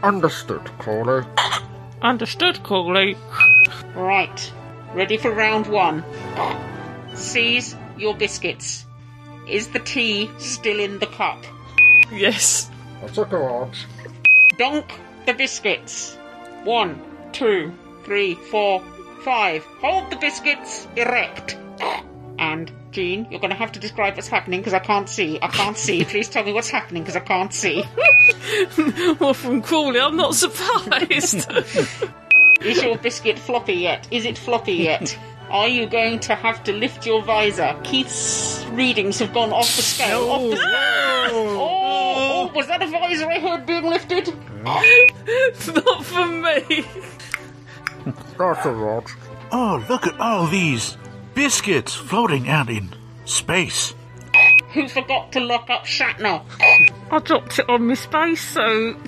Speaker 9: Understood, Corley.
Speaker 6: Understood, Corley.
Speaker 1: Right, ready for round one. Seize your biscuits. Is the tea still in the cup?
Speaker 2: Yes.
Speaker 9: That's a good
Speaker 1: Dunk the biscuits. One, two, three, four, five. Hold the biscuits erect. And Jean, you're going to have to describe what's happening because I can't see. I can't see. Please tell me what's happening because I can't see.
Speaker 2: Well, from Crawley, I'm not surprised.
Speaker 1: Is your biscuit floppy yet? Is it floppy yet? Are you going to have to lift your visor? Keith's readings have gone off the scale. Off the scale. Oh, oh, was that a visor I heard being lifted?
Speaker 2: not for me.
Speaker 9: That's a lot.
Speaker 3: Oh, look at all these biscuits floating out in space.
Speaker 1: Who forgot to lock up Shatner?
Speaker 6: I dropped it on my space suit.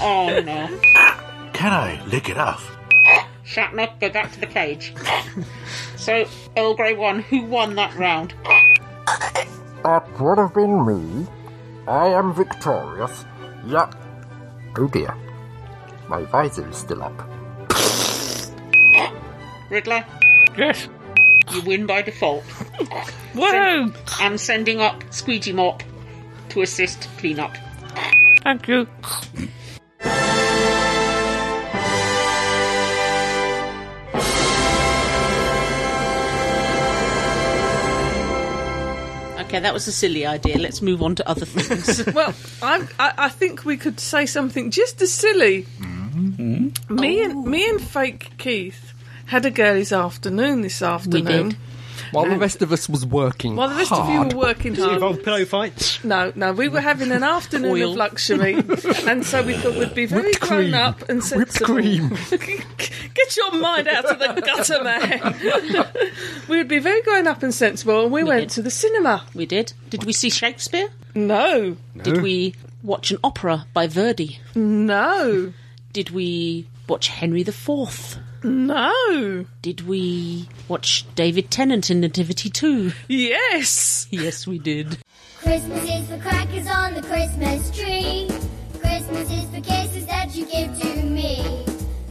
Speaker 1: Oh no.
Speaker 3: Can I lick it up?
Speaker 1: Shatner, go back to the cage. so, Earl Grey won. Who won that round?
Speaker 9: That would have been me. I am victorious. Yet. Oh dear. My visor is still up.
Speaker 1: Riddler,
Speaker 6: Yes.
Speaker 1: you win by default.
Speaker 6: Whoa!
Speaker 1: I'm sending up Squeegee Mop to assist cleanup.
Speaker 6: Thank you.
Speaker 1: Okay, that was a silly idea. Let's move on to other things.
Speaker 2: Well, I'm, I, I think we could say something just as silly. Me and me and fake Keith had a girlies' afternoon this afternoon.
Speaker 1: did.
Speaker 8: While the rest of us was working
Speaker 2: While the rest of you
Speaker 8: hard.
Speaker 2: were working
Speaker 4: Does it
Speaker 2: hard,
Speaker 4: involve pillow fights?
Speaker 2: No, no, we were having an afternoon
Speaker 1: Oil.
Speaker 2: of luxury, and so we thought we'd be very
Speaker 8: Whipped
Speaker 2: grown
Speaker 8: cream.
Speaker 2: up and
Speaker 8: Whipped
Speaker 2: sensible.
Speaker 8: cream.
Speaker 2: Get your mind out of the gutter, man. we would be very grown up and sensible, and we
Speaker 1: did.
Speaker 2: went to the cinema.
Speaker 1: we did. Did we see Shakespeare?
Speaker 2: No,
Speaker 1: Did we watch an opera by Verdi?
Speaker 2: no,
Speaker 1: Did we watch Henry IV?
Speaker 2: no.
Speaker 1: Did we watch David Tennant in Nativity 2?
Speaker 2: Yes,
Speaker 1: Yes, we did.
Speaker 10: Christmas is for crackers on the Christmas tree. Christmas is for kisses that you give to me.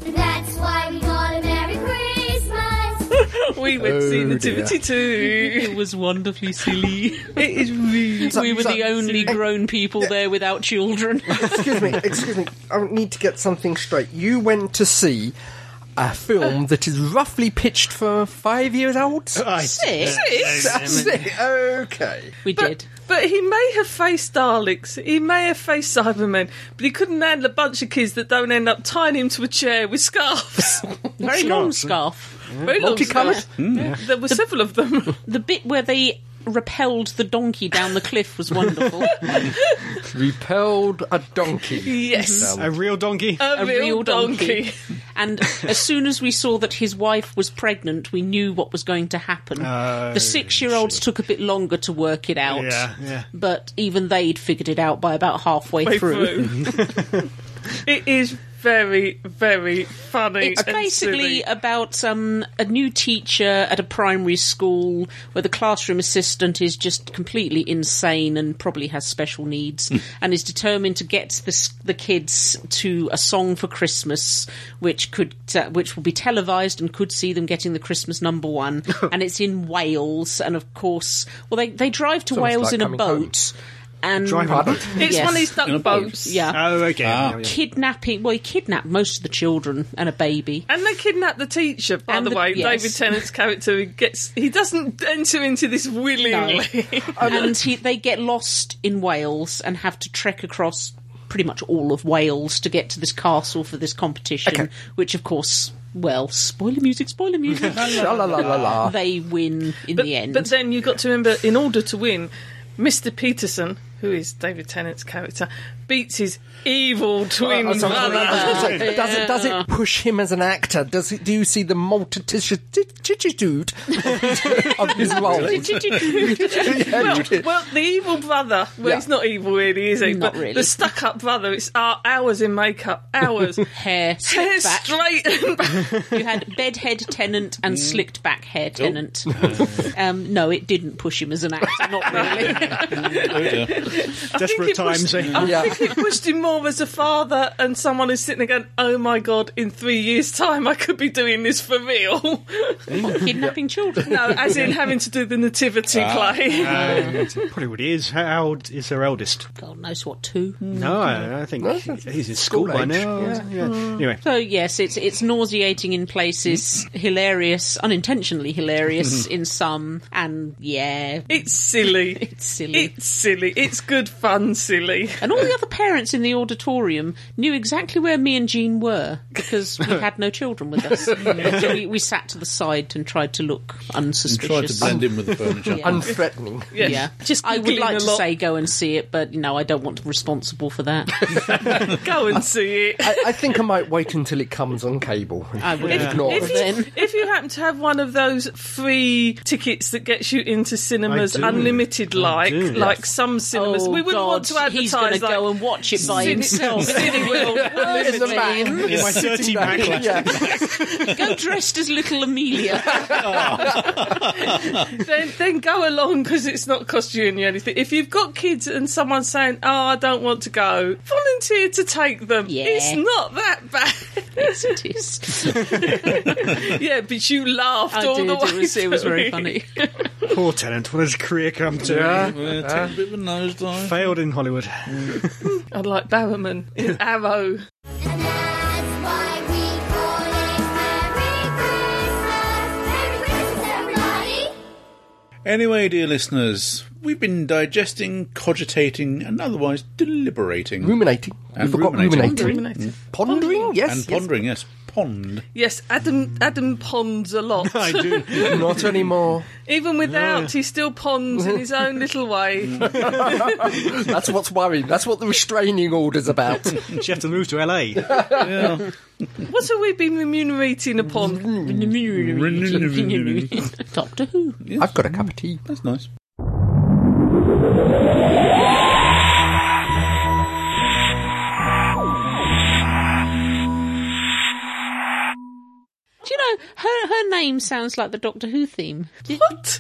Speaker 10: And that's why we call it Merry Christmas.
Speaker 2: we went to see
Speaker 8: Oh,
Speaker 2: Nativity too.
Speaker 1: It was wonderfully silly.
Speaker 2: It is really
Speaker 5: So-
Speaker 1: we were
Speaker 5: so-
Speaker 1: the only grown people there without children.
Speaker 8: excuse me, excuse me. I need to get something straight. You went to see a film that is roughly pitched for five years old.
Speaker 1: Six?
Speaker 8: Six. Okay.
Speaker 1: We
Speaker 2: But-
Speaker 1: did.
Speaker 2: But he may have faced Daleks, he may have faced Cybermen, but he couldn't handle a bunch of kids that don't end up tying him to a chair with scarves.
Speaker 1: Very long scarf.
Speaker 2: Very long
Speaker 8: Multicoloured?
Speaker 2: scarves. Mm. There were several of them.
Speaker 1: The bit where they repelled the donkey down the cliff was wonderful.
Speaker 8: Repelled a donkey.
Speaker 2: yes.
Speaker 4: A real donkey.
Speaker 2: Mm-hmm. A,
Speaker 1: A
Speaker 2: real, donkey.
Speaker 1: and as soon as we saw that his wife was pregnant, we knew what was going to happen. the six year olds took a bit longer to work it out.
Speaker 4: Oh, Yeah, yeah.
Speaker 1: But even they'd figured it out by about halfway
Speaker 2: Way
Speaker 1: through.
Speaker 2: through. it is very, very funny.
Speaker 1: It's
Speaker 2: and
Speaker 1: basically
Speaker 2: silly.
Speaker 1: about um, a new teacher at a primary school where the classroom assistant is just completely insane and probably has special needs
Speaker 8: Hmm.
Speaker 1: and is determined to get the, s- the kids to a song for Christmas, which could uh, which will be televised and could see them getting the Christmas number one. and it's in Wales, and of course, well, they they drive to
Speaker 8: almost
Speaker 1: Wales
Speaker 8: like
Speaker 1: in a
Speaker 8: coming home.
Speaker 1: boat. And
Speaker 4: Drive on boat.
Speaker 2: It's
Speaker 1: yes.
Speaker 2: one of these duck boats.
Speaker 1: yeah.
Speaker 4: Oh, okay. Yeah, yeah.
Speaker 1: Kidnapping, well, he kidnapped most of the children and a baby.
Speaker 2: And they kidnap the teacher, by
Speaker 1: And
Speaker 2: the,
Speaker 1: the-
Speaker 2: way.
Speaker 1: yes.
Speaker 2: David Tennant's character who gets he doesn't enter into this willingly.
Speaker 1: and he, they get lost in Wales and have to trek across pretty much all of Wales to get to this castle for this competition, which, of course, well, spoiler music, spoiler music.
Speaker 8: La la la la la.
Speaker 1: they win in the end.
Speaker 2: But then you've got to remember, in order to win, Mr. Peterson, who is David Tennant's character, beats his evil twin
Speaker 8: So-
Speaker 2: brother.
Speaker 8: so- so does it does it push him as an actor? Does it, do you see the multitude of his roles?
Speaker 2: well, well, the evil brother. Well,
Speaker 8: Yeah.
Speaker 2: he's not evil, really, is he?
Speaker 1: Not
Speaker 2: but
Speaker 1: really.
Speaker 2: The stuck-up brother. It's uh, hours in makeup, hours.
Speaker 1: hair
Speaker 2: Hair
Speaker 1: slicked back.
Speaker 2: straight and back.
Speaker 1: You had bedhead tenant and slicked back hair tenant. um, no, it didn't push him as an actor, not really.
Speaker 4: Desperate
Speaker 2: it was-
Speaker 4: times. eh?
Speaker 2: I
Speaker 8: Yeah.
Speaker 2: think it pushed him more as a father and someone who's sitting there going, "Oh my god, in three years' time, I could be doing this for real."
Speaker 1: Kidnapping children.
Speaker 2: no, as in having to do the nativity play.
Speaker 4: Um, probably what he is. How old is their eldest?
Speaker 1: God knows what, two.
Speaker 4: No, I, I think he's in school, by
Speaker 8: age.
Speaker 4: now. Yeah. Anyway,
Speaker 1: So yes, it's it's nauseating in places,
Speaker 2: Mm.
Speaker 1: hilarious, unintentionally
Speaker 2: Mm-hmm.
Speaker 1: hilarious in some, and yeah,
Speaker 2: It's silly.
Speaker 1: it's silly.
Speaker 2: It's silly. It's good fun, silly.
Speaker 1: and all the other parents in the auditorium knew exactly where me and Jean were because we had no children with us. so we, we sat to the side and tried to look
Speaker 3: Tried to
Speaker 1: unsuspicious. Um,
Speaker 3: blend in with the furniture.
Speaker 8: Unthreatening.
Speaker 2: Yes.
Speaker 1: yeah,
Speaker 2: Just
Speaker 1: I would
Speaker 2: giggling
Speaker 1: like
Speaker 2: a
Speaker 1: to
Speaker 2: lot.
Speaker 1: say go and see it, but you know I don't want to be responsible for that.
Speaker 2: Go and see it.
Speaker 8: I, I think I might wait until it comes on cable.
Speaker 1: I would
Speaker 8: ignore
Speaker 2: If
Speaker 8: it.
Speaker 2: you, if you happen to have one of those free tickets that gets you into cinemas
Speaker 4: I do.
Speaker 2: unlimited, like
Speaker 4: do.
Speaker 2: like some cinemas,
Speaker 1: oh
Speaker 2: we wouldn't
Speaker 1: God,
Speaker 2: want to advertise
Speaker 1: he's going
Speaker 2: like,
Speaker 1: to go and watch it by
Speaker 2: Cine-
Speaker 1: himself.
Speaker 2: Cineworld.
Speaker 8: In the back.
Speaker 4: in my dirty backlash.
Speaker 8: Yeah.
Speaker 1: go dressed as little Amelia.
Speaker 2: then, then go along because it's not costing you anything. If you've got kids and someone's saying, "Oh, I don't want to go," volunteer to take them.
Speaker 1: Yeah.
Speaker 2: It's not that bad.
Speaker 1: yes, it is.
Speaker 2: yeah, but you laughed
Speaker 1: I
Speaker 2: all
Speaker 1: did.
Speaker 2: the way.
Speaker 1: It was, it was
Speaker 2: through
Speaker 1: very funny.
Speaker 4: Poor Tennant, what does his career come to?
Speaker 3: Yeah, take a bit of a nosedive.
Speaker 4: Failed in Hollywood.
Speaker 2: I like Barrowman in Arrow.
Speaker 10: And that's why we call it Merry Christmas. Merry Christmas, everybody.
Speaker 3: Anyway, dear listeners, we've been digesting, cogitating, and otherwise deliberating.
Speaker 8: Ruminating.
Speaker 3: And
Speaker 8: we forgot
Speaker 3: ruminating.
Speaker 8: ruminating.
Speaker 2: Illuminated.
Speaker 8: Pondering. Yes.
Speaker 3: and pondering, yes. Pond.
Speaker 2: Yes, Adam Adam ponds a lot.
Speaker 4: I do.
Speaker 8: Yes. Not anymore.
Speaker 2: Even without, he still ponds in his own little way.
Speaker 8: That's what's worrying. That's what the restraining order's about.
Speaker 4: She have to move to LA.
Speaker 2: what have we been remunerating upon?
Speaker 1: Doctor Who.
Speaker 8: I've got a cup of tea.
Speaker 3: That's nice.
Speaker 1: Do you know her? Her name sounds like the Doctor Who theme.
Speaker 2: What?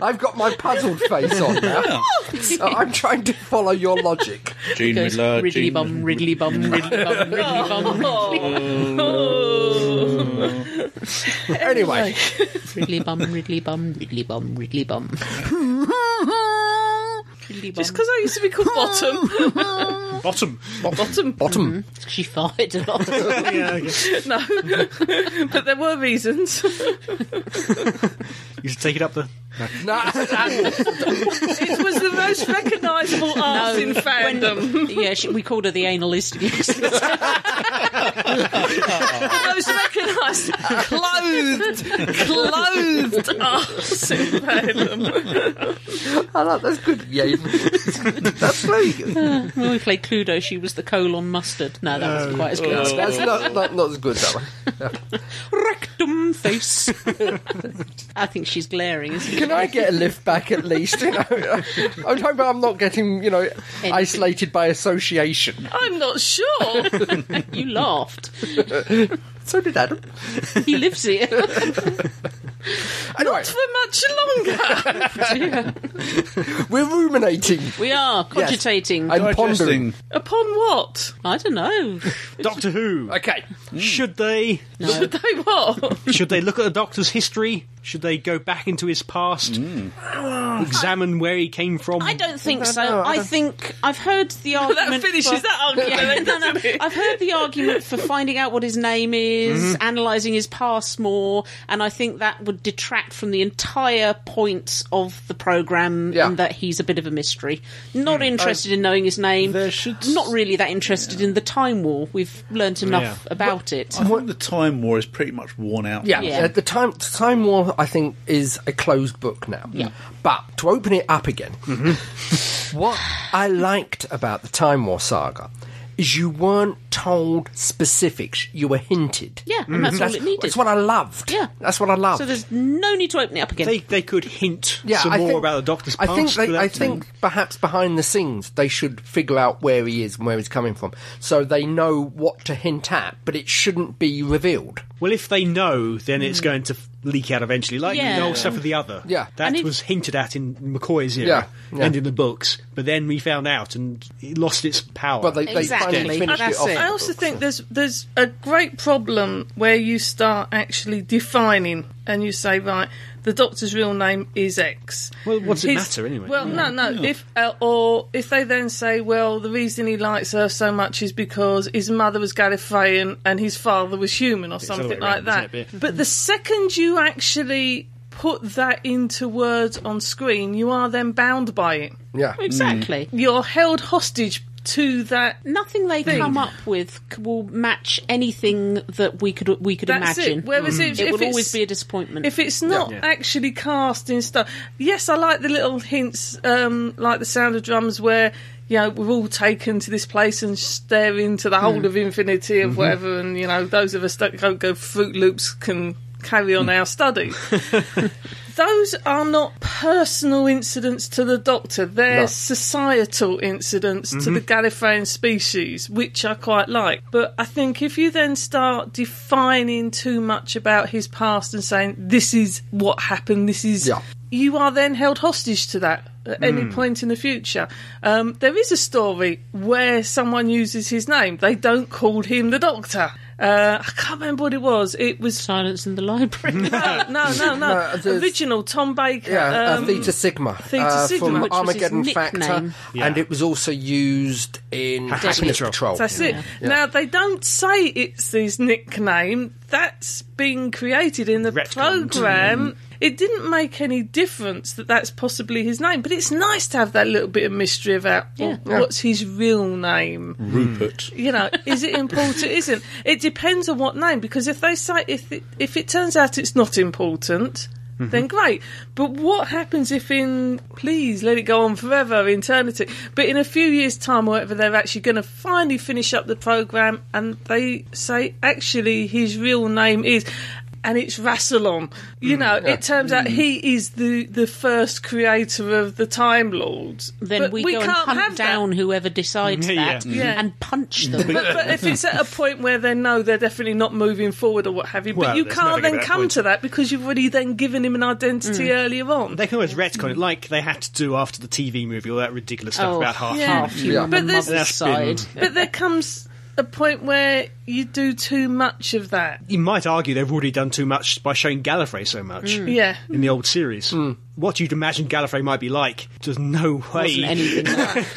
Speaker 8: I've got my puzzled face on now. So I'm trying to follow your logic.
Speaker 3: Gene
Speaker 1: Goes,
Speaker 3: Midler.
Speaker 1: Riddly
Speaker 3: Gene-
Speaker 1: bum, riddly bum, riddly bum, riddly bum,
Speaker 2: Oh.
Speaker 8: Anyway,
Speaker 1: riddly bum, riddly bum, riddly bum, riddly bum. Lily Bum.
Speaker 2: Just because I used to be called Bottom.
Speaker 4: Bottom.
Speaker 2: bottom.
Speaker 8: Bottom.
Speaker 1: she farted a lot.
Speaker 4: yeah, okay.
Speaker 2: No. but there were reasons.
Speaker 4: You should take it up the.
Speaker 8: Mm-hmm.
Speaker 2: it was the most recognisable arse in fandom.
Speaker 1: yeah, she, we called her the analyst.
Speaker 2: the most recognised, clothed, clothed arse in fandom.
Speaker 8: I like that's good. Yeah, that's very good.
Speaker 1: when we played Cluedo, she was the coal on mustard. No, that wasn't quite as
Speaker 5: Oh,
Speaker 1: good. as
Speaker 8: That's not, not not as good that one.
Speaker 1: Rectum face. I think she's glaring, isn't
Speaker 8: Can I get a lift back at least? You know, I'm hoping I'm not getting you know isolated by association.
Speaker 2: I'm not sure.
Speaker 1: it? You laughed.
Speaker 8: So did Adam.
Speaker 1: He lives here.
Speaker 8: Anyway,
Speaker 2: For much longer.
Speaker 8: we're ruminating
Speaker 1: We are cogitating.
Speaker 8: and pondering.
Speaker 3: Digesting.
Speaker 2: Upon what?
Speaker 1: I don't know.
Speaker 4: Doctor Who.
Speaker 8: Okay,
Speaker 4: Should they?
Speaker 1: No.
Speaker 2: They what?
Speaker 4: Should they look at the Doctor's history? Should they go back into his past? Examine where he came from?
Speaker 1: I don't think so. I, think I've heard the argument.
Speaker 2: that
Speaker 1: for-
Speaker 2: finishes that argument.
Speaker 1: Yeah,
Speaker 2: then,
Speaker 1: no, no.
Speaker 2: doesn't it?
Speaker 1: I've heard the argument for finding out what his name is, analysing his past more, and I think that would detract from the entire point of the programme
Speaker 8: Yeah.
Speaker 1: in that he's a bit of a mystery. Not interested in knowing his name.
Speaker 3: there should-
Speaker 1: Not really that interested in the Time War. We've learnt enough about it.
Speaker 3: I think the time war is pretty much worn out.
Speaker 8: Yeah,
Speaker 1: Yeah.
Speaker 8: uh, the time Time War, I think, is a closed book now. Yeah. But to open it up again,
Speaker 1: Mm-hmm.
Speaker 8: what I liked about the Time War saga is you weren't told specifics; you were hinted. Mm-hmm.
Speaker 1: Yeah, and that's all it needed.
Speaker 8: That's what I loved.
Speaker 1: Yeah.
Speaker 8: that's what I loved.
Speaker 1: so there's no need to open it up again.
Speaker 4: They they could hint
Speaker 8: yeah,
Speaker 4: some
Speaker 8: I
Speaker 4: more
Speaker 8: think,
Speaker 4: about the Doctor's
Speaker 8: I
Speaker 4: past.
Speaker 8: think they,
Speaker 4: without
Speaker 8: I think perhaps behind the scenes they should figure out where he is and where he's coming from, so they know what to hint at, but it shouldn't be revealed.
Speaker 4: Well, if they know, then it's going to f- leak out eventually, like
Speaker 1: Mm. Yeah.
Speaker 4: the old stuff with the other.
Speaker 8: Yeah.
Speaker 4: that
Speaker 1: And if-
Speaker 4: was hinted at in McCoy's era
Speaker 8: Yeah, yeah.
Speaker 4: and in the books, but then we found out and it lost its power.
Speaker 8: But they,
Speaker 1: Exactly,
Speaker 8: they finally finished
Speaker 1: that's
Speaker 8: it off.
Speaker 1: it.
Speaker 8: in
Speaker 2: I
Speaker 8: the
Speaker 2: also
Speaker 8: book,
Speaker 2: think
Speaker 8: so.
Speaker 2: there's there's a great problem where you start actually defining and you say right, the doctor's real name is X.
Speaker 4: Well, what's it
Speaker 2: His-
Speaker 4: matter anyway?
Speaker 2: Well, no, no. If uh, or if they then say, well, the reason he likes her so much is because his mother was Gallifreyan and his father was human or
Speaker 4: the other
Speaker 2: something
Speaker 4: way
Speaker 2: like
Speaker 4: around, isn't
Speaker 2: that.
Speaker 4: it? Yeah.
Speaker 2: But the second you actually put that into words on screen, you are then bound by it.
Speaker 8: yeah.
Speaker 1: exactly.
Speaker 2: You're held hostage to that
Speaker 1: Nothing they come up with c- will match anything that we could we could
Speaker 2: That's
Speaker 1: imagine.
Speaker 2: it. Whereas
Speaker 4: Mm.
Speaker 2: if,
Speaker 1: it
Speaker 2: if
Speaker 1: will
Speaker 2: it's,
Speaker 1: always be a disappointment.
Speaker 2: if it's not
Speaker 4: Yeah.
Speaker 2: actually cast in stone. Yes, I like the little hints, um, like the sound of drums, where you know we're all taken to this place and stare into the whole of infinity of whatever, and you know those of us that don't go Fruit Loops can carry on our study. Those are not personal incidents to the Doctor. They're societal incidents to the Gallifreyan species, which I quite like. But I think if you then start defining too much about his past and saying, this is what happened, this is.
Speaker 8: Yeah.
Speaker 2: You are then held hostage to that at any point in the future. Um, there is a story where someone uses his name. They don't call him the Doctor. Uh, I can't remember what it was. It was
Speaker 1: silence in the library.
Speaker 2: no, no, no, no.
Speaker 8: there's-
Speaker 2: Original Tom Baker.
Speaker 8: Yeah,
Speaker 2: um,
Speaker 8: uh, Theta Sigma
Speaker 2: Theta
Speaker 8: uh,
Speaker 2: Sigma,
Speaker 8: from
Speaker 2: which
Speaker 1: was his
Speaker 8: Armageddon Factor,
Speaker 1: nickname.
Speaker 4: Yeah.
Speaker 8: and it was also used in Happiness
Speaker 4: Patrol.
Speaker 8: Patrol.
Speaker 2: that's it. Now they don't say it's his nickname. That's been created in the
Speaker 4: Retconned.
Speaker 2: program. It didn't make any difference that that's possibly his name, but it's nice to have that little bit of mystery about well, what's his real name.
Speaker 3: Rupert.
Speaker 2: you know, is it important? Isn't it depends on what name? Because if they say if it, if it turns out it's not important, then great. But what happens if in please let it go on forever, eternity? But in a few years' time, or whatever, they're actually going to finally finish up the program, and they say actually his real name is. And it's Rassilon. You know, it turns out he is the, the first creator of the Time Lords.
Speaker 1: then
Speaker 2: But
Speaker 1: we, go and
Speaker 2: can't
Speaker 1: hunt
Speaker 2: have that
Speaker 1: down whoever decides
Speaker 4: Yeah, Mm. yeah.
Speaker 1: that
Speaker 2: Yeah.
Speaker 1: and punch them.
Speaker 2: but, but if it's at a point where they know they're definitely not moving forward or what have you, but
Speaker 4: Well,
Speaker 2: you
Speaker 4: there's
Speaker 2: can't
Speaker 4: never gonna
Speaker 2: then
Speaker 4: be that
Speaker 2: come
Speaker 4: point.
Speaker 2: to that because you've already then given him an identity
Speaker 5: Mm.
Speaker 2: earlier on.
Speaker 4: They can always retcon it, like they had to do after the TV movie, all that ridiculous stuff
Speaker 1: oh,
Speaker 4: about half.
Speaker 2: Yeah.
Speaker 1: half human
Speaker 2: But
Speaker 1: on
Speaker 2: there's-
Speaker 1: mother's
Speaker 4: That's been-
Speaker 1: side.
Speaker 2: but there comes a point where you do too much of that.
Speaker 4: You might argue they've already done too much by showing Gallifrey so much
Speaker 1: Mm.
Speaker 2: Yeah.
Speaker 4: in the old series.
Speaker 8: Mm.
Speaker 4: What you'd imagine Gallifrey might be like, there's no way.
Speaker 1: Wasn't anything like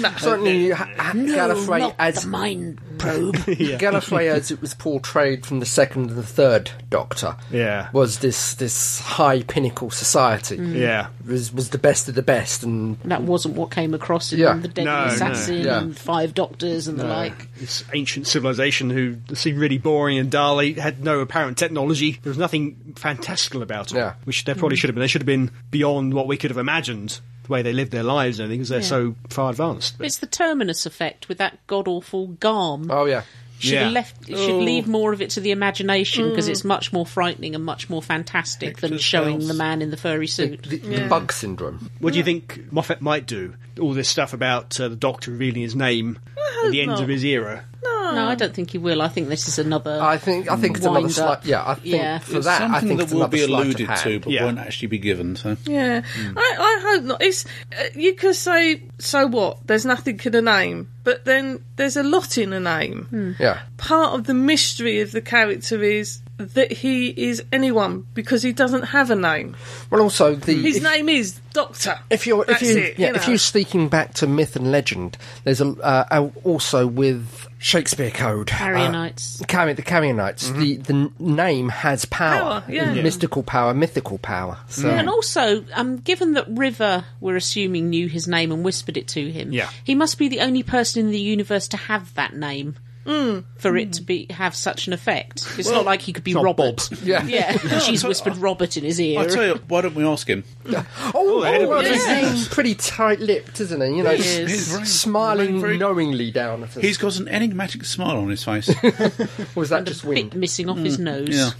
Speaker 1: No.
Speaker 5: Certainly, ha- ha- Gallifrey
Speaker 1: not
Speaker 5: as
Speaker 1: the mind probe.
Speaker 5: Gallifrey as it was portrayed from the second and the third Doctor.
Speaker 4: Yeah.
Speaker 5: was this this high pinnacle society?
Speaker 1: Mm.
Speaker 4: yeah.
Speaker 5: Was was the best of the best, and
Speaker 1: that wasn't what came across in
Speaker 5: Yeah.
Speaker 1: The Deadly
Speaker 4: No, no.
Speaker 1: Assassin
Speaker 5: Yeah.
Speaker 1: and Five Doctors and the like.
Speaker 4: This ancient civilization who seemed really boring and Dali had no apparent technology. There was nothing fantastical about it,
Speaker 5: Yeah.
Speaker 4: which they probably should have been. They should have been beyond what we could have imagined, the way they lived their lives and everything, because they're so far advanced. But-
Speaker 1: It's the Terminus effect with that god awful Garm.
Speaker 5: oh yeah,
Speaker 1: should
Speaker 4: Yeah.
Speaker 1: have left. Should leave more of it to the imagination because
Speaker 5: Mm.
Speaker 1: it's much more frightening and much more fantastic than
Speaker 4: Victor
Speaker 1: showing
Speaker 4: Fells.
Speaker 1: the man in the furry suit.
Speaker 5: the, the bug syndrome.
Speaker 4: What do you think Moffat might do? All this stuff about uh, the Doctor revealing his name at the end of his era.
Speaker 1: No, I don't think he will. I think this is another.
Speaker 5: I think I think it's another
Speaker 1: wind
Speaker 5: slight.
Speaker 1: up.
Speaker 5: Yeah, I think
Speaker 1: Yeah.
Speaker 5: for
Speaker 3: It's
Speaker 5: that I
Speaker 3: something
Speaker 5: think
Speaker 3: that
Speaker 5: it's
Speaker 3: will
Speaker 5: another
Speaker 3: be
Speaker 5: slight
Speaker 3: alluded
Speaker 5: of
Speaker 3: to,
Speaker 5: hand.
Speaker 3: but
Speaker 4: Yeah.
Speaker 3: won't actually be given. So
Speaker 2: Yeah,
Speaker 5: Mm.
Speaker 2: I, I hope not. It's uh, you could say so what? There's nothing in a name, but then there's a lot in a name.
Speaker 5: Yeah,
Speaker 2: Part of the mystery of the character is that he is anyone because he doesn't have a name.
Speaker 5: well, also the
Speaker 2: His
Speaker 5: if-
Speaker 2: name is Doctor.
Speaker 5: if you're if
Speaker 2: That's
Speaker 5: you,
Speaker 2: it,
Speaker 5: yeah,
Speaker 2: you
Speaker 5: if
Speaker 2: know.
Speaker 5: you're speaking back to myth and legend, there's a uh, al- also with Shakespeare Code, uh,
Speaker 1: Arianites.
Speaker 5: Cami- the Camionites. The the n- name has power, Mm.
Speaker 2: Power, yeah. Yeah.
Speaker 5: mystical power, mythical power. So
Speaker 1: And also, um, given that River, we're assuming, knew his name and whispered it to him,
Speaker 4: Yeah.
Speaker 1: he must be the only person in the universe to have that name
Speaker 5: Mm.
Speaker 1: for it to be have such an effect. It's not like he could be Robert.
Speaker 5: Yeah.
Speaker 1: yeah. She's whispered Robert in his ear.
Speaker 3: I tell you, why don't we ask him?
Speaker 5: oh, oh,
Speaker 4: had a
Speaker 5: well,
Speaker 4: bit of
Speaker 5: his
Speaker 4: sense.
Speaker 5: name's pretty tight-lipped, isn't he? You know,
Speaker 1: He
Speaker 5: s-
Speaker 1: is.
Speaker 3: He's very-
Speaker 5: smiling
Speaker 3: very-
Speaker 5: knowingly down. At us.
Speaker 3: He's got an enigmatic smile on his face.
Speaker 5: Or was that
Speaker 1: And
Speaker 5: just
Speaker 1: a
Speaker 5: wind?
Speaker 1: bit missing off his nose.
Speaker 3: Yeah.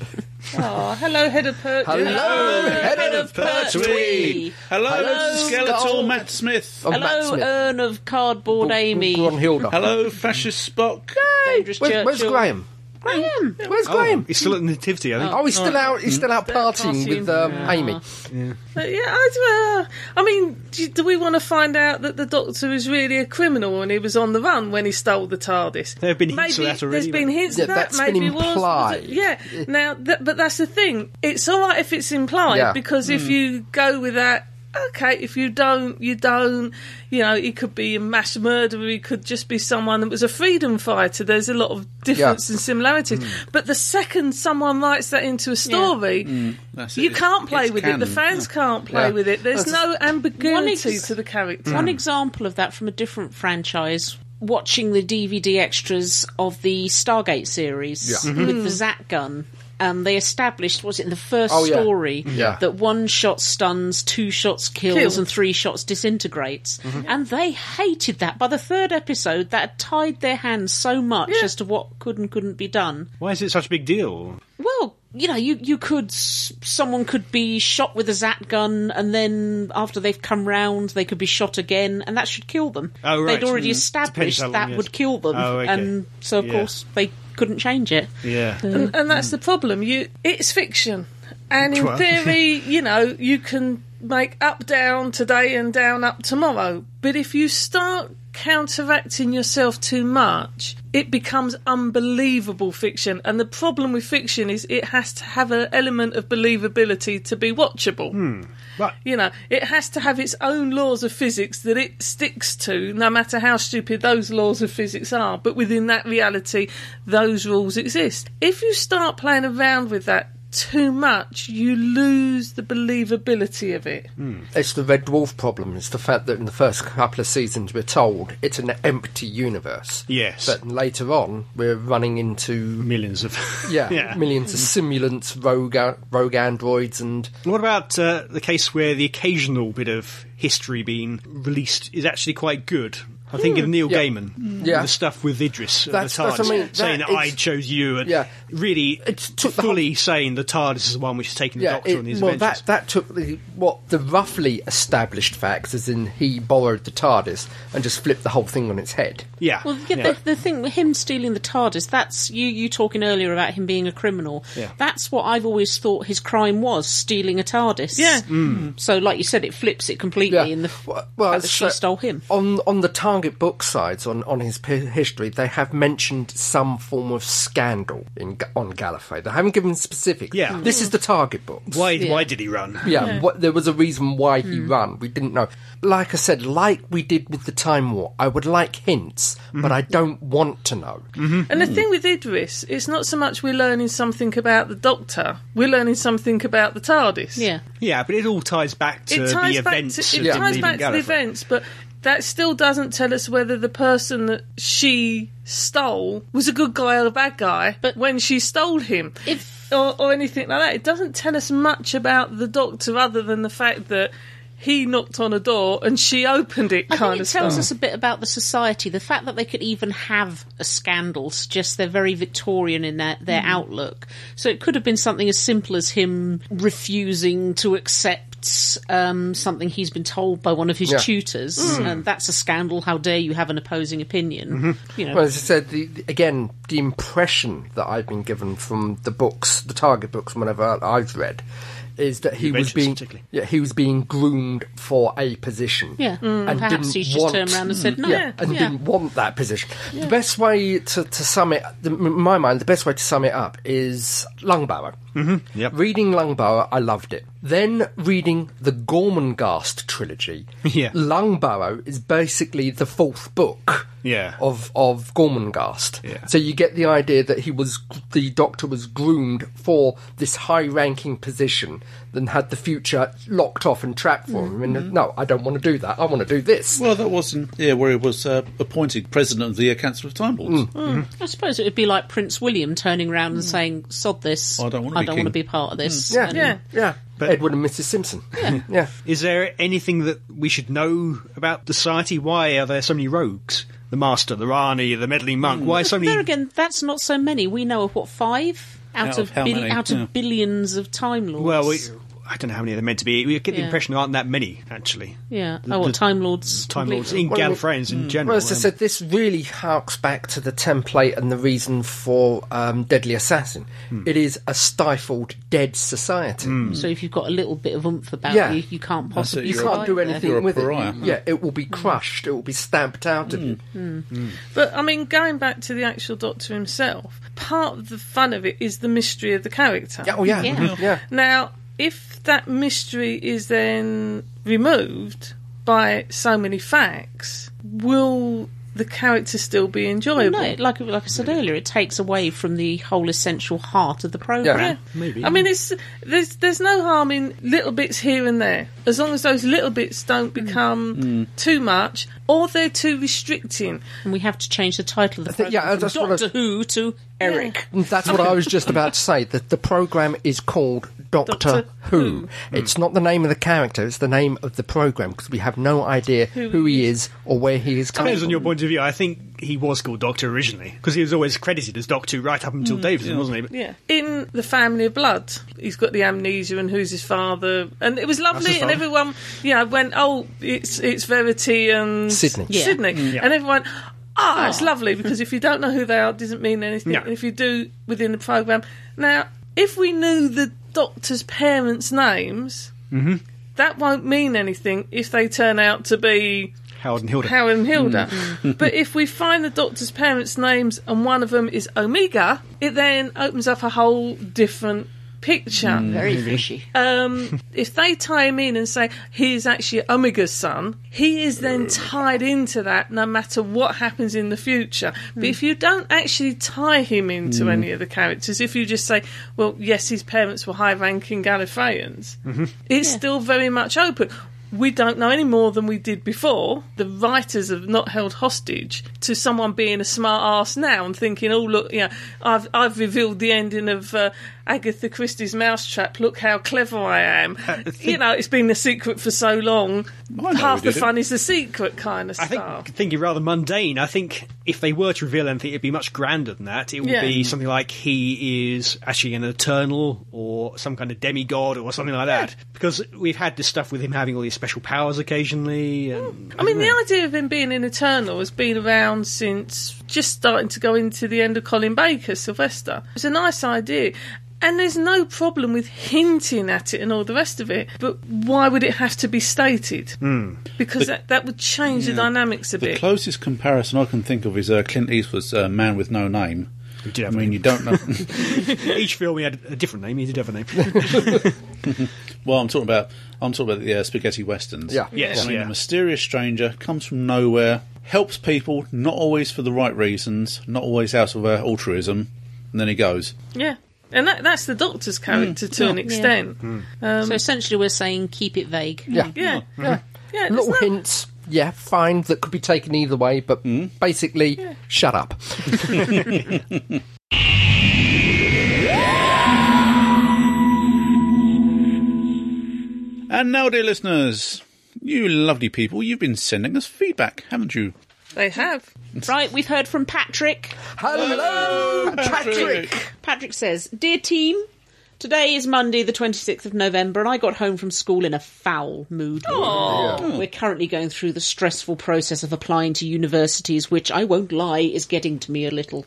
Speaker 2: Oh, hello, head of perch.
Speaker 5: Hello,
Speaker 3: Head
Speaker 5: Hello,
Speaker 3: of Pertwee. Hello,
Speaker 1: Hello,
Speaker 3: skeletal
Speaker 5: Skull.
Speaker 3: Matt Smith.
Speaker 5: Oh, Matt
Speaker 1: Hello,
Speaker 5: Smith.
Speaker 1: urn of cardboard Amy.
Speaker 5: Gron Hilda.
Speaker 3: Hello, fascist Spock.
Speaker 1: Dangerous
Speaker 5: Where's, where's
Speaker 1: Churchill.
Speaker 5: Graham?
Speaker 1: Graham.
Speaker 5: Where's Graham?
Speaker 4: Oh, He's still at the Nativity, I think.
Speaker 5: Oh, he's still out. He's still out partying
Speaker 2: partying.
Speaker 5: with um, Amy.
Speaker 2: But yeah, I, do- uh, I mean, do, do we want to find out that the Doctor is really a criminal and he was on the run when he stole the TARDIS?
Speaker 4: There have been hints of that already,
Speaker 2: There's been
Speaker 4: but-
Speaker 2: hints
Speaker 5: Yeah,
Speaker 2: of that.
Speaker 5: that's been
Speaker 2: maybe was-
Speaker 5: implied.
Speaker 2: yeah. Now, th- but that's the thing. It's all right if it's implied
Speaker 5: Yeah.
Speaker 2: because if
Speaker 4: Hmm.
Speaker 2: you go with that. Okay, if you don't, you don't. You know, he could be a mass murderer. He could just be someone that was a freedom fighter. There's a lot of difference and similarities.
Speaker 4: Hmm.
Speaker 2: But the second someone writes that into a story,
Speaker 4: Hmm.
Speaker 3: That's it.
Speaker 2: you
Speaker 3: It's-
Speaker 2: can't play
Speaker 3: it's
Speaker 2: with it. The
Speaker 3: canon.
Speaker 2: fans can't play
Speaker 5: Mm. Yeah.
Speaker 2: with it. There's
Speaker 5: That's- Mm.
Speaker 2: no ambiguity
Speaker 1: One ex-
Speaker 2: to the character.
Speaker 1: One example of that from a different franchise. Watching the DVD extras of the Stargate series with the Zat gun, and they established was it in the first
Speaker 5: Mm-hmm. Oh, yeah.
Speaker 1: story
Speaker 5: Yeah.
Speaker 1: that one shot stuns, two shots kills,
Speaker 2: Kills.
Speaker 1: and three shots disintegrates,
Speaker 5: Mm-hmm.
Speaker 1: and they hated that. By the third episode, that had tied their hands so much as to what could and couldn't be done.
Speaker 4: Why is it such a big deal?
Speaker 1: Well, you know, you you could s- someone could be shot with a zat gun, and then after they've come round, they could be shot again, and that should kill them.
Speaker 4: Oh, right.
Speaker 1: They'd already
Speaker 4: Mm. Depends
Speaker 1: established
Speaker 4: how long,
Speaker 1: that
Speaker 4: yes.
Speaker 1: would kill them,
Speaker 4: Oh, okay.
Speaker 1: and so of
Speaker 4: Yeah.
Speaker 1: course they couldn't change it.
Speaker 4: Yeah.
Speaker 2: and, and that's the problem. You, it's fiction, and in
Speaker 4: Well.
Speaker 2: theory, you know, you can make up down today and down up tomorrow. But if you start counteracting yourself too much, it becomes unbelievable fiction. And the problem with fiction is it has to have an element of believability to be
Speaker 5: Hmm.
Speaker 2: watchable.
Speaker 4: Right.
Speaker 2: You know, it has to have its own laws of physics that it sticks to, no matter how stupid those laws of physics are. But within that reality, those rules exist. If you start playing around with that too much, you lose the believability of it.
Speaker 5: It's the Red Dwarf problem. It's the fact that in the first couple of seasons we're told it's an empty universe.
Speaker 4: Yes.
Speaker 5: But later on we're running into
Speaker 4: Millions of.
Speaker 5: yeah, millions of simulants, rogue rogue androids, and
Speaker 4: What about uh, the case where the occasional bit of history being released is actually quite good? I think of Neil
Speaker 5: Hmm, Yeah. Mm.
Speaker 4: Gaiman,
Speaker 5: Yeah.
Speaker 4: the stuff with Idris and
Speaker 5: That's-
Speaker 4: the TARDIS,
Speaker 5: that's what I mean. That-
Speaker 4: saying that I
Speaker 5: it's-
Speaker 4: chose you, and
Speaker 5: Yeah.
Speaker 4: really
Speaker 5: It took the
Speaker 4: fully saying the TARDIS is the one which is taking the
Speaker 5: yeah.
Speaker 4: Doctor
Speaker 5: it-
Speaker 4: on his
Speaker 5: well,
Speaker 4: adventures.
Speaker 5: that that took the what the roughly established facts, as in he borrowed the TARDIS and just flipped the whole thing on its head.
Speaker 4: yeah,
Speaker 1: Well, yeah, The, the thing with him stealing the TARDIS, that's you, you talking earlier about him being a criminal.
Speaker 4: Yeah.
Speaker 1: That's what I've always thought his crime was stealing a TARDIS.
Speaker 2: Yeah.
Speaker 4: Mm.
Speaker 1: So, like you said, it flips it completely in the f-
Speaker 5: Well,
Speaker 1: fact
Speaker 5: well,
Speaker 1: that
Speaker 5: so
Speaker 1: she stole him.
Speaker 5: on on the Target book sides on, on his p- history, they have mentioned some form of scandal in Ga- on Gallifrey. They haven't given specifics.
Speaker 4: Yeah. Mm.
Speaker 5: This is the Target books.
Speaker 4: Why? Why did he run?
Speaker 5: Yeah, What, there was a reason why he
Speaker 1: Mm.
Speaker 5: ran. We didn't know. Like I said, like we did with the Time War, I would like hints,
Speaker 4: Mm-hmm.
Speaker 5: but I don't want to know.
Speaker 2: And the thing with Idris, it's not so much we're learning something about the Doctor, we're learning something about the TARDIS.
Speaker 1: Yeah.
Speaker 4: Yeah, but it all ties back to
Speaker 2: it ties
Speaker 4: the
Speaker 2: back
Speaker 4: events.
Speaker 2: to,
Speaker 4: of
Speaker 2: it
Speaker 4: him
Speaker 2: ties
Speaker 4: leaving
Speaker 2: back to the
Speaker 4: Gallifrey.
Speaker 2: events, but that still doesn't tell us whether the person that she stole was a good guy or a bad guy.
Speaker 1: But-
Speaker 2: when she stole him,
Speaker 1: If-
Speaker 2: or, or anything like that, it doesn't tell us much about the Doctor other than the fact that. He knocked on a door and she opened it,
Speaker 1: I
Speaker 2: kind
Speaker 1: think it
Speaker 2: of
Speaker 1: tells
Speaker 2: stuff.
Speaker 1: us a bit about the society. The fact that they could even have a scandal suggests they're very Victorian in their,
Speaker 3: Mm.
Speaker 1: their outlook. So it could have been something as simple as him refusing to accept um, something he's been told by one of his
Speaker 5: Yeah.
Speaker 1: tutors,
Speaker 3: Mm.
Speaker 1: and that's a scandal. How dare you have an opposing opinion?
Speaker 3: Mm-hmm.
Speaker 1: You know,
Speaker 5: Well, as I said, the, the- again, the impression that I've been given from the books, the Target books, whenever I've read, is that he was
Speaker 4: Adventures
Speaker 5: being
Speaker 4: particularly.
Speaker 5: yeah, he was being groomed for a position.
Speaker 1: Yeah. Mm.
Speaker 5: and
Speaker 1: Perhaps
Speaker 5: didn't
Speaker 1: he's just
Speaker 5: want, Mm.
Speaker 1: turned around and said, "No."
Speaker 5: yeah, and
Speaker 1: Yeah.
Speaker 5: didn't want that position. The best way to, to sum it, the, in my mind, the best way to sum it up is Lungbauer. Mm-hmm.
Speaker 4: Yep.
Speaker 5: Reading Lungbauer, I loved it. Then reading the Gormenghast trilogy,
Speaker 4: Yeah.
Speaker 5: Lungbauer is basically the fourth book
Speaker 4: Yeah.
Speaker 5: of of Gormenghast.
Speaker 4: Yeah.
Speaker 5: So you get the idea that he was the Doctor was groomed for this high-ranking position, then had the future locked off and trapped for him. And no, I don't want to do that. I want to do this.
Speaker 3: Well, that wasn't yeah where he was uh, appointed president of the uh, Council of Time Lords.
Speaker 1: I suppose it would be like Prince William turning around and saying, "Sod this!
Speaker 3: Mm. I don't wanna be king." Mm.
Speaker 1: wanna be part of this."
Speaker 5: Yeah,
Speaker 1: And-
Speaker 5: yeah, yeah.
Speaker 4: But-
Speaker 5: Edward and Mrs. Simpson. Yeah, yeah.
Speaker 4: Is there anything that we should know about the society? Why are there so many rogues? The Master, the Rani, the meddling
Speaker 2: Hmm.
Speaker 4: monk. Why so
Speaker 1: There
Speaker 4: many?
Speaker 1: again, that's not so many. We know of what five out,
Speaker 3: Out
Speaker 1: of
Speaker 3: of how
Speaker 1: bil-
Speaker 3: many?
Speaker 1: out
Speaker 3: Yeah.
Speaker 1: of billions of time lords.
Speaker 4: Well, we, I don't know how many they're meant to be. We get the
Speaker 1: Yeah.
Speaker 4: impression there aren't that many actually.
Speaker 1: yeah.
Speaker 4: The-
Speaker 1: oh, well,
Speaker 4: the-
Speaker 1: time lords.
Speaker 4: Time Lords
Speaker 1: completely.
Speaker 4: in
Speaker 5: Well,
Speaker 4: Gallifreyans
Speaker 2: Hmm.
Speaker 4: in general.
Speaker 5: Well, as I
Speaker 4: um,
Speaker 5: said, this really harks back to the template and the reason for um, Deadly Assassin. It is a stifled, dead society.
Speaker 1: So if you've got a little bit of oomph about
Speaker 5: Yeah.
Speaker 1: you, you can't
Speaker 3: That's
Speaker 1: possibly.
Speaker 3: it,
Speaker 5: You
Speaker 3: You're
Speaker 5: can't
Speaker 1: survive
Speaker 5: do
Speaker 1: there.
Speaker 5: anything
Speaker 3: You're a
Speaker 5: with
Speaker 3: pariah.
Speaker 5: it. Yeah, it will be crushed. It will be stamped out of you.
Speaker 2: But I mean, going back to the actual Doctor himself, part of the fun of it is the mystery of the character.
Speaker 5: Yeah, oh yeah,
Speaker 1: Yeah.
Speaker 5: yeah. yeah.
Speaker 2: Now, if that mystery is then removed by so many facts, will the character still be enjoyable?
Speaker 1: No, it- like like I said earlier, it takes away from the whole essential heart of the program.
Speaker 5: Yeah.
Speaker 4: maybe.
Speaker 2: I mean, it's there's there's no harm in little bits here and there, as long as those little bits don't become too much or they're too restricting.
Speaker 1: And we have to change the title of the
Speaker 5: think-
Speaker 1: program
Speaker 5: yeah,
Speaker 1: from
Speaker 5: that's what I-
Speaker 1: Doctor Who to Eric.
Speaker 5: And That's what I was just about to say. That the program is called Doctor,
Speaker 2: Doctor
Speaker 5: Who. It's not the name of the character; it's the name of the program because we have no idea who, he is or where he is coming
Speaker 4: Depends on
Speaker 5: from.
Speaker 4: your point of view. I think he was called Doctor originally because he was always credited as Doctor right up until Davison, wasn't he? But
Speaker 2: Yeah. In the family of blood, he's got the amnesia and who's his father, and it was
Speaker 4: That's
Speaker 2: lovely.
Speaker 4: his
Speaker 2: And
Speaker 4: father.
Speaker 2: everyone, you know, went, "Oh, it's it's Verity and
Speaker 5: Sydney.
Speaker 1: Yeah.
Speaker 2: Sydney,"
Speaker 4: Mm,
Speaker 2: and everyone. Ah, it's
Speaker 1: Aw.
Speaker 2: lovely because if you don't know who they are, it doesn't mean anything.
Speaker 4: No.
Speaker 2: And if you do within the program, now if we knew the doctor's parents' names,
Speaker 4: Mm-hmm.
Speaker 2: that won't mean anything if they turn out to be
Speaker 4: Howard and Hilda.
Speaker 2: Howard and Hilda. but if we find the Doctor's parents' names and one of them is Omega, it then opens up a whole different picture.
Speaker 1: Very fishy.
Speaker 2: Um, if they tie him in and say he is actually Omega's son, he is then tied into that no matter what happens in the future. But if you don't actually tie him into any of the characters, if you just say, well, yes, his parents were high ranking Gallifreyans, it's still very much open. We don't know any more than we did before. The writers have not held hostage to someone being a smart ass now and thinking, "Oh look, you know, I've I've revealed the ending of uh, Agatha Christie's Mousetrap. Look how clever I am." you know, it's been a secret for so long.
Speaker 3: know
Speaker 2: Half
Speaker 3: who
Speaker 2: the
Speaker 3: did it.
Speaker 2: fun is the secret kind of
Speaker 4: I think
Speaker 2: stuff.
Speaker 4: thinking rather mundane. I think if they were to reveal anything, it'd be much grander than that. It would
Speaker 2: Yeah.
Speaker 4: be something like he is actually an eternal or some kind of demigod or something like that. Because we've had this stuff with him having all these special powers occasionally. And
Speaker 2: I mean, the idea of him being an Eternal has been around since just starting to go into the end of Colin Baker, Sylvester. It's a nice idea. And there's no problem with hinting at it and all the rest of it, but why would it have to be stated? Because that, that would change the dynamics a
Speaker 3: The
Speaker 2: bit.
Speaker 3: closest comparison I can think of is uh, Clint Eastwood's uh, Man with No Name.
Speaker 4: did
Speaker 3: I
Speaker 4: have a
Speaker 3: mean, you don't know.
Speaker 4: Each film he had a different name. He did have a name.
Speaker 3: well, I'm talking about I'm talking about the uh, spaghetti westerns.
Speaker 8: Yeah.
Speaker 4: Yes,
Speaker 3: I mean,
Speaker 4: yeah.
Speaker 3: a mysterious stranger comes from nowhere, helps people, not always for the right reasons, not always out of uh, altruism, and then he goes.
Speaker 2: yeah. And that, that's the doctor's character to an extent.
Speaker 1: so essentially, we're saying keep it vague.
Speaker 8: Yeah.
Speaker 2: Yeah. Yeah. yeah
Speaker 8: Little
Speaker 2: there's no-
Speaker 8: hints, yeah, fine, that could be taken either way, but basically, shut up.
Speaker 3: And now, dear listeners, you lovely people, you've been sending us feedback, haven't you?
Speaker 2: They have.
Speaker 1: Right, we've heard from Patrick.
Speaker 8: Hello, Patrick!
Speaker 1: Patrick says, Dear team, today is Monday, the 26th of November, and I got home from school in a foul mood. We're currently going through the stressful process of applying to universities, which I won't lie is getting to me a little.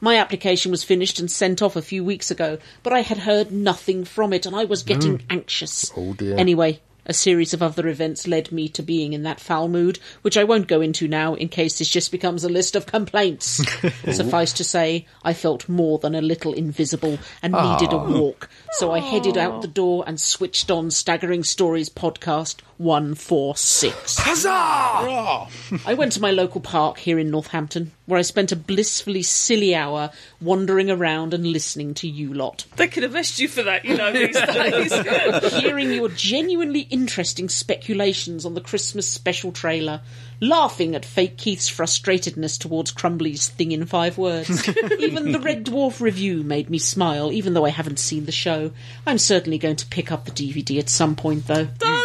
Speaker 1: My application was finished and sent off a few weeks ago, but I had heard nothing from it and I was getting anxious. Oh dear. Anyway, a series of other events led me to being in that foul mood, which I won't go into now in case this just becomes a list of complaints. Suffice to say, I felt more than a little invisible and needed a walk, so I headed out the door and switched on Staggering Stories podcast 146.
Speaker 8: Huzzah!
Speaker 3: Ah,
Speaker 1: I went to my local park here in Northampton, where I spent a blissfully silly hour wandering around and listening to you lot.
Speaker 2: They could arrest you for that, you know, these days.
Speaker 1: Hearing your genuinely interesting speculations on the Christmas special trailer, laughing at fake Keith's frustratedness towards Crumbly's thing in five words. even the Red Dwarf review made me smile, even though I haven't seen the show. I'm certainly going to pick up the DVD at some point, though.
Speaker 2: Don't!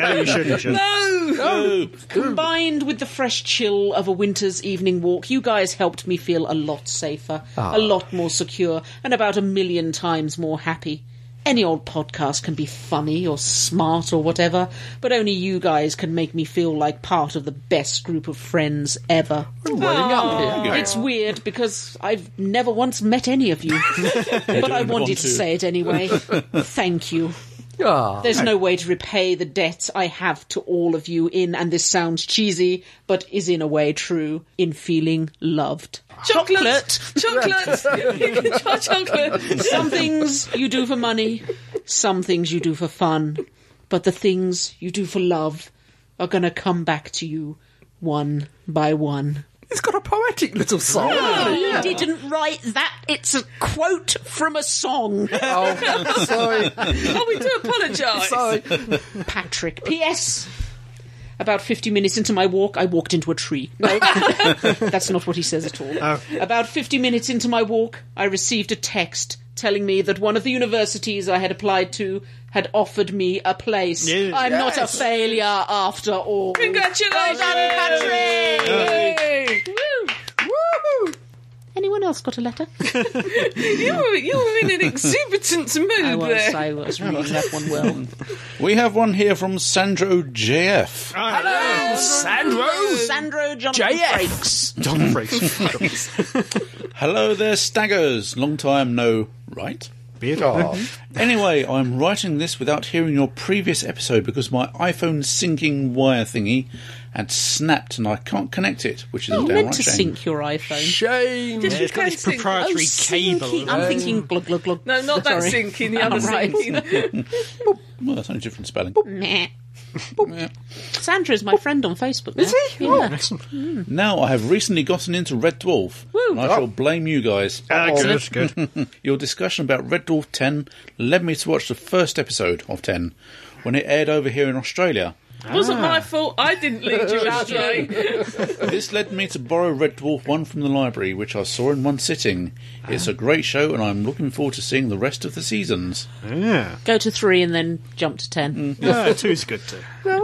Speaker 4: No, you should. You should.
Speaker 2: No!
Speaker 1: Combined with the fresh chill of a winter's evening walk, you guys helped me feel a lot safer, a lot more secure, and about a million times more happy. Any old podcast can be funny or smart or whatever, but only you guys can make me feel like part of the best group of friends ever.
Speaker 8: Welling up here.
Speaker 1: It's weird because I've never once met any of you, but I
Speaker 3: want
Speaker 1: wanted
Speaker 3: to.
Speaker 1: to say it anyway. Thank you.
Speaker 8: Ah,
Speaker 1: There's no way to repay the debt I have to all of you in, and this sounds cheesy, but is in a way true, in feeling loved.
Speaker 2: Chocolate! Chocolate! you can try chocolate!
Speaker 1: Some things you do for money, some things you do for fun, but the things you do for love are gonna come back to you one by one.
Speaker 8: it's got a poetic little song.
Speaker 2: Oh,
Speaker 8: hasn't it?
Speaker 1: I didn't write that, it's a quote from a song.
Speaker 8: Oh, sorry,
Speaker 2: Oh, we do apologise.
Speaker 8: sorry.
Speaker 1: Patrick. P.S. About 50 minutes into my walk, I walked into a tree. No, that's not what he says at all. About 50 minutes into my walk, I received a text telling me that one of the universities I had applied to had offered me a place.
Speaker 4: Yeah.
Speaker 1: I'm not a failure after all.
Speaker 2: Congratulations! Yay. Woo.
Speaker 1: Anyone else got a letter?
Speaker 2: You were, you were in an exuberant mood
Speaker 1: I was,
Speaker 2: there.
Speaker 1: I was reading that one well.
Speaker 3: we have one here from Sandro JF.
Speaker 8: Sandro.
Speaker 1: Sandro Jonathan
Speaker 8: JF.
Speaker 1: Frakes.
Speaker 4: John Frakes.
Speaker 3: Hello there, staggers. Long time no, right?
Speaker 8: Oh,
Speaker 3: Anyway, I'm writing this without hearing your previous episode because my iPhone syncing wire thingy had snapped and I can't connect it, which is a
Speaker 1: You
Speaker 3: downright
Speaker 1: Oh, meant to
Speaker 3: shame.
Speaker 1: sync your iPhone.
Speaker 8: Shame.
Speaker 2: Just
Speaker 4: It's got this
Speaker 2: requesting-
Speaker 1: Oh,
Speaker 4: proprietary
Speaker 1: syncing.
Speaker 4: cable.
Speaker 1: I'm thinking glug glug glug.
Speaker 2: Oh. No, not that
Speaker 1: Sorry.
Speaker 2: sinking, the other
Speaker 1: Oh, right.
Speaker 2: sinking.
Speaker 3: Well, that's only different spelling.
Speaker 1: Meh. Sandra
Speaker 2: Oh.
Speaker 1: is my friend on Facebook. Is
Speaker 8: he?
Speaker 1: Yeah.
Speaker 4: Oh,
Speaker 3: Now I have recently gotten into Red Dwarf. And I shall blame you guys.
Speaker 4: Ah, good, good.
Speaker 3: Your discussion about Red Dwarf 10 led me to watch the first episode of 10 when it aired over here in Australia.
Speaker 2: It wasn't my fault. I didn't lead you astray.
Speaker 3: This led me to borrow Red Dwarf 1 from the library, which I saw in one sitting. It's a great show, and I'm looking forward to seeing the rest of the seasons.
Speaker 4: Yeah.
Speaker 1: Go to three and then jump to ten.
Speaker 2: Mm-hmm.
Speaker 4: Ah, two's good too.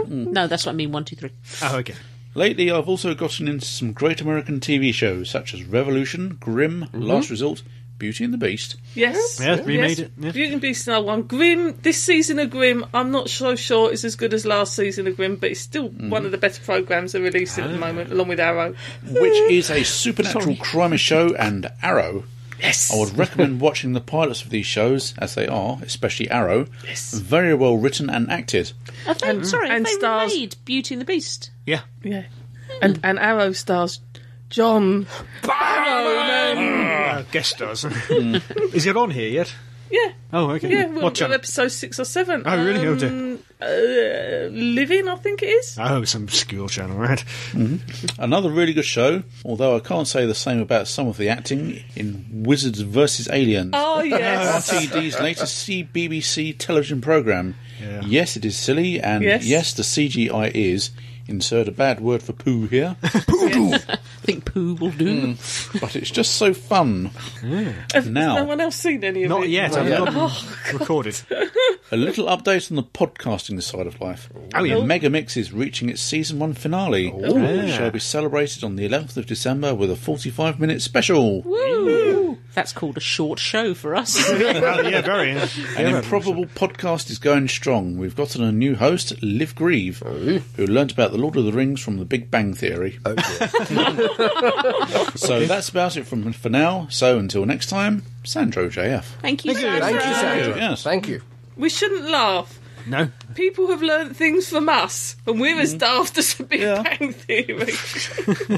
Speaker 1: No, that's what I mean. One, two, three.
Speaker 4: Oh, okay.
Speaker 3: Lately, I've also gotten into some great American TV shows such as Revolution, Grimm, Last Resort, Beauty and the Beast.
Speaker 2: Yes.
Speaker 4: Yeah, remade it, yeah.
Speaker 2: Yes. Beauty and Beast and I won. Grim, this season of Grim, I'm not so sure is as good as last season of Grim, but it's still one of the better programmes they're releasing at the moment, along with Arrow.
Speaker 3: which is a supernatural crime show, and Arrow
Speaker 1: Yes.
Speaker 3: I would recommend watching the pilots of these shows, as they are, especially Arrow, yes. very well written and acted.
Speaker 1: Are they, sorry,
Speaker 2: and
Speaker 1: have they
Speaker 2: stars-
Speaker 1: remade Beauty and the Beast?
Speaker 4: Yeah.
Speaker 2: Yeah. And and Arrow stars John.
Speaker 4: Uh, guest stars. Is it on here yet?
Speaker 2: Yeah.
Speaker 4: Oh, okay.
Speaker 2: Yeah, we're
Speaker 4: what
Speaker 2: on
Speaker 4: channel?
Speaker 2: episode six or seven.
Speaker 4: Oh, really? Oh, dear.
Speaker 2: Um, uh, Living, I think it is.
Speaker 4: Oh, some obscure channel, right?
Speaker 3: Another really good show, although I can't say the same about some of the acting in Wizards vs. Aliens.
Speaker 2: Oh yes.
Speaker 3: RTD's latest CBBC television programme.
Speaker 4: Yeah.
Speaker 3: Yes, it is silly, and
Speaker 2: Yes.
Speaker 3: yes. the CGI is. Insert a bad word for poo here,
Speaker 1: I think Pooh will do.
Speaker 2: Mm.
Speaker 3: but it's just so fun.
Speaker 2: no
Speaker 3: Now,
Speaker 2: one else seen any of
Speaker 4: Not
Speaker 2: it?
Speaker 4: yet. I've not
Speaker 2: Oh,
Speaker 4: recorded.
Speaker 3: a little update on the podcasting side of life.
Speaker 4: Oh, yeah. Oh,
Speaker 3: Mega Mix is reaching its season one finale, which shall be celebrated on the 11th of December with a 45 minute special.
Speaker 1: Woo! That's called a short show for us.
Speaker 4: Oh, yeah, very. yeah.
Speaker 3: An improbable podcast is going strong. We've gotten a new host, Liv Grieve,
Speaker 8: Oh.
Speaker 3: who learnt about the Lord of the Rings from the Big Bang Theory. so that's about it from for now. So until next time, Sandro JF.
Speaker 1: Thank you.
Speaker 8: Thank you, Sandra.
Speaker 3: Yes.
Speaker 8: Thank you.
Speaker 2: We shouldn't laugh.
Speaker 4: No.
Speaker 2: People have learnt things from us, and we're
Speaker 4: Mm-hmm.
Speaker 2: as daft as the Big
Speaker 3: Yeah.
Speaker 2: Bang Theory.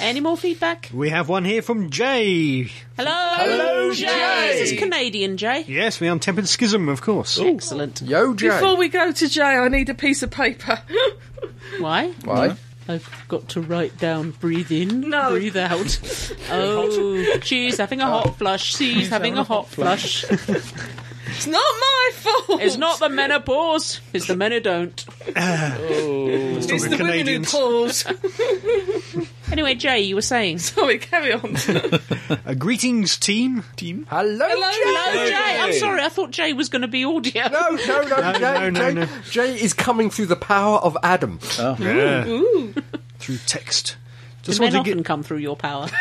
Speaker 1: Any more feedback?
Speaker 4: We have one here from Jay.
Speaker 1: Hello,
Speaker 2: Hello, Jay.
Speaker 1: This is Canadian Jay.
Speaker 4: Yes, we untempered schism, of course.
Speaker 1: Excellent.
Speaker 8: Yo, Jay.
Speaker 2: Before we go to Jay, I need a piece of paper.
Speaker 1: Why?
Speaker 8: Why?
Speaker 1: I've got to write down breathe in,
Speaker 2: No.
Speaker 1: breathe out. oh, she's having a hot flush. She's having a hot flush.
Speaker 2: it's not my fault.
Speaker 1: It's not the menopause. It's the men who don't.
Speaker 2: It's the women who
Speaker 4: Canadians.
Speaker 2: pause.
Speaker 1: Anyway, Jay, you were saying.
Speaker 2: Sorry, carry on.
Speaker 4: Uh, greetings, team. Team.
Speaker 8: Hello,
Speaker 2: Hello,
Speaker 1: Hello,
Speaker 8: Jay.
Speaker 1: Jay. I'm sorry. I thought Jay was going to be audio.
Speaker 8: No, no, no, Jay,
Speaker 4: no, no,
Speaker 8: Jay,
Speaker 4: no.
Speaker 8: Jay is coming through the power of Adam.
Speaker 4: Yeah. Through text.
Speaker 1: Do
Speaker 4: Just
Speaker 1: men
Speaker 4: wanted to
Speaker 1: often
Speaker 4: get.
Speaker 1: come through your power.
Speaker 2: He's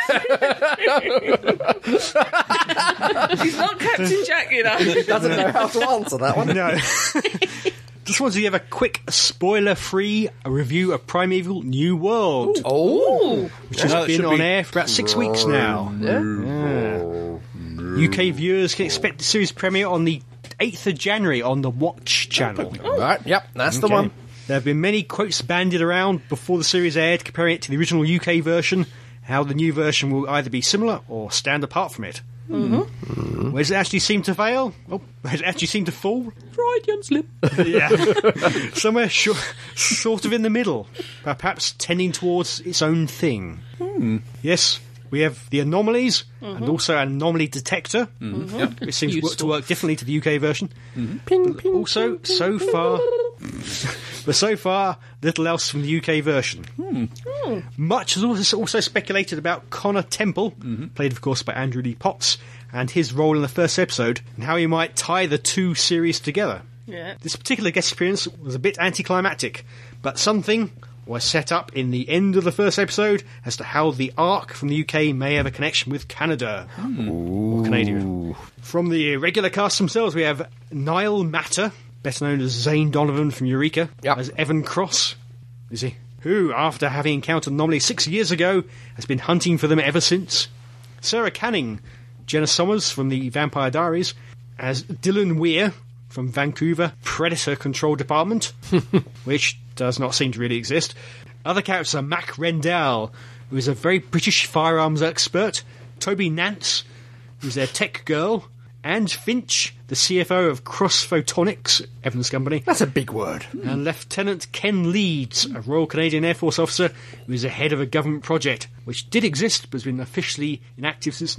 Speaker 2: not Captain Jack, you know.
Speaker 8: Doesn't know how to answer that one.
Speaker 4: No. Just wanted to give a quick spoiler-free review of Primeval New World,
Speaker 8: Oh,
Speaker 4: which has
Speaker 3: Now that
Speaker 4: been
Speaker 3: should
Speaker 4: on
Speaker 3: be-
Speaker 4: air for about six weeks now. UK viewers can expect the series premiere on the 8th of January on the Watch channel.
Speaker 8: right. Yep, that's the
Speaker 4: Okay.
Speaker 8: one.
Speaker 4: There have been many quotes banded around before the series aired comparing it to the original UK version, how the new version will either be similar or stand apart from it. Mm-hmm. Where does it actually seem to fail? Oh, where does it actually seem to fall?
Speaker 1: Freudian slip.
Speaker 4: Somewhere shor- sort of in the middle, but perhaps tending towards its own thing. Yes, we have the anomalies and also an anomaly detector, which seems to work, to
Speaker 1: Useful.
Speaker 4: work differently to the UK version. Mm-hmm. But also, so far, but so far, little else from the UK version. Much is also also speculated about Connor Temple, played of course by Andrew Lee Potts, and his role in the first episode, and how he might tie the two series together.
Speaker 2: Yeah.
Speaker 4: This particular guest appearance was a bit anticlimactic, but something was set up in the end of the first episode as to how the arc from the UK may have a connection with Canada. Or Canada. From the regular cast themselves, we have Niall Matter, better known as Zane Donovan from Eureka,
Speaker 8: Yep.
Speaker 4: as Evan Cross, is he? Who, after having encountered Anomaly six years ago, has been hunting for them ever since. Sarah Canning, Jenna Summers from the Vampire Diaries, as Dylan Weir from Vancouver Predator Control Department, which does not seem to really exist. Other characters are Mac Rendell, who is a very British firearms expert, Toby Nance, who's their tech girl, and Finch, the CFO of Cross Photonics, Evans Company,
Speaker 8: That's a big word.
Speaker 4: and Lieutenant Ken Leeds, a Royal Canadian Air Force officer who is the head of a government project which did exist but has been officially inactive since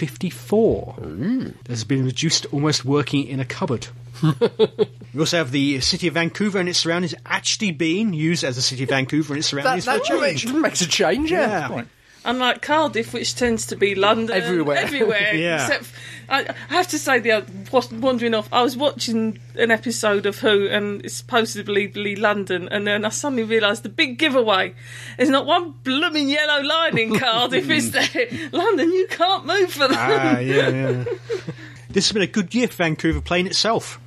Speaker 4: 1954.
Speaker 8: Mm.
Speaker 4: That has been reduced to almost working in a cupboard. we also have the city of Vancouver and its surroundings actually being used as the city of Vancouver and its
Speaker 8: That,
Speaker 4: surroundings.
Speaker 8: that
Speaker 4: for change.
Speaker 8: makes a change, yeah.
Speaker 4: Yeah.
Speaker 2: Unlike Cardiff, which tends to be London,
Speaker 8: Everywhere.
Speaker 2: everywhere.
Speaker 4: Yeah.
Speaker 2: Except, I, I have to say, the other, was wandering off. I was watching an episode of Who, and it's supposedly London, and then I suddenly realised the big giveaway is not one blooming yellow line in Cardiff, is there? London, you can't move for that.
Speaker 4: Ah, yeah, yeah. this has been a good year for Vancouver Plane itself.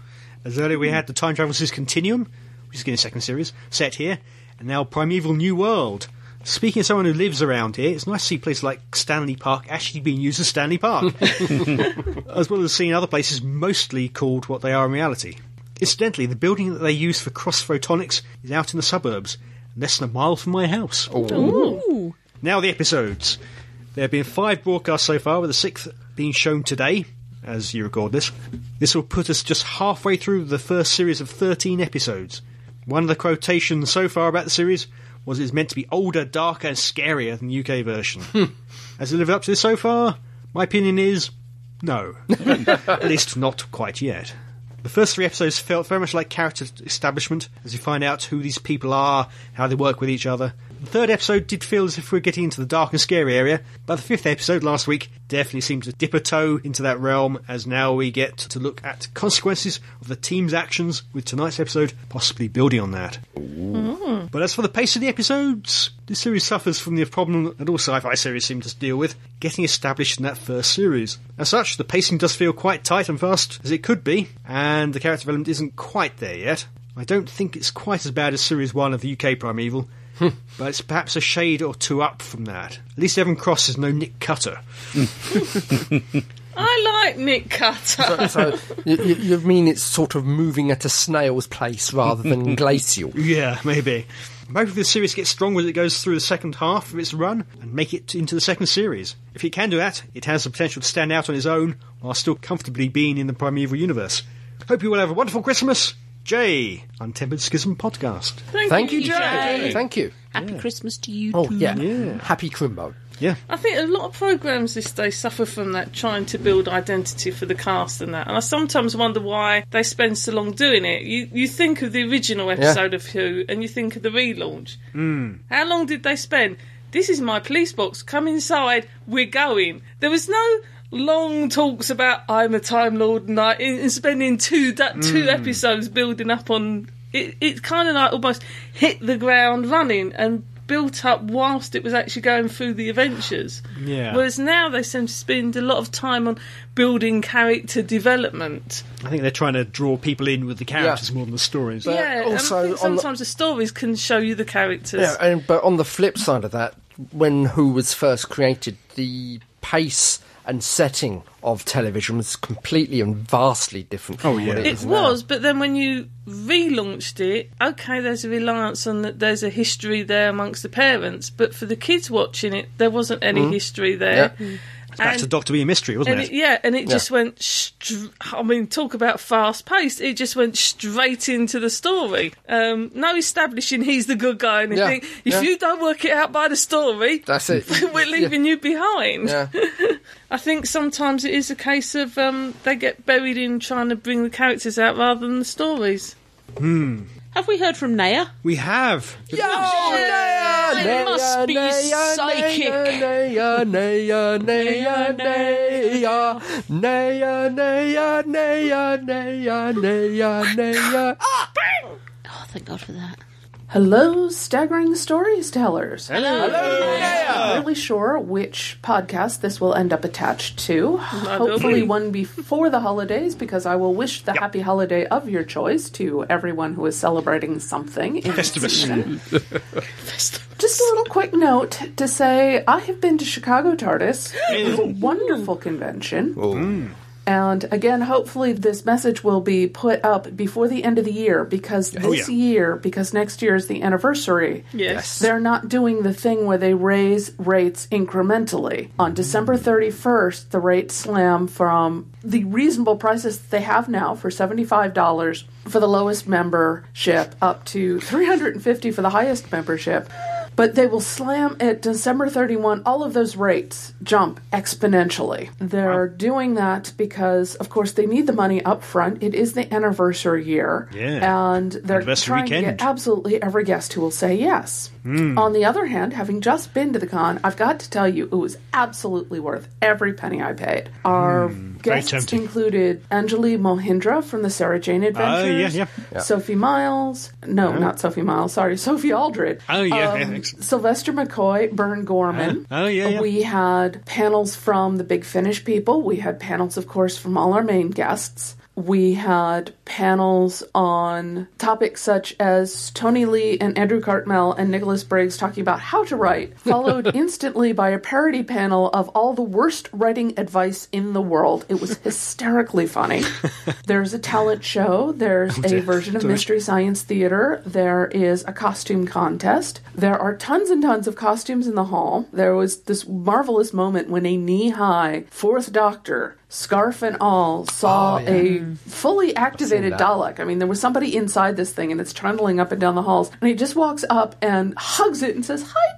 Speaker 4: As earlier we had the Time Travelers' Continuum, which is getting a second series, set here, and now Primeval New World, Speaking of someone who lives around here, it's nice to see places like Stanley Park actually being used as Stanley Park, as well as seeing other places mostly called what they are in reality. Incidentally, the building that they use for cross photonics is out in the suburbs, less than a mile from my house.
Speaker 1: Ooh.
Speaker 4: Now the episodes. There have been five broadcasts so far, with the sixth being shown today, as you record this. This will put us just halfway through the first series of 13 episodes. One of the quotations so far about the series was it's meant to be older, darker, and scarier than the UK version. Has it lived up to this so far? My opinion is no. At least not quite yet. The first three episodes felt very much like character establishment, as you find out who these people are, how they work with each other. The third episode did feel as if we are getting into the dark and scary area, but the fifth episode last week definitely seemed to dip a toe into that realm, as now we get to look at consequences of the team's actions, with tonight's episode possibly building on that. But as for the pace of the episodes, this series suffers from the problem that all sci fi series seem to deal with getting established in that first series. As such, the pacing does feel quite tight and fast as it could be, and the character development isn't quite there yet. I don't think it's quite as bad as Series 1 of the UK Primeval, but it's perhaps a shade or two up from that. At least Evan Cross is no Nick Cutter.
Speaker 2: I like Nick Cutter.
Speaker 8: So you, you you mean it's sort of moving at a snail's pace rather than glacial?
Speaker 4: Yeah, maybe. I'm hoping the series gets stronger as it goes through the second half of its run and make it into the second series. If it can do that, it has the potential to stand out on its own while still comfortably being in the primeval universe. Hope you all have a wonderful Christmas. Jay, Untempered Schism Podcast.
Speaker 8: Thank you,
Speaker 2: Jay.
Speaker 8: Jay. Thank you.
Speaker 1: Happy Christmas to you
Speaker 8: Oh
Speaker 1: too.
Speaker 8: yeah, happy Crimbo.
Speaker 2: I think a lot of programs this day suffer from that trying to build identity for the cast and that. And I sometimes wonder why they spend so long doing it. You you think of the original episode of Who and you think of the relaunch. Mm. How long did they spend? This is my police box. Come inside. We're going. There was no long talks about I'm a Time Lord and I and and spending two that
Speaker 8: Hmm.
Speaker 2: two episodes building up on it. It kind of like almost hit the ground running and built up whilst it was actually going through the adventures.
Speaker 4: Yeah.
Speaker 2: Whereas now they seem to spend a lot of time on building character development.
Speaker 4: I think they're trying to draw people in with the characters more than the stories.
Speaker 8: But
Speaker 2: yeah, and I
Speaker 8: Uh, also
Speaker 2: think
Speaker 8: on the-
Speaker 2: sometimes the... stories can show you the characters.
Speaker 8: Yeah, and but on the flip side of that, when Who was first created, the pace and setting of television was completely and vastly different. From oh yeah,
Speaker 2: It was, but then when you relaunched it, okay, there's a reliance on that. There's a history there amongst the parents, but for the kids watching it, there wasn't any history there.
Speaker 4: Back to
Speaker 2: And-
Speaker 4: Doctor Being Mystery, wasn't
Speaker 2: and
Speaker 4: it?
Speaker 2: it, yeah, and it just went. Str- I mean, talk about fast paced. It just went straight into the story. Um, no establishing he's the good guy. And
Speaker 8: Yeah,
Speaker 2: anything. if
Speaker 8: yeah.
Speaker 2: you don't work it out by the story,
Speaker 8: That's it.
Speaker 2: we're leaving you behind.
Speaker 8: Yeah.
Speaker 2: I think sometimes it is a case of um, they get buried in trying to bring the characters out rather than the stories.
Speaker 1: Have we heard from Naya?
Speaker 4: We have.
Speaker 1: I must be psychic.
Speaker 8: Naya, naya, naya, naya, naya, naya, naya, naya, naya, naya.
Speaker 1: Oh, thank God for that.
Speaker 11: Hello, staggering stories tellers. Hello. I'm not really sure which podcast this will end up attached to. Hopefully, one before the holidays, because I will wish the happy holiday of your choice to everyone who is celebrating something. In season. Just a little quick note to say I have been to Chicago TARDIS. It was a wonderful convention. And again, hopefully, this message will be put up before the end of the year because this
Speaker 4: yeah.
Speaker 11: year, because next year is the anniversary,
Speaker 2: Yes.
Speaker 11: they're not doing the thing where they raise rates incrementally. On December 31st, the rates slam from the reasonable prices that they have now for $75 for the lowest membership up to 350 for the highest membership. But they will slam at December 31, all of those rates jump exponentially. They're doing that because, of course, they need the money up front. It is the anniversary year.
Speaker 4: Yeah.
Speaker 11: And they're
Speaker 4: Anniversary
Speaker 11: trying to
Speaker 4: weekend. Hmm.
Speaker 11: get absolutely every guest who will say yes. On the other hand, having just been to the con, I've got to tell you, it was absolutely worth every penny I paid. Our guests
Speaker 4: Hmm. tempting. Oh,
Speaker 11: included Anjali Mohindra from the Sarah Jane Adventures,
Speaker 4: yeah,
Speaker 11: Sophie Miles, no, not Sophie Miles, sorry, Sophie Aldred,
Speaker 4: Oh, yeah, yeah,
Speaker 2: Um,
Speaker 4: excellent.
Speaker 11: Sylvester McCoy, Bern Gorman.
Speaker 4: Oh, yeah, yeah.
Speaker 11: We had panels from the Big Finish people. We had panels, of course, from all our main guests.
Speaker 2: We had panels on topics such as Tony Lee and Andrew Cartmel and Nicholas Briggs talking about how to write, followed instantly by a parody panel of all the worst writing advice in the world. It was hysterically funny. There's a talent show, there's
Speaker 9: Oh,
Speaker 2: a
Speaker 9: dear.
Speaker 2: version of
Speaker 9: Sorry.
Speaker 2: Mystery Science Theater, there is a costume contest. There are tons and tons of costumes in the hall. There was this marvelous moment when a knee high fourth doctor, scarf and all, saw
Speaker 9: Oh, yeah.
Speaker 2: a fully activated
Speaker 9: that.
Speaker 2: Dalek. I mean, there was somebody inside this thing and it's trundling up and down the halls. And he just walks up and hugs it and says, Hi,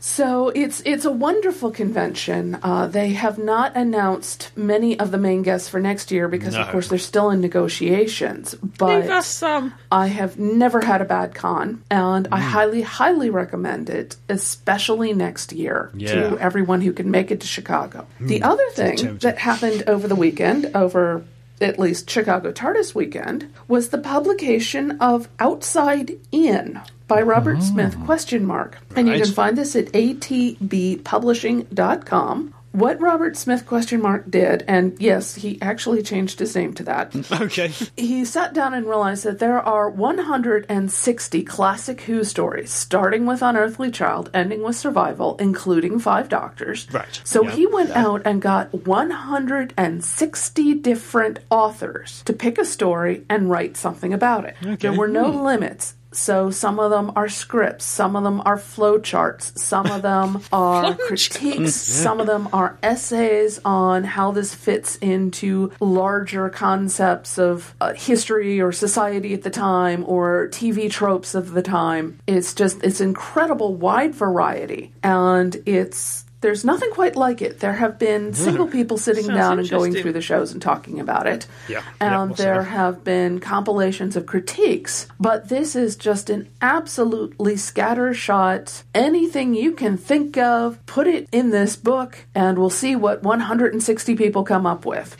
Speaker 2: so it's it's a wonderful convention. Uh, they have not announced many of the main guests for next year because, of
Speaker 3: No.
Speaker 2: course, they're still in negotiations. But
Speaker 3: Leave us some.
Speaker 2: I have never had a bad con, and
Speaker 9: Mm.
Speaker 2: I highly, highly recommend it, especially next year
Speaker 9: Yeah.
Speaker 2: to everyone who can make it to Chicago. The
Speaker 9: Mm.
Speaker 2: other
Speaker 9: It's
Speaker 2: thing
Speaker 9: tempting.
Speaker 2: that happened over the weekend, over at least Chicago TARDIS weekend, was the publication of Outside In by Robert
Speaker 9: Oh.
Speaker 2: Smith question mark. And you
Speaker 9: Right.
Speaker 2: can find this at atbpublishing.com. What Robert Smith question mark did, and yes, he actually changed his name to that.
Speaker 4: Okay.
Speaker 2: He sat down and realized that there are 160 classic Who stories, starting with Unearthly Child, ending with Survival, including Five Doctors.
Speaker 9: Right.
Speaker 2: So
Speaker 9: Yeah.
Speaker 2: he went
Speaker 9: Yeah.
Speaker 2: out and got 160 different authors to pick a story and write something about it. There were no
Speaker 9: Hmm.
Speaker 2: limits. So some of them are scripts, some of them are flowcharts, some of them are critiques,
Speaker 9: Mm, yeah.
Speaker 2: some of them are essays on how this fits into larger concepts of uh, history or society at the time or TV tropes of the time. It's just it's incredible wide variety and it's there's nothing quite like it. There have been single people sitting
Speaker 9: Hmm. Sounds
Speaker 2: down and going
Speaker 9: interesting.
Speaker 2: through the shows and talking about it.
Speaker 9: Yeah. Yeah,
Speaker 2: And
Speaker 9: what's
Speaker 2: Um, there
Speaker 9: that?
Speaker 2: have been compilations of critiques, but this is just an absolutely scattershot. Anything you can think of, put it in this book, and we'll see what 160 people come up with.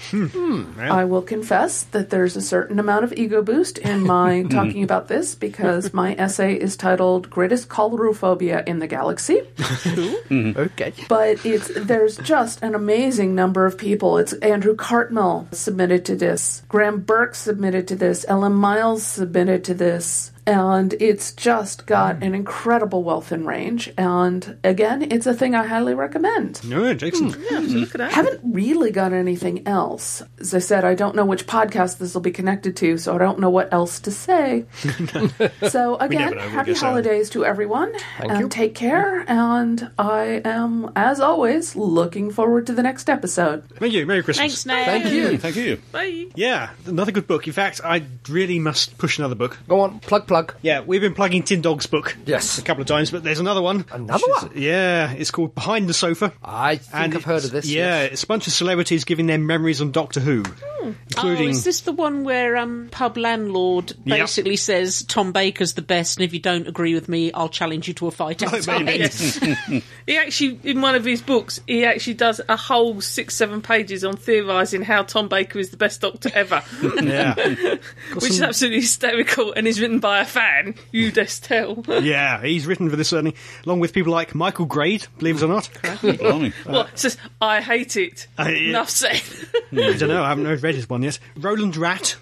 Speaker 2: I will confess that there's a certain amount of ego boost in my talking about this because my essay is titled Greatest Colorophobia in the Galaxy.
Speaker 5: Okay.
Speaker 2: But it's there's just an amazing number of people. It's Andrew Cartmel submitted to this, Graham Burke submitted to this, Ellen Miles submitted to this, and it's just got an incredible wealth and range. And again, it's a thing I highly recommend.
Speaker 4: No, Jackson.
Speaker 2: Hmm. Haven't really got anything else. As I said, I don't know which podcast this will be connected to, so I don't know what else to say. so
Speaker 9: We never
Speaker 2: again,
Speaker 9: know, we
Speaker 2: happy
Speaker 3: um,
Speaker 9: guess, uh,
Speaker 2: holidays to everyone,
Speaker 9: Thank
Speaker 2: and
Speaker 9: you.
Speaker 2: take care. And I am, as always, looking forward to the next episode.
Speaker 4: Thank you. Merry Christmas.
Speaker 2: Thanks, Nat. Thank you.
Speaker 4: Thank you.
Speaker 3: Bye.
Speaker 4: Yeah, another good book. In fact, I really must push another book. Go on, plug, plug. Yeah, we've been plugging Tin Dog's book. Yes, a couple of times, but there's another one. Another one. Yeah, it's called Behind the Sofa. I think
Speaker 5: I've heard of this,
Speaker 4: Yeah, it's a bunch of celebrities giving their memories on Doctor Who, including.
Speaker 1: Oh, is this the one where um, pub landlord
Speaker 4: Yep.
Speaker 1: basically says Tom Baker's the best, and if you don't agree with me, I'll challenge you to a fight outside?
Speaker 3: He actually, in one of his books, he actually does a whole six, seven pages on theorising how Tom Baker is the best doctor ever.
Speaker 4: Yeah.
Speaker 3: Which is absolutely hysterical and is written by a fan. You just tell.
Speaker 4: yeah, he's written for this certainly, along with people like Michael Grade, believe it or not.
Speaker 3: Blimey. Well, it says, I hate it.
Speaker 4: I- yeah.
Speaker 3: Enough said.
Speaker 4: I don't know. I haven't read his one yet. Roland Rat.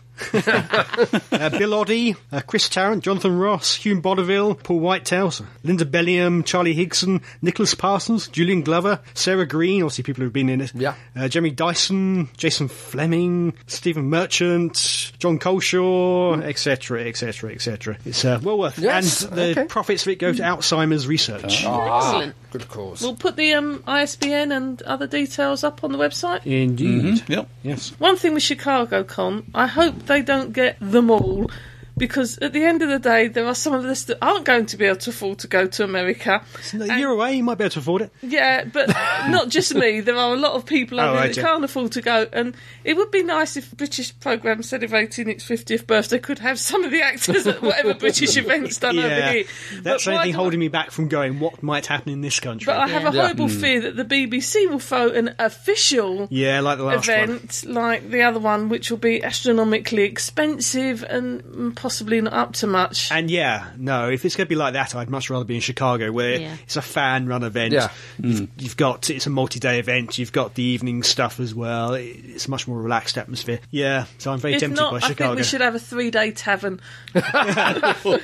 Speaker 4: uh, Bill Oddie, uh, Chris Tarrant, Jonathan Ross, Hume Bonneville, Paul Whitetail, Linda Bellingham, Charlie Higson, Nicholas Parsons, Julian Glover, Sarah Green, obviously people who've been in it. Yeah. Uh, Jeremy Dyson, Jason Fleming, Stephen Merchant, John Colshaw, etc., etc., etc. It's uh, well worth it.
Speaker 3: Hmm. Yes,
Speaker 4: And the
Speaker 3: okay. Hmm.
Speaker 4: profits of it go to Alzheimer's research.
Speaker 3: Ah, Excellent.
Speaker 4: Good cause.
Speaker 3: We'll put the um, ISBN and other details up on the website.
Speaker 4: Indeed.
Speaker 3: Mm-hmm.
Speaker 4: Yep. Yes.
Speaker 3: One thing with Chicago Con, I hope they don't get them all. Because at the end of the day, there are some of us that aren't going to be able to afford to go to America.
Speaker 4: You're away, you might be able to afford it.
Speaker 3: Yeah, but not just me. There are a lot of people out
Speaker 4: Oh,
Speaker 3: there
Speaker 4: right,
Speaker 3: that
Speaker 4: yeah.
Speaker 3: can't afford to go, and it would be nice if British programme celebrating its 50th birthday could have some of the actors at whatever British events done over here. But
Speaker 4: That's the
Speaker 3: why
Speaker 4: only thing
Speaker 3: do-
Speaker 4: holding me back from going. What might happen in this country?
Speaker 3: But I have a horrible fear that the BBC will throw an official
Speaker 4: Yeah, like the last one.
Speaker 3: event like the other one, which will be astronomically expensive and mm,
Speaker 2: possibly not up to much.
Speaker 4: And yeah, no, if it's going to be like that, I'd much rather be in Chicago where
Speaker 2: Yeah.
Speaker 4: it's a fan run event.
Speaker 2: Yeah.
Speaker 4: You've,
Speaker 1: Mm.
Speaker 4: you've got it's a multi day event. You've got the evening stuff as well. It- It's a much more relaxed atmosphere. Yeah, so I'm very
Speaker 2: if
Speaker 4: tempted
Speaker 2: not,
Speaker 4: by
Speaker 2: I
Speaker 4: Chicago.
Speaker 2: think we should have a three-day tavern.
Speaker 1: or,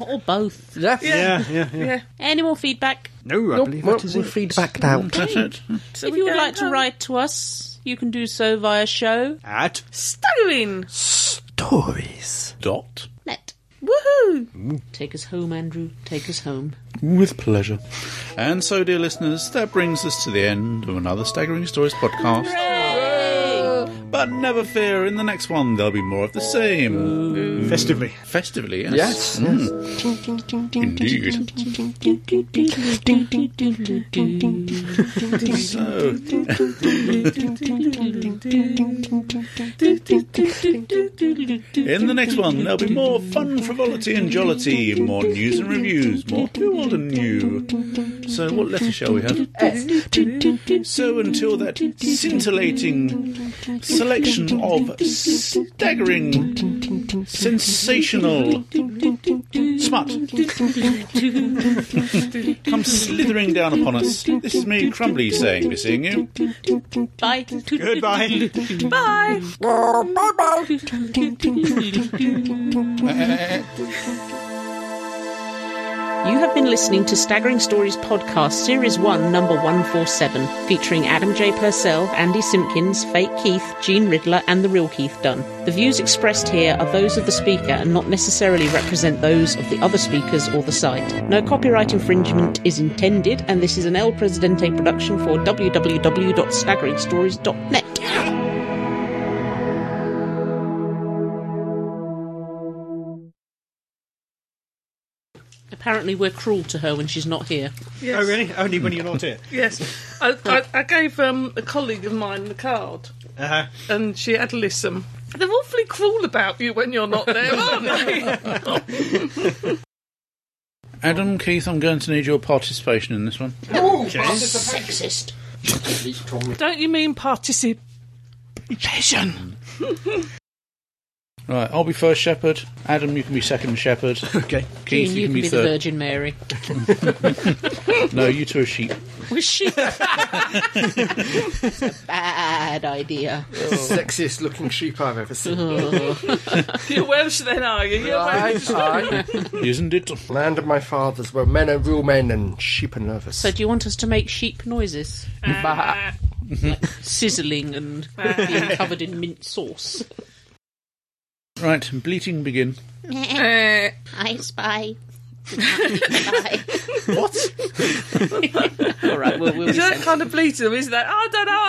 Speaker 1: or both.
Speaker 8: Yeah.
Speaker 4: Yeah, yeah, yeah.
Speaker 1: Any more feedback?
Speaker 4: No, I
Speaker 1: Nope,
Speaker 4: believe
Speaker 1: well,
Speaker 4: that is
Speaker 1: we'll
Speaker 4: it.
Speaker 1: feed
Speaker 8: back out.
Speaker 4: That's it.
Speaker 1: if you would like to write to us, you can do so via show
Speaker 4: at
Speaker 2: staggering
Speaker 8: stories
Speaker 3: dot
Speaker 1: net.
Speaker 2: Woohoo!
Speaker 1: Take us home, Andrew. Take us home.
Speaker 3: With pleasure. And so, dear listeners, that brings us to the end of another Staggering Stories podcast. But never fear, in the next one there'll be more of the same.
Speaker 4: Festively.
Speaker 3: Festively,
Speaker 8: Yes,
Speaker 3: yes. Mm. So, in the next one, there'll be more fun, frivolity, and jollity, more news and reviews, more too old and new. So, what letter shall we have? So, until that scintillating selection of staggering, sensational smut comes slithering down upon us, this is me, Crumbly, saying, be seeing you.
Speaker 1: Bye.
Speaker 3: Goodbye.
Speaker 1: Bye.
Speaker 10: Bye.
Speaker 1: You have been listening to Staggering Stories Podcast, Series 1, Number 147, featuring Adam J. Purcell, Andy Simpkins, Fake Keith, Gene Riddler, and the real Keith Dunn. The views expressed here are those of the speaker and not necessarily represent those of the other speakers or the site. No copyright infringement is intended, and this is an El Presidente production for www.staggeringstories.net. Apparently, we're cruel to her when she's not here.
Speaker 4: Oh, really? Only when you're not here.
Speaker 2: Yes, I, I, I gave um, a colleague of mine the card,
Speaker 4: Uh-huh.
Speaker 2: and she had a listen. They're awfully cruel about you when you're not there, aren't they?
Speaker 3: Adam, Keith, I'm going to need your participation in this one.
Speaker 2: Okay.
Speaker 1: Sexist.
Speaker 2: Don't you mean participation?
Speaker 3: Right, I'll be first shepherd. Adam, you can be second shepherd. Okay. Keith,
Speaker 1: Jean,
Speaker 3: you, can be,
Speaker 1: the
Speaker 3: third.
Speaker 1: Virgin Mary.
Speaker 3: no, you two are sheep.
Speaker 1: Was she? That's a bad idea.
Speaker 8: Sexiest looking sheep I've ever seen.
Speaker 2: You're Welsh then, are you? You're Welsh.
Speaker 8: Aye,
Speaker 3: Isn't it?
Speaker 8: Land of my fathers, where men are real men and sheep are nervous.
Speaker 1: So, do you want us to make sheep noises?
Speaker 2: Uh.
Speaker 8: Bah.
Speaker 1: Sizzling and being covered in mint sauce.
Speaker 3: Right, bleating begin.
Speaker 10: I spy.
Speaker 3: What?
Speaker 1: All right, we'll, we'll
Speaker 2: Is
Speaker 1: be
Speaker 2: that
Speaker 1: sent-
Speaker 2: kind of bleater? Is that? I don't know.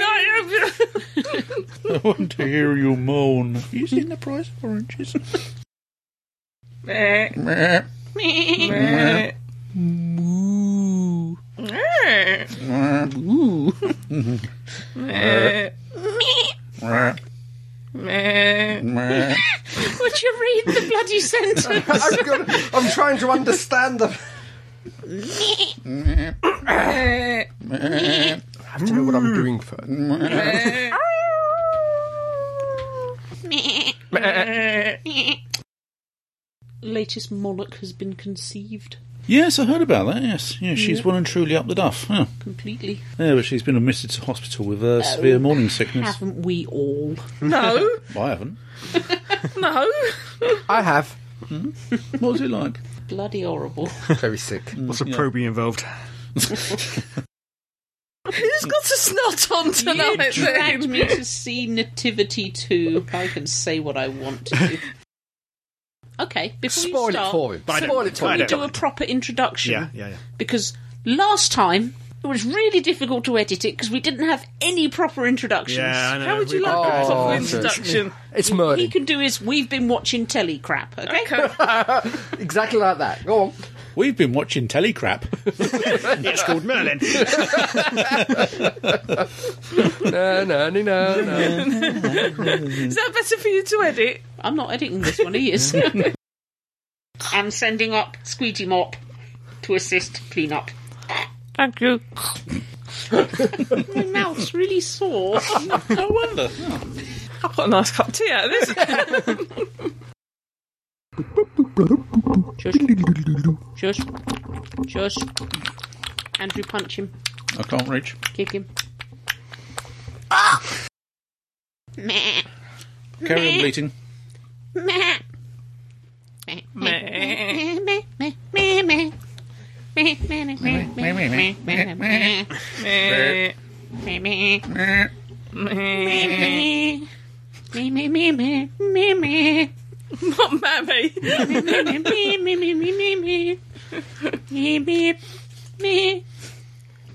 Speaker 2: I'll come back here every night.
Speaker 3: I want to hear you moan. Have you seen the price of oranges?
Speaker 2: Meh.
Speaker 3: Meh.
Speaker 2: Meh. Meh. Meh. Meh.
Speaker 1: Would you read the bloody sentence?
Speaker 8: I'm, gonna, I'm trying to understand them.
Speaker 2: Meh.
Speaker 8: I have to know what I'm doing first.
Speaker 2: Meh. Meh.
Speaker 1: Latest monarch has been conceived
Speaker 3: Yes, I heard about that, yes. Yeah, she's
Speaker 1: Yeah.
Speaker 3: well and truly up the duff. Huh.
Speaker 1: completely.
Speaker 3: Yeah, but she's been admitted to hospital with uh, severe morning sickness.
Speaker 1: Haven't we all?
Speaker 2: No,
Speaker 3: I haven't.
Speaker 2: no.
Speaker 8: I have.
Speaker 3: What was it like?
Speaker 1: Bloody horrible.
Speaker 8: Very sick.
Speaker 1: Mm,
Speaker 4: Lots of probing involved.
Speaker 2: Who's got a snot on
Speaker 1: You
Speaker 2: tonight?
Speaker 1: dragged
Speaker 2: then?
Speaker 1: me to see Nativity 2. I can say what I want to. Okay, before
Speaker 8: Spoil
Speaker 1: you
Speaker 8: it
Speaker 1: start,
Speaker 8: for him.
Speaker 4: Biden.
Speaker 8: Spoil it for
Speaker 1: can we
Speaker 8: him.
Speaker 4: Biden.
Speaker 1: do a proper introduction?
Speaker 4: Yeah, yeah, yeah.
Speaker 1: Because last time it was really difficult to edit it because we didn't have any proper introductions.
Speaker 4: Yeah, I know.
Speaker 2: How would you
Speaker 4: We-
Speaker 2: like a proper
Speaker 8: Oh,
Speaker 2: introduction?
Speaker 8: It's
Speaker 1: He
Speaker 8: murder.
Speaker 1: can do his we've been watching telly crap, okay?
Speaker 8: Exactly like that. Go on.
Speaker 3: We've been watching telecrap.
Speaker 4: It's called Merlin.
Speaker 8: No, no, no, no, no.
Speaker 2: Is that better for you to edit?
Speaker 1: I'm not editing this one, he is. I'm sending up Squeegee Mop to assist clean up.
Speaker 2: Thank you.
Speaker 1: My mouth's really sore.
Speaker 3: no wonder.
Speaker 2: I've got a nice cup of tea out of this.
Speaker 1: Shush. Shush. Andrew, punch him.
Speaker 3: I can't reach.
Speaker 1: Kick him. Meh.
Speaker 3: Carry on
Speaker 1: Meh.
Speaker 3: bleating.
Speaker 1: Meh. Meh. Meh. Meh. Meh. Meh. Meh. Meh. Meh. Meh. Meh. Meh. Meh. Meh. Meh.
Speaker 12: Meh.
Speaker 1: Meh. Meh. Meh. Meh. Meh.
Speaker 2: Meh.
Speaker 1: Meh. Meh. Meh. Meh.
Speaker 2: Not mammy.
Speaker 1: Me, me, me, me, me, me, me, me, me. Me, me, me, me,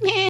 Speaker 1: me,